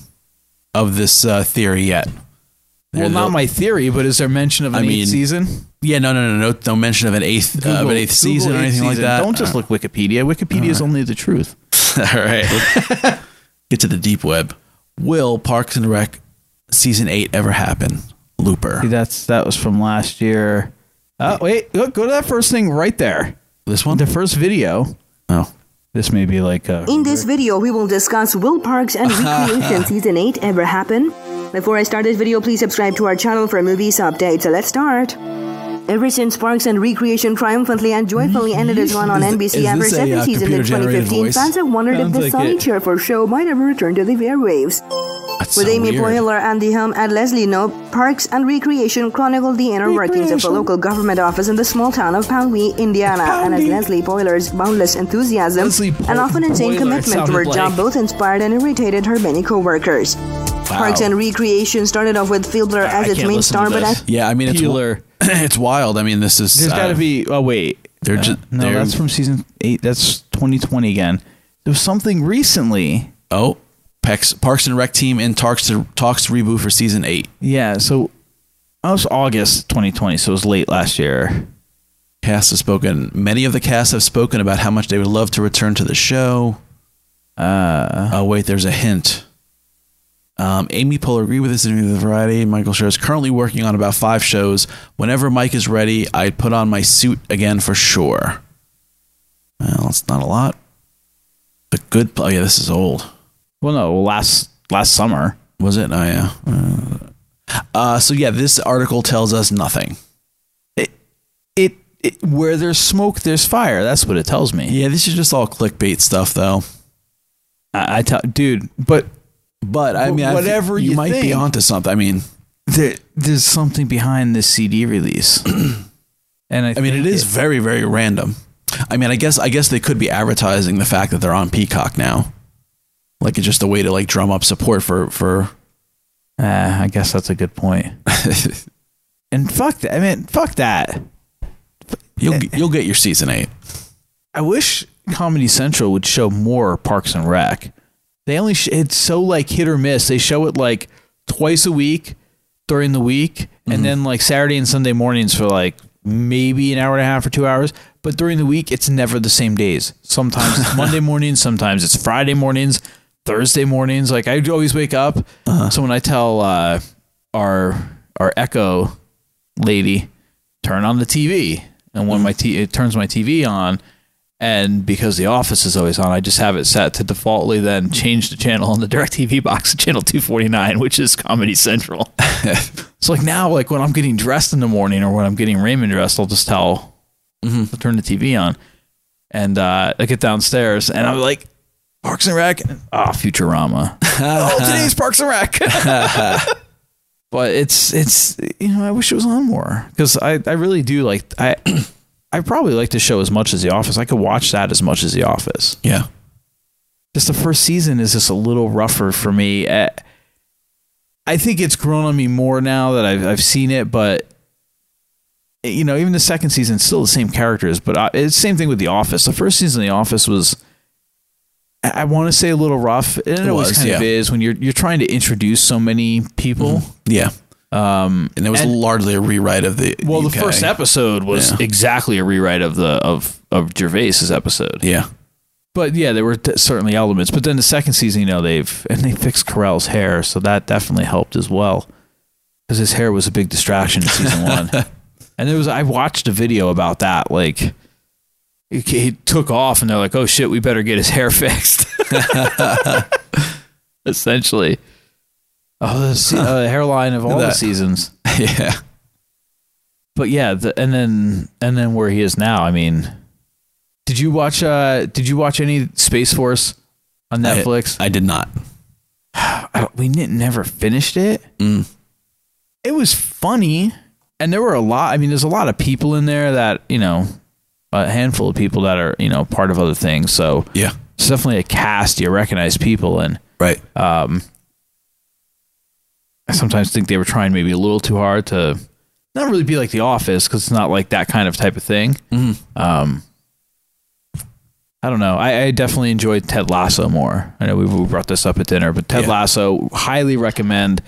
of this uh, theory yet.
Well, not my theory, but is there mention of an
I
eighth
mean,
season?
Yeah, no, no, no, no, no mention of an eighth uh, of
Google-
an eighth
Google
season or
eighth
anything like
season.
that.
Don't just look Wikipedia. Wikipedia is only the truth.
All right. let's Get to the deep web. Will Parks and Rec season eight ever happen? Looper.
See, that's that was from last year. Uh, wait, look, go to that first thing right there.
This one,
the first video.
Oh,
this may be like uh,
In this video, we will discuss Will Parks and Recreation Season 8 ever happen? Before I start this video, please subscribe to our channel for movies updates. So let's start. Ever since Parks and Recreation triumphantly and joyfully ended its run on Is- is NBC after this a, seven uh, seasons in computer-generated 2015, voice? fans have wondered Sounds if the like sunny it. cheer for show might ever return to the airwaves. That's With so Amy weird. Poehler, Andy Hum, and Leslie Knope, Parks and Recreation chronicled the inner workings of a Recreation. local government office in the small town of Poway, Indiana, and as Leslie Poehler's boundless enthusiasm and often insane Poehler commitment to sounded her job like- both inspired and irritated her many co-workers. Parks and Recreation started off with Fielder as its main star, but as
yeah, I mean, it's, wi- it's wild. I mean, this is. uh,
There's gotta
be.
Oh wait,
they're just.
no,
they're,
that's from season eight. That's 2020 again. There was something recently.
Oh, Pex, Parks and Rec team in talks to talks to reboot for season eight.
Yeah, so oh, it was August 2020, so it was late last year.
Cast has spoken. Many of the cast have spoken about how much they would love to return to the show.
Uh,
oh wait, there's a hint. Um, Amy Poehler agreed with this interview with Variety. Michael Schur is currently working on about five shows. Whenever Mike is ready, I'd put on my suit again for sure. Well, it's not a lot. The good. Oh yeah, this is old.
Well, no, last last summer
was it? Oh yeah. Uh, Uh, so yeah, this article tells us nothing.
It, it where there's smoke, there's fire. That's what it tells me.
Yeah, this is just all clickbait stuff, though.
I, I tell, dude, but
but I mean, I think
whatever
you
you
might be
think,
onto something. I mean,
there, there's something behind this CD release, and I,
mean, it is very, very random. I mean, I guess I guess they could be advertising the fact that they're on Peacock now, like it's just a way to like drum up support for for.
Uh, I guess that's a good point. and fuck that. I mean, fuck that.
You'll you'll get your season eight.
I wish Comedy Central would show more Parks and Rec. They only sh- it's so like hit or miss. They show it like twice a week during the week, and then like Saturday and Sunday mornings for like maybe an hour and a half or two hours. But during the week, it's never the same days. Sometimes it's Monday mornings, sometimes it's Friday mornings, Thursday mornings. Like I always wake up. So when I tell uh, our our Echo lady, turn on the TV. And when my t- it turns my TV on, and because the office is always on, I just have it set to defaultly then change the channel on the DirecTV box to channel 249, which is Comedy Central. so like now, like when I'm getting dressed in the morning or when I'm getting Raymond dressed, I'll just tell, I'll turn the TV on, and uh, I get downstairs and I'm like, Parks and Rec, ah, Futurama. oh, today's Parks and Rec. but it's it's you know I wish it was on more because I I really do like I I probably like the show as much as The Office. I could watch that as much as The Office.
Yeah.
Just the first season is just a little rougher for me. Eh, I think it's grown on me more now that I've I've seen it, but eh, you know even the second season it's still the same characters. But I, it's same thing with The Office. The first season of The Office was. I want to say a little rough, and it,
It
always
was,
kind of
yeah. Mm-hmm.
is when you're you're trying to introduce so many people.
Yeah.
Um,
and it was
and-
largely a rewrite of the.
Well, the
UK.
first episode was
Yeah.
exactly a rewrite of the of of Gervais's episode.
Yeah,
but yeah, there were t- certainly elements. But then the second season, you know, they've and they fixed Carell's hair, so that definitely helped as well, because his hair was a big distraction in season one. And there was I watched a video about that, like. He he took off, and they're like, "Oh shit, we better get his hair fixed." Essentially, oh, the se- uh, hairline of all the
That-
seasons.
Yeah,
but yeah, the, and then and then where he is now. I mean, did you watch? uh Did you watch any Space Force on
I-
Netflix?
I, did not.
I- we n- never finished it. It was funny, and there were a lot. I mean, there's a lot of people in there that you know, a handful of people that are you know part of other things. So
yeah,
it's definitely a cast. You recognize people, and
right.
Um, I sometimes think they were trying maybe a little too hard to not really be like
Mm-hmm.
The Office because it's not like that kind of type of thing. Um, I don't know. I, I definitely enjoyed Ted Lasso more. I know we, we brought this up at dinner, but Ted Lasso highly recommend.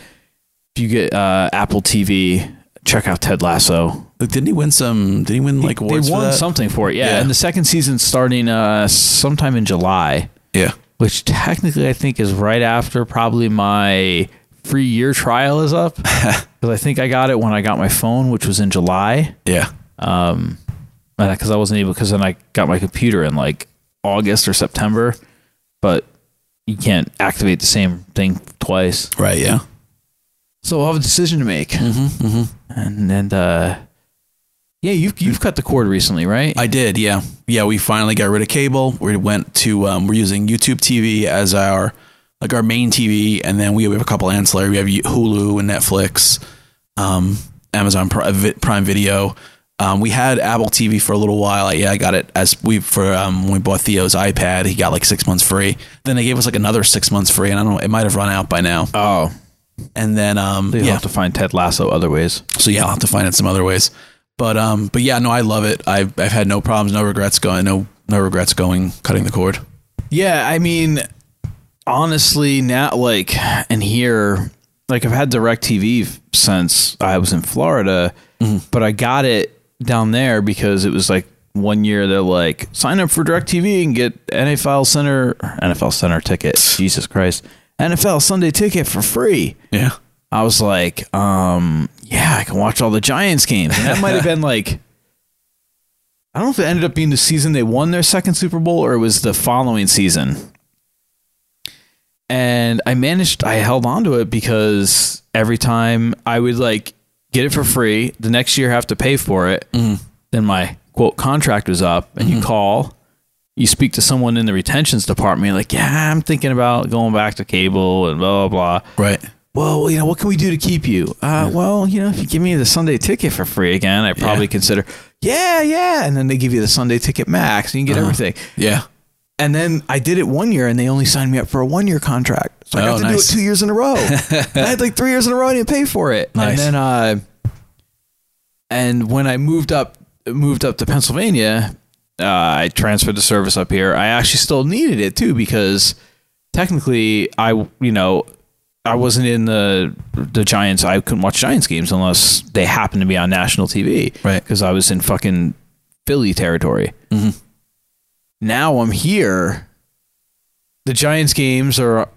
If you get uh, Apple TV, check out Ted Lasso.
Didn't he win some? Did he win like awards?
they
for
won
that?
something for it, yeah. And the second season's starting uh, sometime in July.
Yeah.
Which technically I think is right after probably my free year trial is up. Because I think I got it when I got my phone, which was in July.
Yeah.
Um, because I wasn't able, because then I got my computer in like August or September. But you can't activate the same thing twice.
Right. Yeah.
So we'll have a decision to make. Mm-hmm, mm-hmm. And, and, uh, yeah, you've you've cut the cord recently, right?
I did. Yeah, yeah. We finally got rid of cable. We went to um, we're using YouTube TV as our like our main TV, and then we have a couple ancillary. We have Hulu and Netflix, um, Amazon Pri- Vi- Prime Video. Um, we had Apple TV for a little while. Yeah, I got it as we for um, when we bought Theo's iPad. He got like six months free. Then they gave us like another six months free, and I don't know. It might have run out by now.
Oh,
and then um,
So you'll
yeah.
have to find Ted Lasso other ways.
So yeah, I'll have to find it some other ways. But um, but yeah, no, I love it. I've I've had no problems, no regrets going, no no regrets going cutting the cord.
Yeah, I mean, honestly, now like and here, like I've had DirecTV f- since I was in Florida, but I got it down there because it was like one year they're like sign up for DirecTV and get NFL Center NFL Center ticket. Jesus Christ, NFL Sunday ticket for free.
Yeah,
I was like, um, yeah, I can watch all the Giants games. And that might have been like I don't know if it ended up being the season they won their second Super Bowl or it was the following season. And I managed, I held on to it because every time I would like get it for free, the next year have to pay for it. Then my quote contract was up, and you call, you speak to someone in the retentions department, you're like, yeah, I'm thinking about going back to cable and blah, blah,
blah. Right.
Well, you know, what can we do to keep you? Uh, well, you know, if you give me the Sunday ticket for free again, I probably consider, yeah, yeah. And then they give you the Sunday ticket max and you can get
Uh-huh.
everything.
Yeah.
And then I did it one year and they only signed me up for a one year contract. So I got
Oh,
to
nice.
do it two years in a row. And I had like three years in a row I didn't pay for it.
Nice.
And then uh and when I moved up moved up to Pennsylvania, uh, I transferred the service up here. I actually still needed it too because technically I you know I wasn't in the the Giants. I couldn't watch Giants games unless they happened to be on national TV. Right. Because I was in fucking Philly territory.
Mhm.
Now I'm here. The Giants games are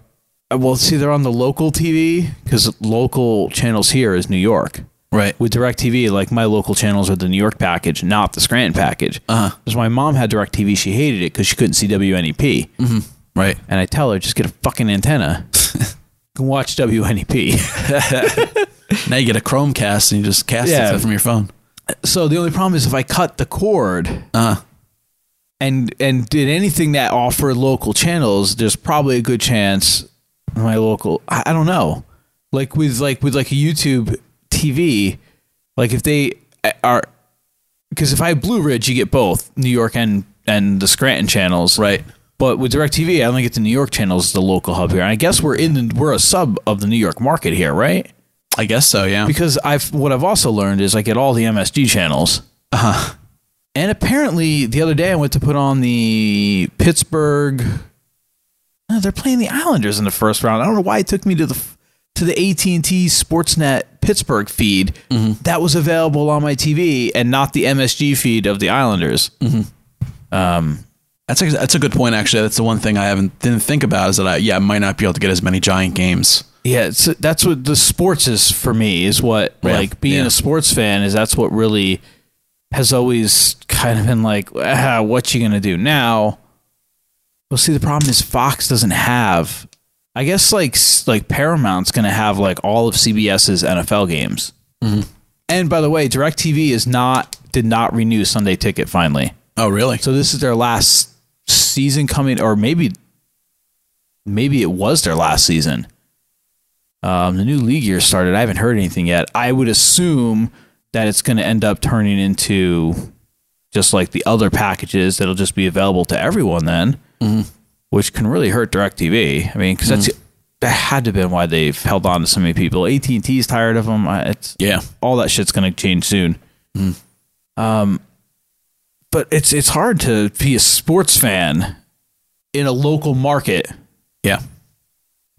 well. See, they're on the local TV because local channels here is New York.
Right.
With DirecTV, like my local channels are the New York package, not the Scranton package. Because my mom had DirecTV, she hated it because she couldn't see E WNEP.
Mm-hmm. Right.
And I tell her, just get a fucking antenna. You can watch E WNEP.
now you get a Chromecast and you just cast
Yeah.
it from your phone.
so the only problem is if I cut the cord and and did anything that offered local channels, there's probably a good chance my local I, I don't know. Like with like with like a YouTube TV, like if they are because if I have Blue Ridge, you get both New York and and the Scranton channels, right? But with Directv, I only get the New York channels, the local hub here. And I guess we're in the, we're a sub of the New York market here, right?
I guess so, yeah.
Because I've what I've also learned is I get all the MSG channels. Uh-huh. And apparently, the other day I went to put on the Pittsburgh. No, they're playing the Islanders in the first round. I don't know why it took me to the f- to the AT and T Sportsnet Pittsburgh feed that was available on my TV and not the MSG feed of the Islanders.
Um, that's a, that's a good point actually. That's the one thing I haven't didn't think about is that I yeah I might not be able to get as many giant games.
Yeah, it's, that's what the sports is for me. Is what
Yeah.
like being a sports fan is. That's what really has always kind of been like. Ah, what you gonna do now? Well, see, the problem is Fox doesn't have. I guess like s- like Paramount's gonna have like all of CBS's NFL games.
Mm-hmm.
And by the way, DirecTV is not did not renew Sunday Ticket finally.
Oh, really?
So this is their last season coming, or maybe maybe it was their last season. Um, the new league year started. I haven't heard anything yet. I would assume that it's going to end up turning into just like the other packages that'll just be available to everyone then, which can really hurt DirecTV. I mean, because that's that had to have been why they've held on to so many people. AT and T's tired of them. It's yeah, all that shit's going to change soon. Um, but it's it's hard to be a sports fan in a local market.
Yeah.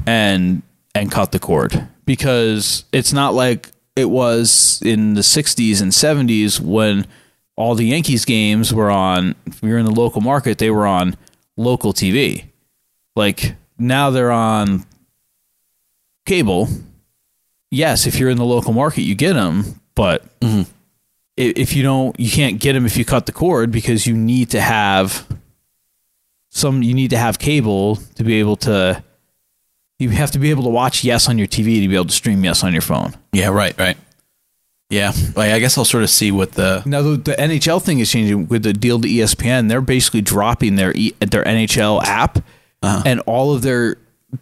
And and cut the cord because it's not like it was in the 60s and 70s when all the Yankees games were on if we were in the local market they were on local TV. Like now they're on cable. Yes, if you're in the local market you get them, but i- if you don't you can't get them if you cut the cord because you need to have some you need to have cable to be able to you have to be able to watch yes on your TV to be able to stream yes on your phone.
Yeah, right, right. Yeah, like I guess I'll sort of see what the
Now the, the NHL thing is changing with the deal to E ESPN. They're basically dropping their e, their NHL app, and all of their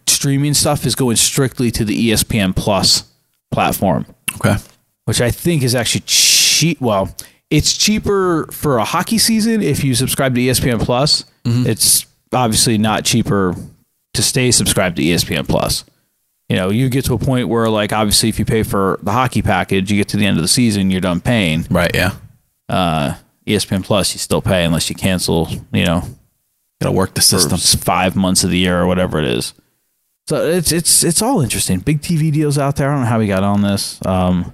streaming stuff is going strictly to the E ESPN Plus platform.
Okay,
which I think is actually cheap. Well, it's cheaper for a hockey season if you subscribe to E ESPN Plus. It's obviously not cheaper to stay subscribed to E ESPN Plus. You know, you get to a point where, like, obviously, if you pay for the hockey package, you get to the end of the season, you're done paying.
Right. Yeah.
Uh, ESPN Plus, you still pay unless you cancel. You know,
gotta work the
system. Five months of the year or whatever it is. So it's it's it's all interesting. Big TV deals out there. I don't know how we got on this. Um,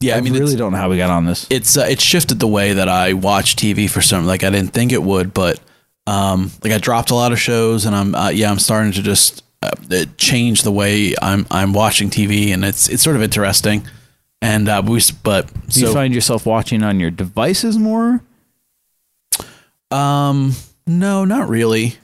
yeah, I,
mean, really don't know how we got on this.
It's uh, it shifted the way that I watch TV for some. Like I didn't think it would, but um, like I dropped a lot of shows, and I'm uh, yeah, I'm starting to just uh, it change the way I'm I'm watching TV, and it's it's sort of interesting. And uh, we s- but
Do you find yourself watching on your devices more?
Um, no, not really.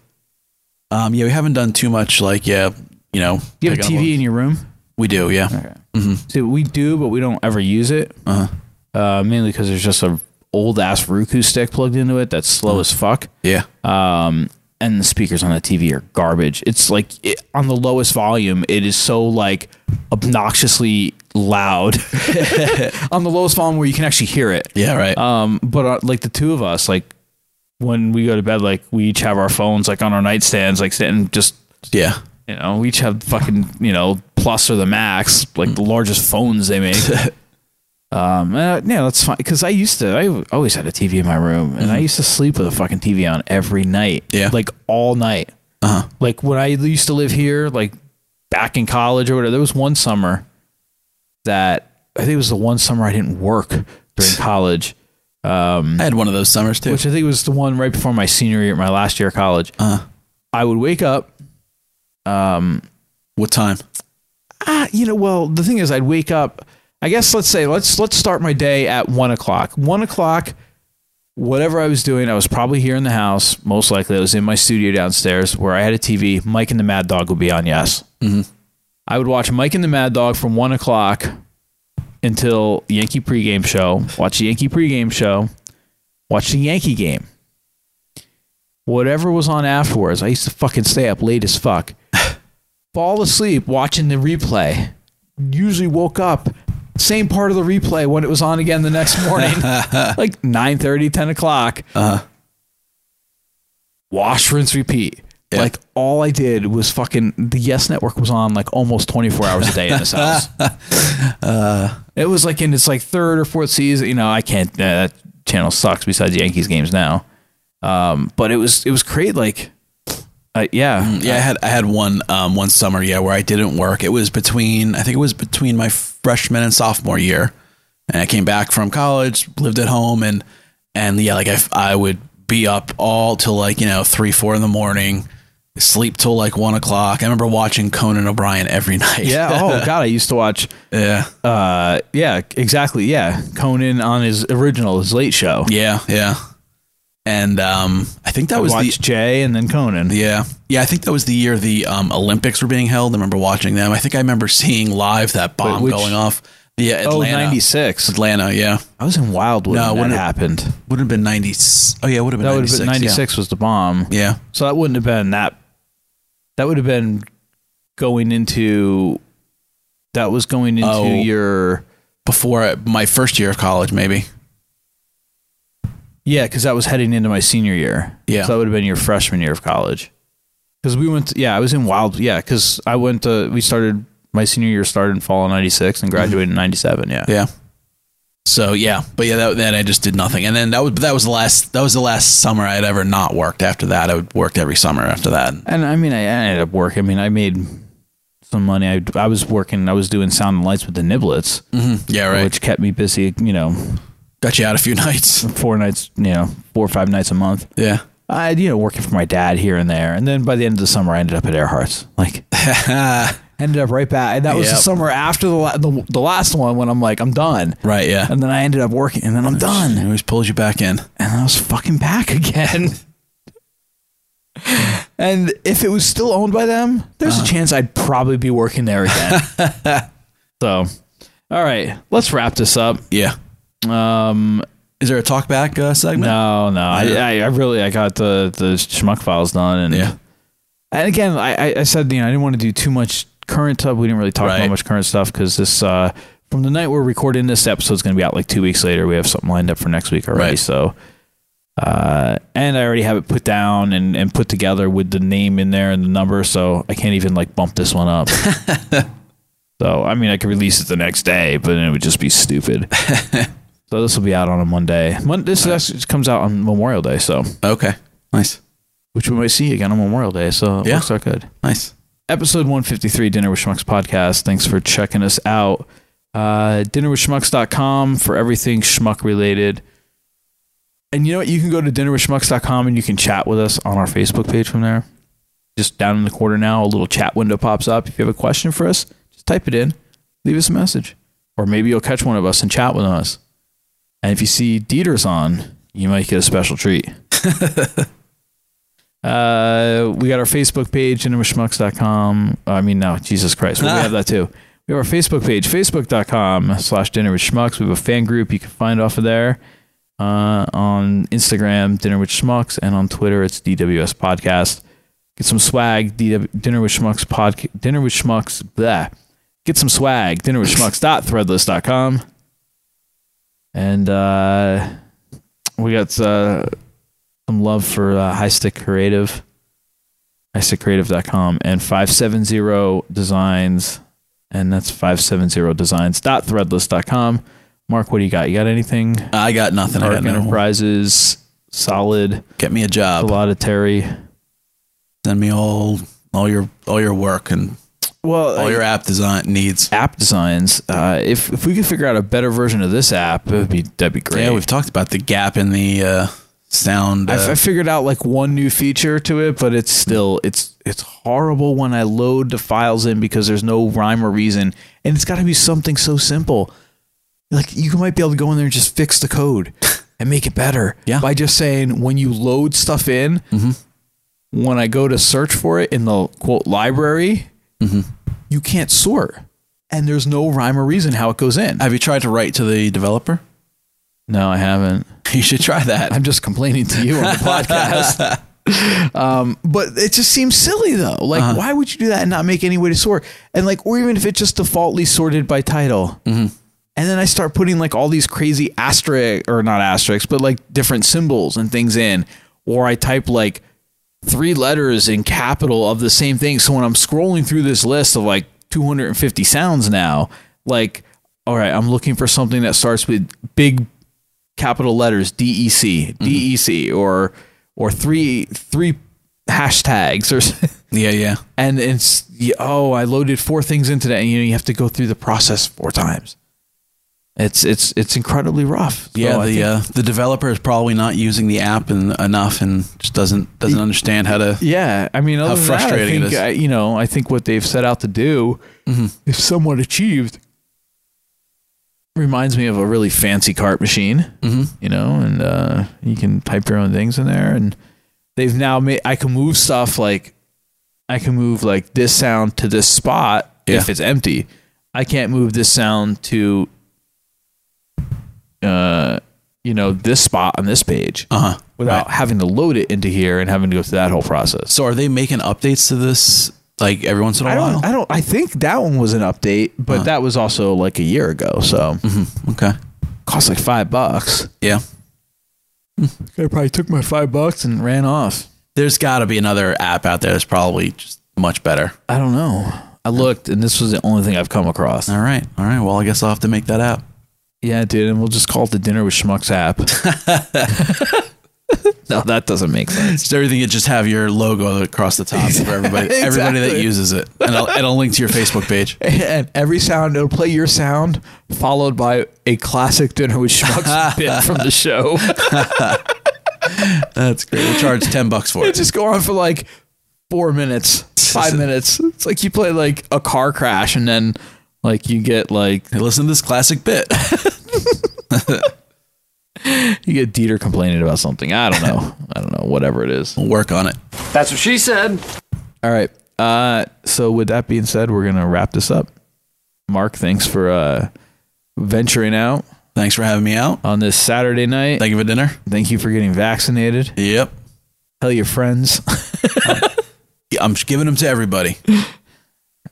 Um, yeah, we haven't done too much. Like, yeah, you know,
Do you have a
picking up
TV in your room?
We do, yeah. Mhm.
See, we do, but we don't ever use it.
Uh-huh.
Uh, mainly because there's just a old ass Roku stick plugged into it that's slow as fuck.
Yeah.
Um, and the speakers on the TV are garbage. It's like it, on the lowest volume, it is so like obnoxiously loud on the lowest volume where you can actually hear it.
Yeah, right.
Um, but uh, like the two of us, like when we go to bed, like we each have our phones like on our nightstands, like sitting just
yeah.
You know, we each have fucking you know plus or the max, like the largest phones they make. um, uh, yeah, that's fine because I used to, I always had a TV in my room, and I used to sleep with a fucking TV on every night.
Mm-hmm. Yeah,
like all night.
Uh-huh.
Like when I used to live here, like back in college or whatever, there was one summer that I think it was the one summer I didn't work during college. Um,
I had one of those summers too,
which I think was the one right before my senior year, my last year of college.
Uh,
I would wake up. Um,
what time?
Ah, you know, well, the thing is, I'd wake up. I guess let's say let's let's start my day at one o'clock. One o'clock, whatever I was doing, I was probably here in the house. Most likely, I was in my studio downstairs where I had a TV. Mike and the Mad Dog would be on. Yes,
Mhm.
I would watch Mike and the Mad Dog from one o'clock until Yankee pregame show. Watch the Yankee pregame show. Watch the Yankee game. Whatever was on afterwards, I used to fucking stay up late as fuck. Fall asleep watching the replay. Usually woke up same part of the replay when it was on again the next morning, like 9:30, 10 o'clock.
Uh-huh.
Wash, rinse, repeat. Like all I did was fucking the Yes Network was on like almost 24 hours a day in this house. it was like in its like third or fourth season. You know, I can't. Uh, that channel sucks. Besides Yankees games now, um, but it was it was great. Like, uh, yeah,
Yeah, I had I had one um one summer yeah where I didn't work. It was between I think it was between my freshman and sophomore year, and I came back from college, lived at home, and and yeah, like I f- I would be up all till like you know three four in the morning, sleep till like one o'clock. I remember watching Conan O'Brien every night.
Yeah. Oh God, I used to watch.
Yeah.
Uh, yeah. Exactly. Yeah. Conan on his original, his late show.
Yeah. Yeah. And um, I think that
I
was the
watched Jay and then Conan.
Yeah, yeah. I think that was the year the um, Olympics were being held. I remember watching them. I think I remember seeing live that bomb
which-
going off. Yeah,
Oh,
Atlanta.
96.
Atlanta. Yeah,
I was in Wildwood.
No,
No,
it
when
wouldn't
it
have-
happened.
Would have been ninety. Oh yeah, would have been
that would
96.
have been 96 was the bomb.
Yeah.
So that wouldn't have been that. That would have been going into. That was going into
Oh.
your.
Before uh, my first year of college, maybe.
Yeah, because that was heading into my senior year.
Yeah.
So that would have been your freshman year of college. Because we went, to, yeah, I was in Wild. Yeah, because I went to, we started, my senior year started in fall of 96 and graduated in 97. Yeah.
Yeah. So yeah, but yeah, that, then I just did nothing, and then that was that was the last that was the last summer I'd ever not worked. After that, I worked every summer after that.
And I mean, I I ended up working. I mean, I made some money. I, I was working. I was doing sound and lights with the Niblets.
Mhm. Yeah, right.
Mm. Which kept me busy. You know,
got you out a few nights.
Four nights. You know, four or five nights a month.
Yeah.
I you know working for my dad here and there, and then by the end of the summer, I ended up at Earhart's. Like. Ended up right back. And that was the
Yep.
summer after the, la- the the last one when I'm like I'm done.
Right. Yeah.
And then I ended up working, and then I'm done. It
always pulls you back in,
and I was fucking back again. and if it was still owned by them, there's a chance I'd probably be working there again. so, all right, let's wrap this up.
Yeah.
Um,
is there a talk back uh, segment?
No, no. I, I, I really I got the the schmuck files done, and yeah. And again, I I- I said you know I didn't want to do too much current stuff. We didn't really talk about much current stuff because this uh from the night we're recording this episode is going to be out like two weeks later. We have something lined up for next week already. So. Uh, and I already have it put down and, and put together with the name in there and the number, so I can't even like bump this one up. so I mean, I could release it the next day, but then it would just be stupid. so this will be out on a Monday. Mon- this actually comes out on Memorial Day, so
okay, nice.
Which we might see again on Memorial Day, so it
Yeah.
looks like good.
Nice.
Episode 153, Dinner with Schmucks podcast. Thanks for checking us out. Uh, dinnerwithschmucks.com for everything schmuck related. And you know what? You can go to dinnerwithschmucks.com and you can chat with us on our Facebook page from there. Just down in the corner now, a little chat window pops up. If you have a question for us, just type it in, leave us a message. Or maybe you'll catch one of us and chat with us. And if you see Dieter's on, you might get a special treat. uh, we got our Facebook page, dinnerwithschmucks.com. I mean, no, Jesus Christ. We have that too. We have our Facebook page, facebook.com slash dinner with schmucks. We have a fan group you can find off of there. Uh, on Instagram, dinner with schmucks, and on Twitter, it's DWS podcast. Get some swag, DW, dinner with schmucks podcast, dinner with schmucks, blah. Get some swag, dinner with schmucks dot threadless dot com. And uh, we got uh, some love for uh, High Stick Creative, highstickcreative.com, and 570 Designs. And that's 570designs.threadless.com. Mark, what do you got? You got anything?
I got nothing. I
Arc
got no-
Enterprises, Solid.
Get me a job.
A lot of Terry.
Send me all all your all your work and
well
all your app design needs.
App designs. Uh, if if we could figure out a better version of this app, it would be that'd be great.
Yeah, we've talked about the gap in the uh, sound. uh,
I, I figured out like one new feature to it, but it's still it's it's horrible when I load the files in because there's no rhyme or reason, and it's got to be something so simple. Like you might be able to go in there and just fix the code and make it better yeah. by just saying when you load stuff in, when I go to search for it in the quote library, you can't sort, and there's no rhyme or reason how it goes in.
Have you tried to write to the developer?
No, I haven't.
You should try that.
I'm just complaining to you on the podcast. um, but it just seems silly though. Like,
Uh-huh.
why would you do that and not make any way to sort? And like, or even if it's just defaultly sorted by title. And then I start putting like all these crazy asterisk or not asterisks, but like different symbols and things in. Or I type like three letters in capital of the same thing. So when I'm scrolling through this list of like 250 sounds now, like, all right, I'm looking for something that starts with big capital letters E DEC,
Mm-hmm.
DEC, or or three three hashtags or s-
yeah, yeah.
And it's yeah, oh, I loaded four things into that, and you know you have to go through the process four times. It's it's it's incredibly rough. So
yeah,
I
the
think-
uh, the developer is probably not using the app and enough and just doesn't doesn't understand how to.
Yeah, I mean,
How
other than that, I
frustrating it
think
is. Mm-hmm.
I, you know, I think what they've set out to do, if somewhat achieved, reminds me of a really fancy cart machine.
Mm-hmm.
You know, and uh, you can type your own things in there, and they've now made I can move stuff like I can move like this sound to this spot if
Yeah.
it's empty. I can't move this sound to uh, you know, this spot on this page
uh-huh.
without having to load it into here and having to go through that whole process.
So are they making updates to this like every once in a
I
while?
don't, I don't, I think that one was an update, but that was also like a year ago. So,
okay.
Cost like five bucks.
Yeah.
I probably took my five bucks and ran off.
There's got to be another app out there that's probably just much better.
I don't know. I looked and this was the only thing I've come across.
All right. All right. Well, I guess I'll have to make that app.
Yeah, dude, and we'll just call it the dinner with Schmucks app. no, that doesn't make sense.
Just everything, you just have your logo across the top for everybody, everybody that
Exactly.
uses it, and I'll, and I'll link to your Facebook page.
And every sound, it'll play your sound, followed by a classic dinner with Schmucks bit from the show.
That's great. We'll charge ten bucks for
It
it.
just go on for like four minutes, five minutes. It's like you play like a car crash, and then like you get like
listen to this classic bit.
you get Dieter complaining about something. I don't know. I don't know. Whatever it is,
we'll work on it.
That's what she said. All right. Uh, so with that being said, we're gonna wrap this up. Mark, thanks for uh, venturing out.
Thanks for having me out
on this Saturday night.
Thank you for dinner.
Thank you for getting vaccinated.
Yep.
Tell your friends.
I'm giving them to everybody.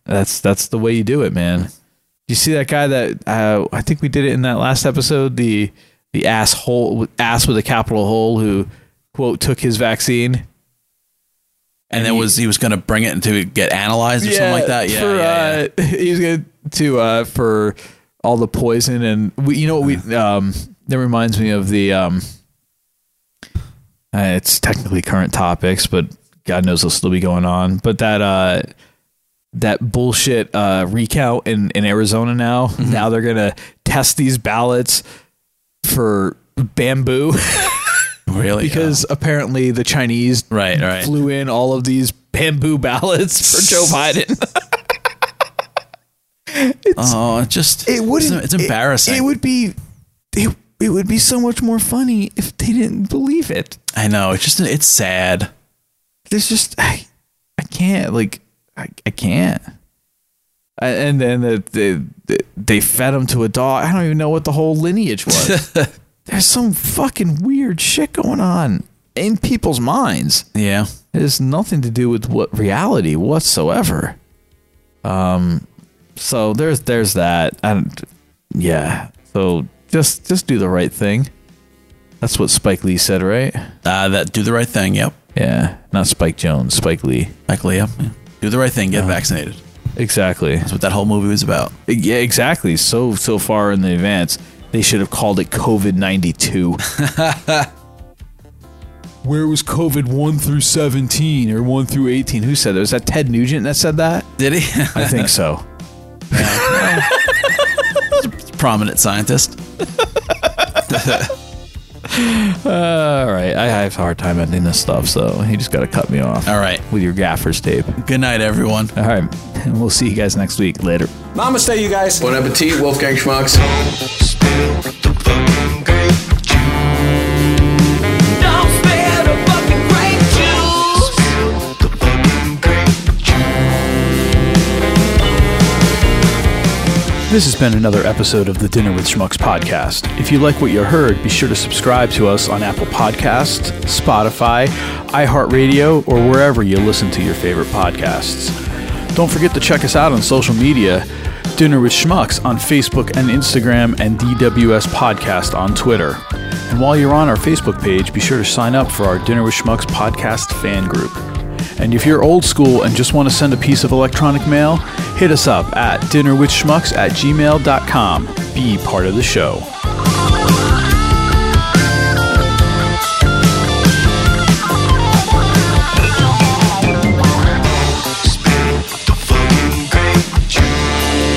That's that's the way you do it, man. You see that guy that uh, I think we did it in that last episode. The the asshole ass with a capital hole who quote took his vaccine.
And then was he was going to bring it to get analyzed or something like that? Yeah,
for,
yeah.
Uh, he was going to uh, for all the poison and we, you know what we um that reminds me of the um uh, it's technically current topics but god knows they'll still be going on but that uh that bullshit uh recount in in Arizona now now they're going to test these ballots for bamboo
really
because apparently the Chinese
right, right.
flew in all of these bamboo ballots for Joe Biden
oh, it just
it wouldn't.
It's, it's embarrassing.
It, it would be. It, it would be so much more funny if they didn't believe it.
I know. It's just it's sad.
There's just I, I can't like I, I can't. I, and then the, the, the, they fed him to a dog. I don't even know what the whole lineage was. There's some fucking weird shit going on in people's minds.
Yeah.
It has nothing to do with what reality whatsoever. Um, so there's there's that. And yeah, so just just do the right thing. That's what Spike Lee said, right?
Uh, that do the right thing. Yep.
Yeah, not Spike Jones, Spike Lee.
Spike Lee. Yep. yeah. Do the right thing. Get vaccinated.
Exactly.
That's what that whole movie was about.
Yeah, exactly. So so far in the advance, they should have called it COVID ninety two. Where was COVID one through seventeen or one through eighteen? Who said that? Was that Ted Nugent that said that?
Did he?
I think so.
Prominent scientist.
Uh, all right, I have a hard time ending this stuff, so you just got to cut me off.
All right,
with your gaffer's tape.
Good night, everyone.
All right, and we'll see you guys next week. Later.
Namaste, you guys. Bon appetit, Wolfgang Schmucks.
Don't spare the fucking grape juice.
This has been another episode of the Dinner with Schmucks podcast. If you like what you heard, be sure to subscribe to us on Apple Podcasts, Spotify, iHeartRadio, or wherever you listen to your favorite podcasts. Don't forget to check us out on social media Dinner with Schmucks on Facebook and Instagram, and DWS Podcast on Twitter. And while you're on our Facebook page, be sure to sign up for our Dinner with Schmucks podcast fan group. And if you're old school and just want to send a piece of electronic mail, hit us up at dinnerwithschmucks at gmail.com. Be part of the show.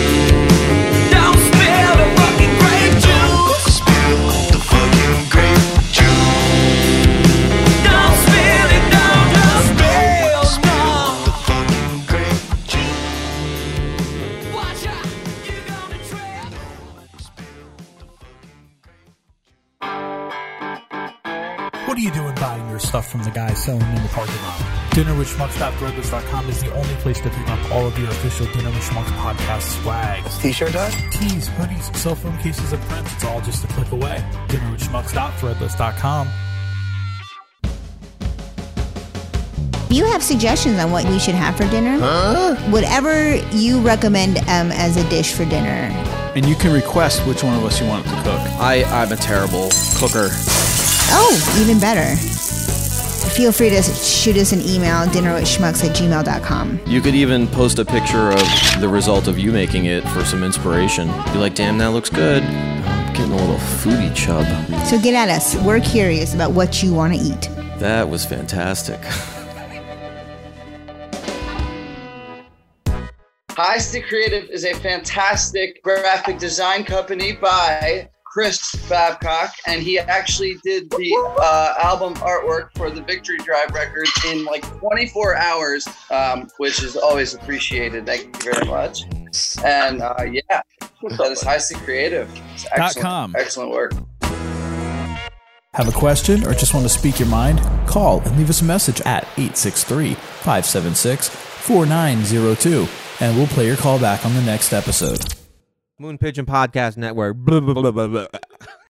Don't spill the fucking grape juice. Don't spill it, don't, don't spill, no. Watch out, you're gonna trip.
What are you doing buying your stuff from the guy selling in the parking lot? DinnerWithSchmucks.threadless.com is the only place to pick up all of your official Dinner with Schmucks podcast swag. T-shirt does? Tees, hoodies, cell phone cases, and prints. It's all just a click away. DinnerWithSchmucks.threadless.com.
You have suggestions on what we should have for dinner? Whatever you recommend um, as a dish for dinner.
And you can request which one of us you want to cook.
I, I'm a terrible cooker.
Oh, even better. Feel free to shoot us an email, dinnerwithschmucks at gmail.com.
You could even post a picture of the result of you making it for some inspiration. Be like, damn, that looks good. Getting a little foodie chub.
So get at us. We're curious about what you want to eat.
That was fantastic.
Heisty Creative is a fantastic graphic design company by Chris Babcock, and he actually did the uh, album artwork for the Victory Drive record in like 24 hours, um, which is always appreciated. Thank you very much. And uh, yeah, that is Heisty Creative. It's
Dot
excellent,
com.
excellent work.
Have a question or just want to speak your mind? Call and leave us a message at 863 576 4902 and we'll play your call back on the next episode.
Moon Pigeon Podcast Network. Blah, blah, blah, blah, blah.